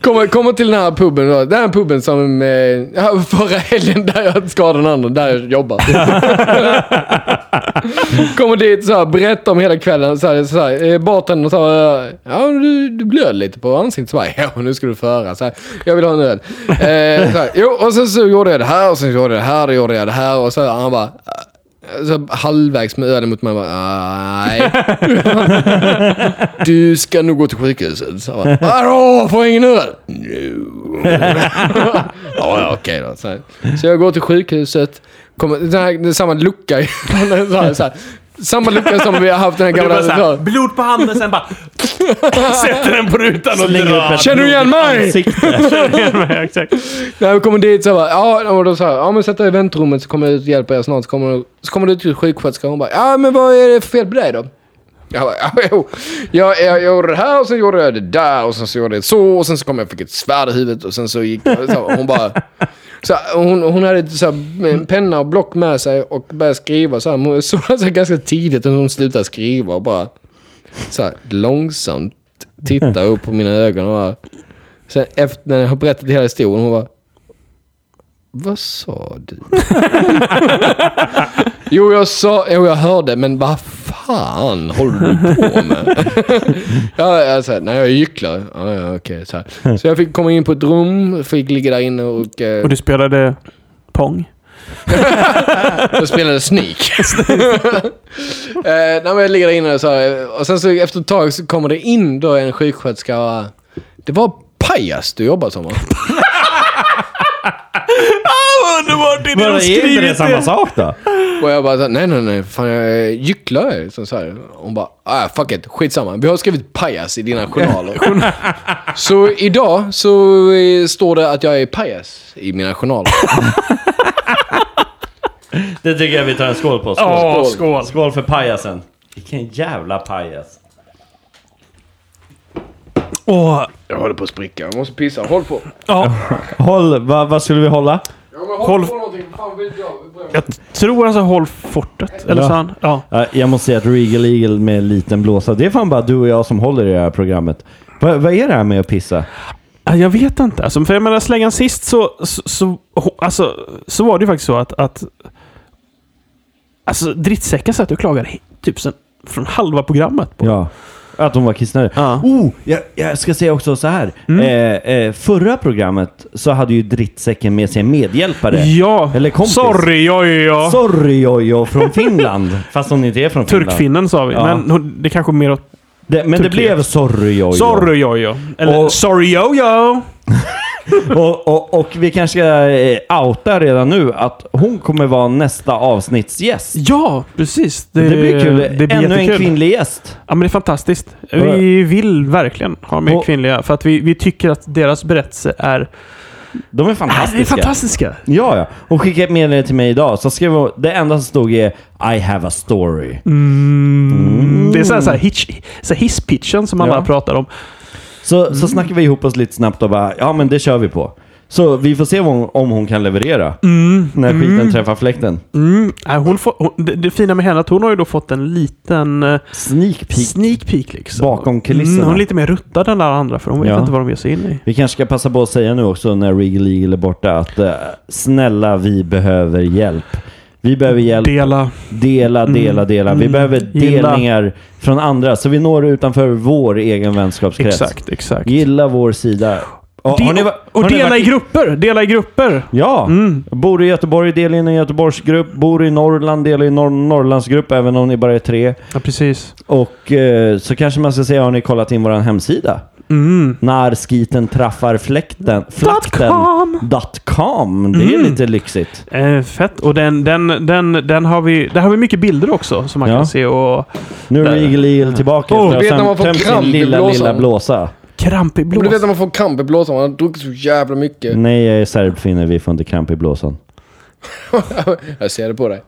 [SPEAKER 4] Kommer, kommer till den här puben då. Den här puben som... Eh, ja, förra helgen där jag skadade den andra, där jag jobbar. kommer dit så här, berättar om hela kvällen. Så här, så här, eh, bartendern sa eh, ja du, du blöder lite på ansiktet. Så bara, ja nu ska du föra. Så här, jag vill ha en öl. Eh, så här, jo, och sen så gjorde jag det här och sen gjorde jag det här och gjorde jag det här. Och så här, han bara... eh, Så halvvägs med ölen mot mig bara, nej. Du ska nog gå till sjukhuset. Så jag bara, Vadå? Får jag ingen öl? No. ja, ja, okej då. Så, här. så jag går till sjukhuset. Kommer, den här, det är samma lucka. i- så här, så här, samma lucka som vi har haft den här
[SPEAKER 1] Du bara
[SPEAKER 4] gamla...
[SPEAKER 1] såhär, blod på handen, sen bara... sätter den på rutan och drar.
[SPEAKER 4] Känner du igen mig?
[SPEAKER 1] Exakt.
[SPEAKER 4] När jag kommer dit så bara, ja, och då sa jag, ja men sätt dig i väntrummet så kommer jag ut och hjälper er snart. Så kommer, du- så kommer du ut till sjuksköterskan och hon bara, ja men vad är det för fel på dig då? Jag bara, ja jo, jag, jag gjorde det här och sen gjorde jag det där och sen så gjorde jag så och sen så kom jag och fick ett svärd i huvudet och sen så gick jag, så hon bara... Så här, hon, hon hade ett så här, med en penna och block med sig och började skriva så här, men så, så här ganska tidigt och hon slutade skriva och bara så här, långsamt tittade upp på mina ögon och bara, Sen efter när jag har berättat hela historien, hon bara... Vad sa du? jo, jag sa... Jo, jag hörde, men vad fan fan håller du på med? ja, alltså, nej, jag är gycklare. Ja, ja, okej, så, här. så jag fick komma in på ett rum, fick ligga där inne och, eh,
[SPEAKER 1] Och du spelade Pong?
[SPEAKER 4] och spelade sneak. eh, nej, men jag ligger där inne och så här, Och sen så efter ett tag så kommer det in då en sjuksköterska och, Det var pajas du jobbade som va?
[SPEAKER 1] Underbart! Det är
[SPEAKER 3] Vadå, är inte det samma sak då?
[SPEAKER 4] Och jag bara så här, nej nej nej, fan jag är gycklare. Så så här. Hon bara, ah, fuck it, skitsamma. Vi har skrivit pajas i dina journaler. så idag så eh, står det att jag är pajas i mina journaler.
[SPEAKER 3] Det tycker jag vi tar en skål på. Skål,
[SPEAKER 1] Ja, skål.
[SPEAKER 3] skål för pajasen. Vilken jävla pajas.
[SPEAKER 1] Åh,
[SPEAKER 4] Jag håller på att spricka, jag måste pissa. Håll på.
[SPEAKER 1] ja.
[SPEAKER 3] Håll, vad vad skulle vi hålla?
[SPEAKER 1] Håll- på Jag tror han sa håll fortet. Eller
[SPEAKER 3] Ja.
[SPEAKER 1] sa han? Ja.
[SPEAKER 3] Ja, Jag måste säga att Regal Eagle med liten blåsa, det är fan bara du och jag som håller i det här programmet. Va, vad är det här med att pissa?
[SPEAKER 1] Ja, Jag vet inte. Alltså, för jag menar, slängan sist så, så, så, alltså, så var det ju faktiskt så att... att alltså, drittsäcken satt och klagade he- typ sen, från halva programmet. På.
[SPEAKER 3] Ja. Att hon var kissnödig.
[SPEAKER 1] Ja. Mm.
[SPEAKER 3] Oh, jag, jag ska säga också så här. Eh, eh, förra programmet så hade ju drittsäcken med sig en medhjälpare.
[SPEAKER 1] Ja.
[SPEAKER 3] Eller kompis.
[SPEAKER 1] Sorry, ja, ja, ja.
[SPEAKER 3] Sorry Jojo från Finland. Fast hon inte är från Finland.
[SPEAKER 1] Turkfinnen sa vi,
[SPEAKER 3] Ja.
[SPEAKER 1] men hon- det kanske är mer åt...
[SPEAKER 3] Det, men det
[SPEAKER 1] Turkiet.
[SPEAKER 3] blev Sorry Jojo.
[SPEAKER 1] Sorry, ja, ja. Eller
[SPEAKER 3] Och-
[SPEAKER 1] sorry, ja, ja.
[SPEAKER 3] Och, och, och vi kanske ska eh, outa redan nu att hon kommer vara nästa avsnittsgäst.
[SPEAKER 1] Ja, precis. Det,
[SPEAKER 3] Det blir kul.
[SPEAKER 1] Det blir
[SPEAKER 3] Ännu en
[SPEAKER 1] jättekul.
[SPEAKER 3] kvinnlig gäst.
[SPEAKER 1] Ja, men det är fantastiskt.
[SPEAKER 3] Ja.
[SPEAKER 1] Vi vill verkligen ha mer
[SPEAKER 3] Och-
[SPEAKER 1] kvinnliga, för att vi, vi tycker att deras berättelse är...
[SPEAKER 3] De
[SPEAKER 1] Ah, det
[SPEAKER 3] är
[SPEAKER 1] är
[SPEAKER 3] fantastiska.
[SPEAKER 1] fantastiska.
[SPEAKER 3] Ja, ja. Hon skickade ett meddelande till mig idag. Så skrev hon, det enda som stod är I have a story.
[SPEAKER 1] Mm. Det är så här, så här, hitch, så här hisspitchen som alla
[SPEAKER 3] Ja.
[SPEAKER 1] pratar om.
[SPEAKER 3] Så, så
[SPEAKER 1] Mm.
[SPEAKER 3] snackade vi ihop oss lite snabbt och bara, ja men det kör vi på. Så vi får se om hon, om hon kan leverera. När skiten träffar fläkten.
[SPEAKER 1] Mm. Nej, Hon får, hon, det, det fina med henne är att hon har ju då fått en liten eh,
[SPEAKER 3] Sneak peek.
[SPEAKER 1] sneak peek. Liksom.
[SPEAKER 3] Bakom kulisserna.
[SPEAKER 1] hon är lite mer ruttad än alla andra, för hon vet
[SPEAKER 3] Ja.
[SPEAKER 1] inte vad de ger sig in i.
[SPEAKER 3] Vi kanske ska passa på att säga nu också när Regal Eagle är borta att eh, snälla vi behöver hjälp. Vi behöver hjälp.
[SPEAKER 1] Dela.
[SPEAKER 3] Dela, dela, dela. Vi behöver
[SPEAKER 1] Mm. Gilla.
[SPEAKER 3] delningar från andra så vi når utanför vår egen vänskapskrets.
[SPEAKER 1] Exakt, exakt.
[SPEAKER 3] Gilla vår sida. Ja,
[SPEAKER 1] De,
[SPEAKER 3] har ni va-
[SPEAKER 1] och
[SPEAKER 3] har ni
[SPEAKER 1] dela
[SPEAKER 3] varit-
[SPEAKER 1] i grupper! Dela i Mm. grupper!
[SPEAKER 3] Ja, bor i Göteborg, dela in i en Göteborgsgrupp. Bor i Norrland, dela i en Nor- Norrlandsgrupp även om ni bara är tre.
[SPEAKER 1] Ja, precis.
[SPEAKER 3] Och eh, så kanske man ska säga, har ni kollat in vår hemsida?
[SPEAKER 1] Mm.
[SPEAKER 3] När skiten träffar fläkten. Flakten.
[SPEAKER 1] com. Mm.
[SPEAKER 3] Dot com. Det är lite lyxigt.
[SPEAKER 1] Eh, fett. Och den, den, den, den har vi, där har vi mycket bilder också som man
[SPEAKER 3] Ja.
[SPEAKER 1] kan se. Och
[SPEAKER 3] Nu är
[SPEAKER 1] Där.
[SPEAKER 3] Eagle Eagle tillbaka.
[SPEAKER 1] Oh,
[SPEAKER 3] efter att
[SPEAKER 4] vet
[SPEAKER 3] ha
[SPEAKER 4] när man får
[SPEAKER 3] tömt sin
[SPEAKER 4] kramp i
[SPEAKER 3] lilla,
[SPEAKER 4] blåsan.
[SPEAKER 3] lilla blåsa.
[SPEAKER 1] kramp i
[SPEAKER 4] Men du vet
[SPEAKER 1] blåsan.
[SPEAKER 4] när man får kramp i blåsan, man har druckit så jävla mycket.
[SPEAKER 3] Nej, jag är serbfinne. Vi får inte kramp i blåsan.
[SPEAKER 4] jag ser det på dig.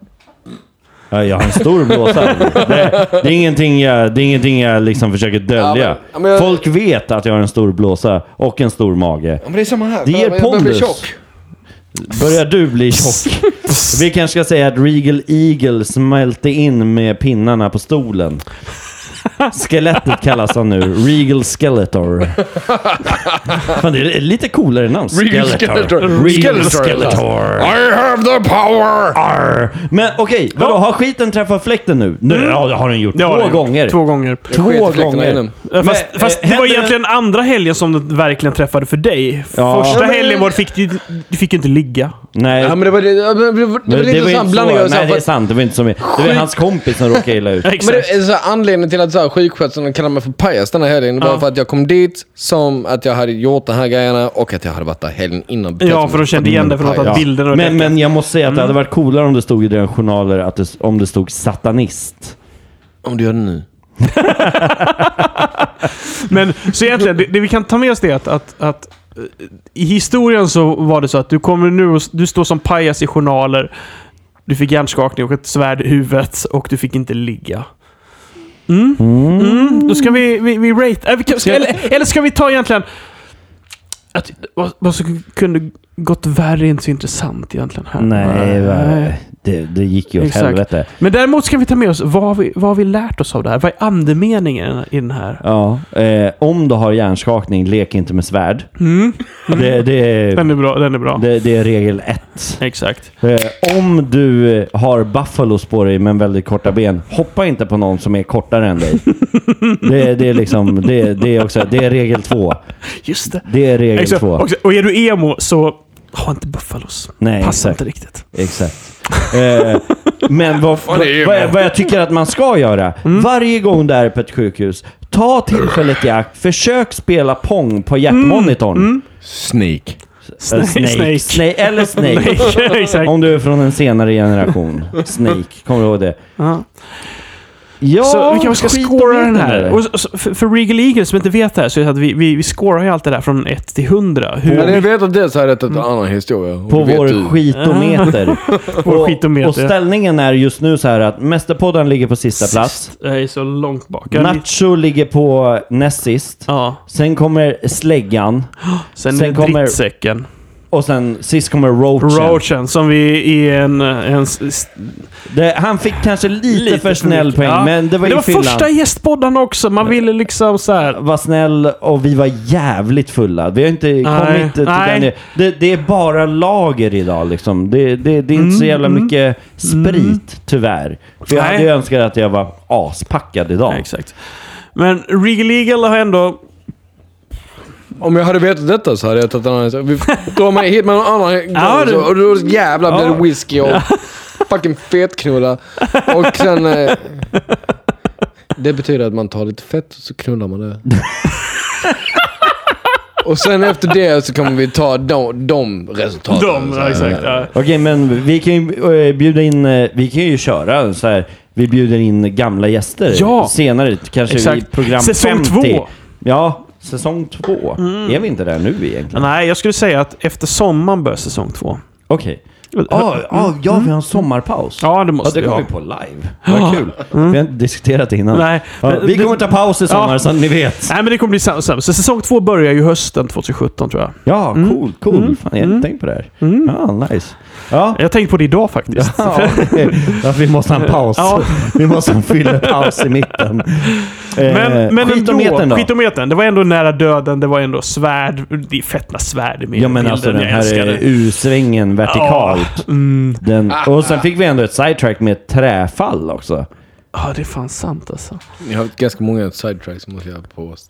[SPEAKER 3] Ja, jag har en stor blåsa. Det, det, är ingenting jag, det är ingenting jag liksom försöker dölja.
[SPEAKER 4] Ja, men- ja, men jag-
[SPEAKER 3] Folk vet att jag har en stor blåsa och en stor mage.
[SPEAKER 4] Ja, men det är samma här.
[SPEAKER 3] Det ger
[SPEAKER 4] Jag börjar bli
[SPEAKER 3] pondus.
[SPEAKER 4] tjock.
[SPEAKER 3] Börjar du bli tjock? Vi kanske ska säga att Regal Eagle smälte in med pinnarna på stolen. Skelettet kallas han nu. Regal Skeletor. Fan, det är lite coolare namn.
[SPEAKER 4] Regal Skeletor.
[SPEAKER 3] Regal
[SPEAKER 4] Skeletor.
[SPEAKER 3] Skeletor.
[SPEAKER 4] I have the power!
[SPEAKER 3] Arr. Men okej, vadå? Har skiten träffat fläkten nu? nu ja, det har den gjort.
[SPEAKER 1] Mm. Det har
[SPEAKER 3] två
[SPEAKER 1] den.
[SPEAKER 3] gånger.
[SPEAKER 1] Två gånger.
[SPEAKER 4] Jag sket i
[SPEAKER 3] Två
[SPEAKER 4] fläktarna innan.
[SPEAKER 3] gånger.
[SPEAKER 1] Eh, Fast,
[SPEAKER 3] Men,
[SPEAKER 1] fast
[SPEAKER 3] eh,
[SPEAKER 1] det var
[SPEAKER 3] händer-
[SPEAKER 1] egentligen andra helgen som det verkligen träffade för dig.
[SPEAKER 3] Ja.
[SPEAKER 1] Första
[SPEAKER 3] Ja,
[SPEAKER 4] men-
[SPEAKER 1] helgen var, du fick du, du fick ju inte ligga.
[SPEAKER 3] Nej.
[SPEAKER 4] Ja, men det var, det, det, det, det, det var lite
[SPEAKER 3] ju
[SPEAKER 4] sån
[SPEAKER 3] inte
[SPEAKER 4] blandning.
[SPEAKER 3] så.
[SPEAKER 4] av så här,
[SPEAKER 3] Nej,
[SPEAKER 4] för
[SPEAKER 3] det är
[SPEAKER 4] att-
[SPEAKER 3] sant. Det var inte som... Det var hans kompis som råkade illa ut.
[SPEAKER 1] Exakt.
[SPEAKER 4] Men det är så här, anledningen till att så här, sjuksköterskan kallade mig för pajas den här helgen var
[SPEAKER 1] Ja.
[SPEAKER 4] för att jag kom dit som att jag hade gjort de här grejerna och att jag hade varit där helgen innan.
[SPEAKER 1] Ja, för de kände igen det Mm. för att
[SPEAKER 4] Ja.
[SPEAKER 1] ja. bilden och
[SPEAKER 3] Men, men jag måste säga att det hade varit coolare om det stod i dina journaler att det, om det stod satanist.
[SPEAKER 4] Om du gör det nu.
[SPEAKER 1] men så egentligen, det, det vi kan ta med oss det är att, att, att eh, i historien så var det så att du kommer nu och s- du står som pajas i journaler. Du fick hjärnskakning och ett svärd i huvudet och du fick inte ligga. Mm. Mm. Då ska vi, vi, vi rate... Äh, vi kan, eller, eller ska vi ta egentligen... Att, vad, vad som kunde Gott värre är inte så intressant egentligen här.
[SPEAKER 3] Nej, va- det, det gick ju åt
[SPEAKER 1] Exakt.
[SPEAKER 3] helvete.
[SPEAKER 1] Men däremot ska vi ta med oss vad har vi, vad har vi lärt oss av det här. Vad är andemeningen i den här?
[SPEAKER 3] Ja, eh, om du har hjärnskakning, lek inte med svärd.
[SPEAKER 1] Mm.
[SPEAKER 3] Det, det, är,
[SPEAKER 1] Den är bra. Den är bra.
[SPEAKER 3] det, det är regel ett.
[SPEAKER 1] Exakt.
[SPEAKER 3] Eh, om du eh, har buffalos på dig men väldigt korta ben, hoppa inte på någon som är kortare än dig. Det, det är liksom, det, det är också, det är regel två.
[SPEAKER 1] Just det.
[SPEAKER 3] Det är regel
[SPEAKER 1] Exakt.
[SPEAKER 3] två.
[SPEAKER 1] Och, och är du emo så ha inte buffalos.
[SPEAKER 3] Nej,
[SPEAKER 1] Passar
[SPEAKER 3] exakt.
[SPEAKER 1] inte riktigt.
[SPEAKER 3] Exakt. Eh, men vad, vad,
[SPEAKER 4] det är ju
[SPEAKER 3] vad,
[SPEAKER 4] med.
[SPEAKER 3] vad jag tycker att man ska göra, varje gång du är på ett sjukhus, ta tillfället i akt, försök spela pong på hjärtmonitorn.
[SPEAKER 4] Sneak.
[SPEAKER 3] Eh,
[SPEAKER 1] Mm. Snake. Snake.
[SPEAKER 3] Snake. Eller Snake.
[SPEAKER 1] Nej, exakt.
[SPEAKER 3] Om du är från en senare generation. Snake, kommer du ihåg det?
[SPEAKER 1] Ja.
[SPEAKER 3] Ja,
[SPEAKER 1] så vi kanske ska
[SPEAKER 3] skit
[SPEAKER 1] scora
[SPEAKER 3] i
[SPEAKER 1] den
[SPEAKER 3] det.
[SPEAKER 1] här. Och, så- så, för, för Regal Eagle som inte vet det här så är det att vi, vi, vi scorar ju allt det där från 1 till 100. Hur,
[SPEAKER 4] Ja, ni vet att det så här är ett, ett annan historia. Och
[SPEAKER 3] På
[SPEAKER 4] det vet
[SPEAKER 3] vår
[SPEAKER 4] du.
[SPEAKER 3] skitometer.
[SPEAKER 1] Vår skitometer.
[SPEAKER 3] Och ställningen är just nu så här att Mästerpodden ligger på sista plats.
[SPEAKER 1] Jag är så långt bak. Jag är lite-
[SPEAKER 3] Nacho ligger på näst sist.
[SPEAKER 1] Ja.
[SPEAKER 3] Sen kommer släggan.
[SPEAKER 1] Sen,
[SPEAKER 3] Sen
[SPEAKER 1] är det
[SPEAKER 3] kommer-
[SPEAKER 1] drittsäcken.
[SPEAKER 3] Och sen sist kommer roachen.
[SPEAKER 1] Roachen, som vi är en... en s- s-
[SPEAKER 3] Det, han fick kanske lite,
[SPEAKER 1] Lite
[SPEAKER 3] för
[SPEAKER 1] för
[SPEAKER 3] snäll
[SPEAKER 1] mycket.
[SPEAKER 3] poäng,
[SPEAKER 1] Ja.
[SPEAKER 3] men det var
[SPEAKER 1] det
[SPEAKER 3] i
[SPEAKER 1] var
[SPEAKER 3] Finland.
[SPEAKER 1] första gästpodden också. Man ville liksom så här...
[SPEAKER 3] Var snäll och vi var jävligt fulla. Vi har inte kommit till
[SPEAKER 1] Nej.
[SPEAKER 3] den. Det, det är bara lager idag liksom. Det, det, det är inte så jävla mycket sprit, tyvärr. För jag
[SPEAKER 1] Mm, Nej.
[SPEAKER 3] hade ju önskat att jag var aspackad idag.
[SPEAKER 1] Ja, exakt. Men Regal Eagle har ändå...
[SPEAKER 4] Om jag hade vetat detta så hade jag tagit en annan historia. Vi drar mig hit med en annan
[SPEAKER 1] Ja,
[SPEAKER 4] gång,
[SPEAKER 1] du-
[SPEAKER 4] så- och då jävlar blir
[SPEAKER 3] Ja.
[SPEAKER 4] det whisky och fucking fetknulla. Och sen... Eh, det betyder att man tar lite fett och så knullar man det. Och sen efter det så kommer vi ta de, de resultaten.
[SPEAKER 1] Dem,
[SPEAKER 4] Så här.
[SPEAKER 1] ja, exakt. Ja.
[SPEAKER 3] Eh, Okej, men vi kan ju eh, bjuda in... eh, Vi kan ju köra så här. Vi bjuder in gamla gäster
[SPEAKER 1] Ja.
[SPEAKER 3] senare. Kanske i
[SPEAKER 1] Exakt.
[SPEAKER 3] program
[SPEAKER 1] Säsong
[SPEAKER 3] 50.
[SPEAKER 1] två. Mm.
[SPEAKER 3] Ja, säsong två. Är vi inte där nu egentligen?
[SPEAKER 1] Nej, jag skulle säga att efter sommaren börjar säsong två.
[SPEAKER 3] Okej. Ah, ah, ja, vi har en sommarpaus.
[SPEAKER 1] Mm. Ja, det
[SPEAKER 3] Ja,
[SPEAKER 1] måste
[SPEAKER 3] det
[SPEAKER 1] vi
[SPEAKER 3] kom
[SPEAKER 1] ha. Mm.
[SPEAKER 3] vi på live. Vad kul. Vi har inte diskuterat det innan.
[SPEAKER 1] Nej,
[SPEAKER 3] ja,
[SPEAKER 1] men
[SPEAKER 3] vi
[SPEAKER 1] det-
[SPEAKER 3] kommer ta paus i sommar
[SPEAKER 1] Ja.
[SPEAKER 3] så ni vet.
[SPEAKER 1] Nej, men det kommer bli samma. Så säsong två börjar ju hösten 2017 tror jag.
[SPEAKER 3] Ja, cool, cool. Fan, jag har inte tänkt på det här. Ja, nice. Ja.
[SPEAKER 1] Jag tänkte på det idag faktiskt.
[SPEAKER 3] Mm. Ja, ja, vi måste ha en paus.
[SPEAKER 1] Ja.
[SPEAKER 3] Vi måste ha en fyllepaus i mitten. Eh,
[SPEAKER 1] Men, men
[SPEAKER 3] skitometern
[SPEAKER 1] ändå,
[SPEAKER 3] då?
[SPEAKER 1] skitometern. Det var ändå nära döden, det var ändå svärd. Det är fett med svärd i min
[SPEAKER 3] ja men
[SPEAKER 1] bilden.
[SPEAKER 3] alltså den
[SPEAKER 1] jag älskar
[SPEAKER 3] här
[SPEAKER 1] det. Mm. Ah.
[SPEAKER 3] U-svängen vertikalt. Den, och sen fick vi ändå ett sidetrack med ett träfall också.
[SPEAKER 1] Ja, det är fan sant alltså.
[SPEAKER 4] Ni har ganska många sidetracks som måste göra på oss.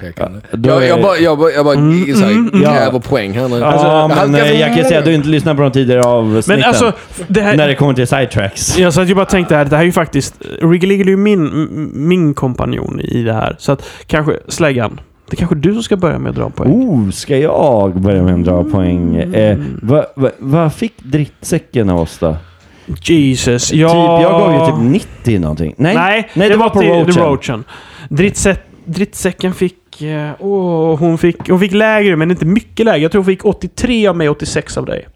[SPEAKER 4] Pekande.
[SPEAKER 3] då
[SPEAKER 4] jag, jag
[SPEAKER 3] är-
[SPEAKER 4] bara, jag bara, jag bara så här,
[SPEAKER 3] Mm, ja.
[SPEAKER 4] gräver poäng här nu. Alltså,
[SPEAKER 3] ja,
[SPEAKER 1] Alltså,
[SPEAKER 4] jag hade
[SPEAKER 3] men eh,
[SPEAKER 4] ganska
[SPEAKER 3] jag kan säga att du inte lyssnar på de tidigare avsnitten.
[SPEAKER 1] Men alltså, det här...
[SPEAKER 3] när det kommer till sidetracks.
[SPEAKER 1] Ja, så att jag bara tänkte här, det här är ju faktiskt... Riggle Eagle är ju min, m- min kompanjon i det här. Så att kanske släggan. Det är kanske du som ska börja med att dra poäng.
[SPEAKER 3] Oh, ska jag börja med att dra poäng?
[SPEAKER 1] Mm.
[SPEAKER 3] Eh, Vad va, vad fick drittsäcken av oss då?
[SPEAKER 1] Jesus, ja...
[SPEAKER 3] Typ, jag gav ju typ 90 någonting. Nej,
[SPEAKER 1] Nej,
[SPEAKER 3] nej det, var, på
[SPEAKER 1] till-
[SPEAKER 3] roachen.
[SPEAKER 1] The Roachen. Drittsäck, drittsäcken fick... eh, Åh, hon, fick, hon fick lägre, men inte mycket lägre. Jag tror hon fick 83 av mig, 86 av dig.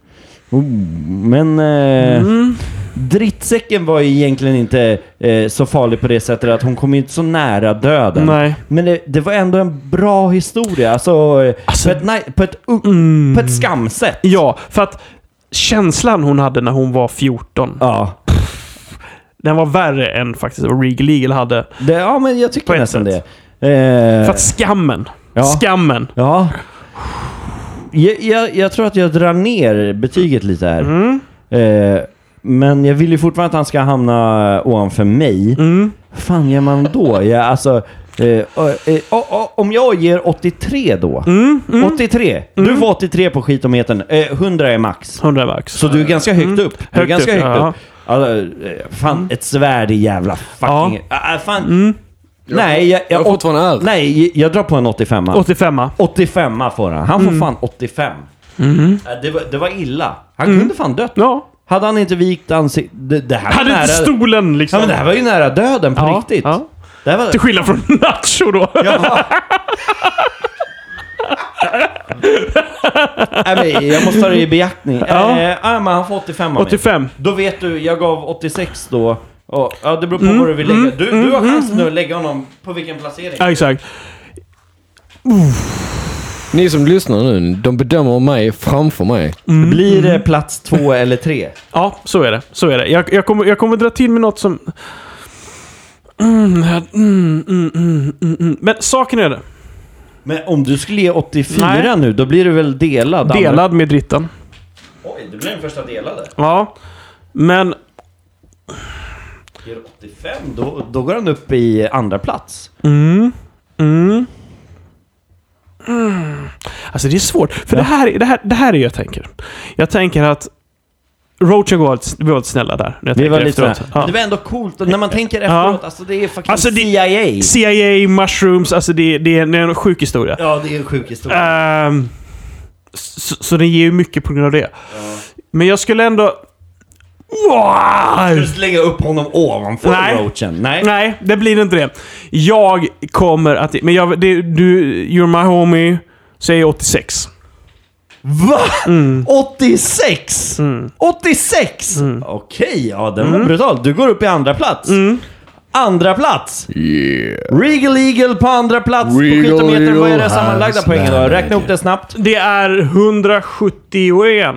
[SPEAKER 3] Oh, men eh,
[SPEAKER 1] Mm.
[SPEAKER 3] drittsäcken var ju egentligen inte eh, så farlig på det sättet att hon kom ju inte så nära döden.
[SPEAKER 1] Nej.
[SPEAKER 3] Men det, det var ändå en bra historia. Alltså, eh,
[SPEAKER 1] Alltså-
[SPEAKER 3] på, ett, nej, på, ett, u- på ett skamset.
[SPEAKER 1] Mm. Ja, för att känslan hon hade när hon var 14,
[SPEAKER 3] Ja,
[SPEAKER 1] den var värre än faktiskt vad Regal Eagle hade.
[SPEAKER 3] det, ja men jag tycker
[SPEAKER 1] På ett
[SPEAKER 3] nästan
[SPEAKER 1] sätt.
[SPEAKER 3] det. Eh,
[SPEAKER 1] För att skammen.
[SPEAKER 3] ja.
[SPEAKER 1] Skammen.
[SPEAKER 3] Ja. Jag, jag, jag tror att jag drar ner betyget lite här.
[SPEAKER 1] Mm.
[SPEAKER 3] Eh, men jag vill ju fortfarande att han ska hamna ovanför mig.
[SPEAKER 1] Mm.
[SPEAKER 3] Vad fan gör man då? Jag, alltså, eh, eh, eh, oh, oh, om jag ger 83 då?
[SPEAKER 1] Mm,
[SPEAKER 3] 83? Du får 83 på skitometern. Eh, 100 är max.
[SPEAKER 1] 100 max.
[SPEAKER 3] Så du är ganska högt upp. Du är
[SPEAKER 1] Mm. Högt
[SPEAKER 3] ganska
[SPEAKER 1] upp,
[SPEAKER 3] högt
[SPEAKER 1] ja. Mm.
[SPEAKER 3] upp. Alltså, eh, fan, ett svärd i jävla fucking... Ah, fan. Nej, jag,
[SPEAKER 4] Jag
[SPEAKER 3] jag,
[SPEAKER 4] är fortfarande
[SPEAKER 1] Alltså.
[SPEAKER 4] här.
[SPEAKER 3] nej, jag drar på en 85
[SPEAKER 1] 85
[SPEAKER 3] 85 får han. Han får
[SPEAKER 1] Mm.
[SPEAKER 3] fan 85. Äh, Det, var, det var illa. Han kunde fan dött.
[SPEAKER 1] Mm. Ja.
[SPEAKER 3] Hade han inte vikt ansiktet... Det, det här var
[SPEAKER 1] Hade
[SPEAKER 3] nära...
[SPEAKER 1] inte stolen
[SPEAKER 3] ja,
[SPEAKER 1] liksom.
[SPEAKER 3] men det här var ju nära döden på
[SPEAKER 1] Ja,
[SPEAKER 3] riktigt.
[SPEAKER 1] ja.
[SPEAKER 3] Det här var...
[SPEAKER 1] Till skillnad från Nacho då.
[SPEAKER 3] Ja. Nej, men jag måste ta det i beaktning.
[SPEAKER 1] Ja.
[SPEAKER 3] Ja. Äh, men han får 85 av mig.
[SPEAKER 1] 85.
[SPEAKER 3] Då vet du, jag gav 86 då. Och, ja, det beror
[SPEAKER 1] Mm.
[SPEAKER 3] på vad du vill lägga. Du, du
[SPEAKER 1] Mm.
[SPEAKER 3] har chansen nu att lägga honom på vilken placering.
[SPEAKER 1] Ja, exakt.
[SPEAKER 4] Ni som lyssnar nu, de bedömer mig framför mig.
[SPEAKER 1] Mm.
[SPEAKER 3] Blir det plats två eller tre?
[SPEAKER 1] Ja, så är det. Så är det. Jag, jag, kommer, jag kommer dra till med något som... Mm, här- mm, mm, mm, mm, mm. Men saken är det.
[SPEAKER 3] Men om du skulle ge 84
[SPEAKER 1] Nej.
[SPEAKER 3] nu, då blir du väl delad? Anders?
[SPEAKER 1] Delad med dritten.
[SPEAKER 3] Oj, det blir den första delade.
[SPEAKER 1] Ja. Men
[SPEAKER 3] Ger 85, då, då går han upp i andra plats.
[SPEAKER 1] Alltså det är svårt. För det, här, det, här, det här är jag tänker. Jag tänker att... Roachen var lite, vi var lite snälla där. när jag
[SPEAKER 3] Det
[SPEAKER 1] tänker
[SPEAKER 3] var lite
[SPEAKER 1] efteråt.
[SPEAKER 3] sådär.
[SPEAKER 1] Ja.
[SPEAKER 3] Det var ändå coolt, och när man tänker
[SPEAKER 1] Ja.
[SPEAKER 3] efteråt, alltså det är fucking
[SPEAKER 1] Alltså, det-
[SPEAKER 3] CIA.
[SPEAKER 1] CIA, mushrooms, alltså det, det, är, en- det är en sjuk historia.
[SPEAKER 3] Ja, det är en sjuk historia.
[SPEAKER 1] Ehm, så, så den ger ju mycket på grund av det. Men jag skulle ändå...
[SPEAKER 3] Ska du
[SPEAKER 1] Wow!
[SPEAKER 3] slänga upp honom ovanför
[SPEAKER 1] Nej.
[SPEAKER 3] roachen? Nej.
[SPEAKER 1] Nej, det blir inte det. Jag kommer att... Men jag, det, du, you're my homie, säger 86.
[SPEAKER 3] Va?
[SPEAKER 1] Mm.
[SPEAKER 3] 86? 86? Okej, ja den
[SPEAKER 1] Mm.
[SPEAKER 3] var brutal. Du går upp i andra plats. Andra plats!
[SPEAKER 4] Yeah.
[SPEAKER 3] Regal Eagle på andra plats
[SPEAKER 4] Regal
[SPEAKER 3] på skitometern. Vad är
[SPEAKER 4] Eagle
[SPEAKER 3] det sammanlagda
[SPEAKER 4] has
[SPEAKER 3] poängen då?
[SPEAKER 4] landed.
[SPEAKER 3] Räkna upp det snabbt.
[SPEAKER 1] Det är 171.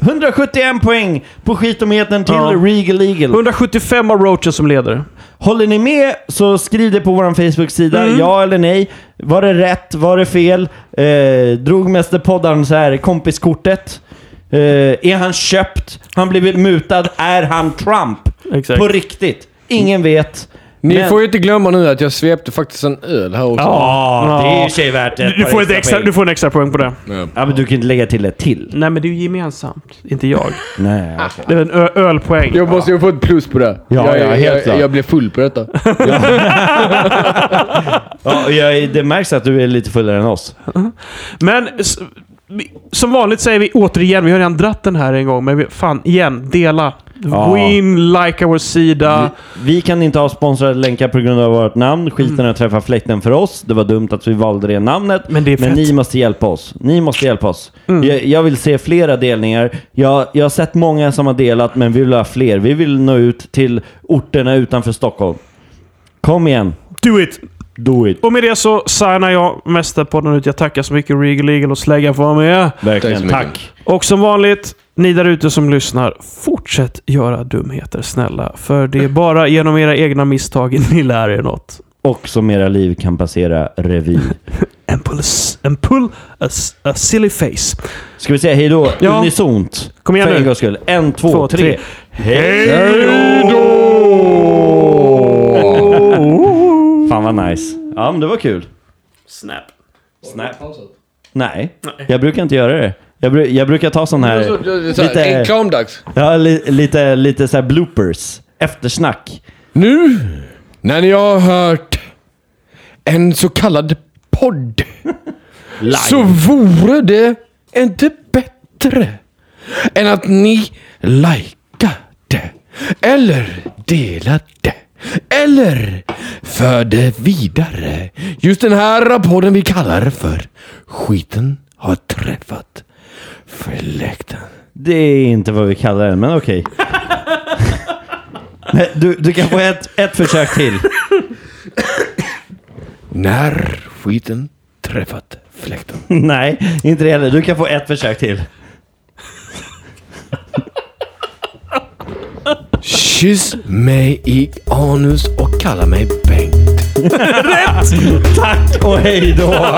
[SPEAKER 3] 171 poäng på skitometern till
[SPEAKER 1] Ja.
[SPEAKER 3] Regal Eagle.
[SPEAKER 1] 175 av Roachen som ledare.
[SPEAKER 3] Håller ni med så skriv det på vår Facebook-sida.
[SPEAKER 1] Mm.
[SPEAKER 3] Ja eller nej. Var det rätt? Var det fel? Eh, drog mästerpoddaren så här kompiskortet? Eh, är han köpt? Han blivit mutad? Är han Trump?
[SPEAKER 1] Exakt.
[SPEAKER 3] På riktigt. Ingen vet.
[SPEAKER 4] Ni
[SPEAKER 3] Men-
[SPEAKER 4] får ju inte glömma nu att jag svepte faktiskt en öl här också.
[SPEAKER 3] Ja, det är ju i och för sig värt
[SPEAKER 1] Du,
[SPEAKER 3] ett
[SPEAKER 1] du,
[SPEAKER 3] par
[SPEAKER 1] får ett extra,
[SPEAKER 3] poäng. Mm.
[SPEAKER 1] du får en extra poäng på det.
[SPEAKER 4] Ja.
[SPEAKER 3] Ja, men du kan inte lägga till ett till.
[SPEAKER 1] Nej, men det är ju gemensamt. Inte jag.
[SPEAKER 3] Nej,
[SPEAKER 1] Det är en ö- ölpoäng.
[SPEAKER 4] Jag måste ju få ett plus på det.
[SPEAKER 3] Ja,
[SPEAKER 4] jag,
[SPEAKER 3] ja, helt
[SPEAKER 4] jag,
[SPEAKER 3] klart.
[SPEAKER 4] jag, jag blev full på detta.
[SPEAKER 3] Ja,
[SPEAKER 1] Ah.
[SPEAKER 3] och jag, det märks att du är lite fullare än oss.
[SPEAKER 1] Men s- vi- som vanligt säger vi återigen, vi har redan dratt den här en gång, men vi, fan igen, dela.
[SPEAKER 3] Ja. Mm.
[SPEAKER 1] Gå in, likea vår sida.
[SPEAKER 3] Vi kan inte ha sponsrade länkar på grund av vårt namn. Skiten har träffat fläkten för oss. Det var dumt att vi valde det namnet.
[SPEAKER 1] Mm. Men det är fett. Mm.
[SPEAKER 3] ni måste hjälpa oss. Ni måste hjälpa oss. Jag, jag vill se flera delningar. Jag, jag har sett många som har delat, men vi vill ha fler. Vi vill nå ut till orterna utanför Stockholm. Kom igen.
[SPEAKER 1] Do it!
[SPEAKER 3] Do it.
[SPEAKER 1] Och med det så signar jag Mästerpodden ut. Jag tackar så mycket Regal Eagle och Släggan för att vara med.
[SPEAKER 4] Tack så
[SPEAKER 3] Verkligen.
[SPEAKER 4] mycket.
[SPEAKER 3] Tack.
[SPEAKER 1] Och som vanligt, ni där ute som lyssnar, fortsätt göra dumheter snälla. För det är bara genom era egna misstag ni lär er något.
[SPEAKER 3] Och som era liv kan passera revy.
[SPEAKER 1] And pull a, s- and pull a, s- a silly face.
[SPEAKER 3] Ska vi säga hej då?
[SPEAKER 1] Ja.
[SPEAKER 3] Unisont.
[SPEAKER 1] Kom igen
[SPEAKER 3] För
[SPEAKER 1] nu.
[SPEAKER 3] en gångs skull. En, två,
[SPEAKER 1] Två,
[SPEAKER 3] tre.
[SPEAKER 1] tre.
[SPEAKER 3] Hej då! Fan vad nice. Ja, men det var kul.
[SPEAKER 1] Snap.
[SPEAKER 3] Snap. Nej, jag brukar inte göra det. Jag, bru- jag brukar ta sån
[SPEAKER 4] Så,
[SPEAKER 3] här...
[SPEAKER 4] så, så,
[SPEAKER 3] Lite,
[SPEAKER 4] Reklamdags.
[SPEAKER 3] ja, li- lite, lite så här bloopers. Eftersnack.
[SPEAKER 4] Nu när ni har hört en så kallad podd så vore det inte bättre än att ni likade eller delade eller förde vidare just den här podden vi kallar för Skiten har träffat fläkten.
[SPEAKER 3] Det är inte vad vi kallar den, men okej. Nej, du, du kan få ett, ett försök till.
[SPEAKER 4] När skiten träffat fläkten.
[SPEAKER 3] Nej, inte det heller. Du kan få ett försök till.
[SPEAKER 4] Kyss mig i anus och kalla mig Bengt.
[SPEAKER 3] Tack och hej då!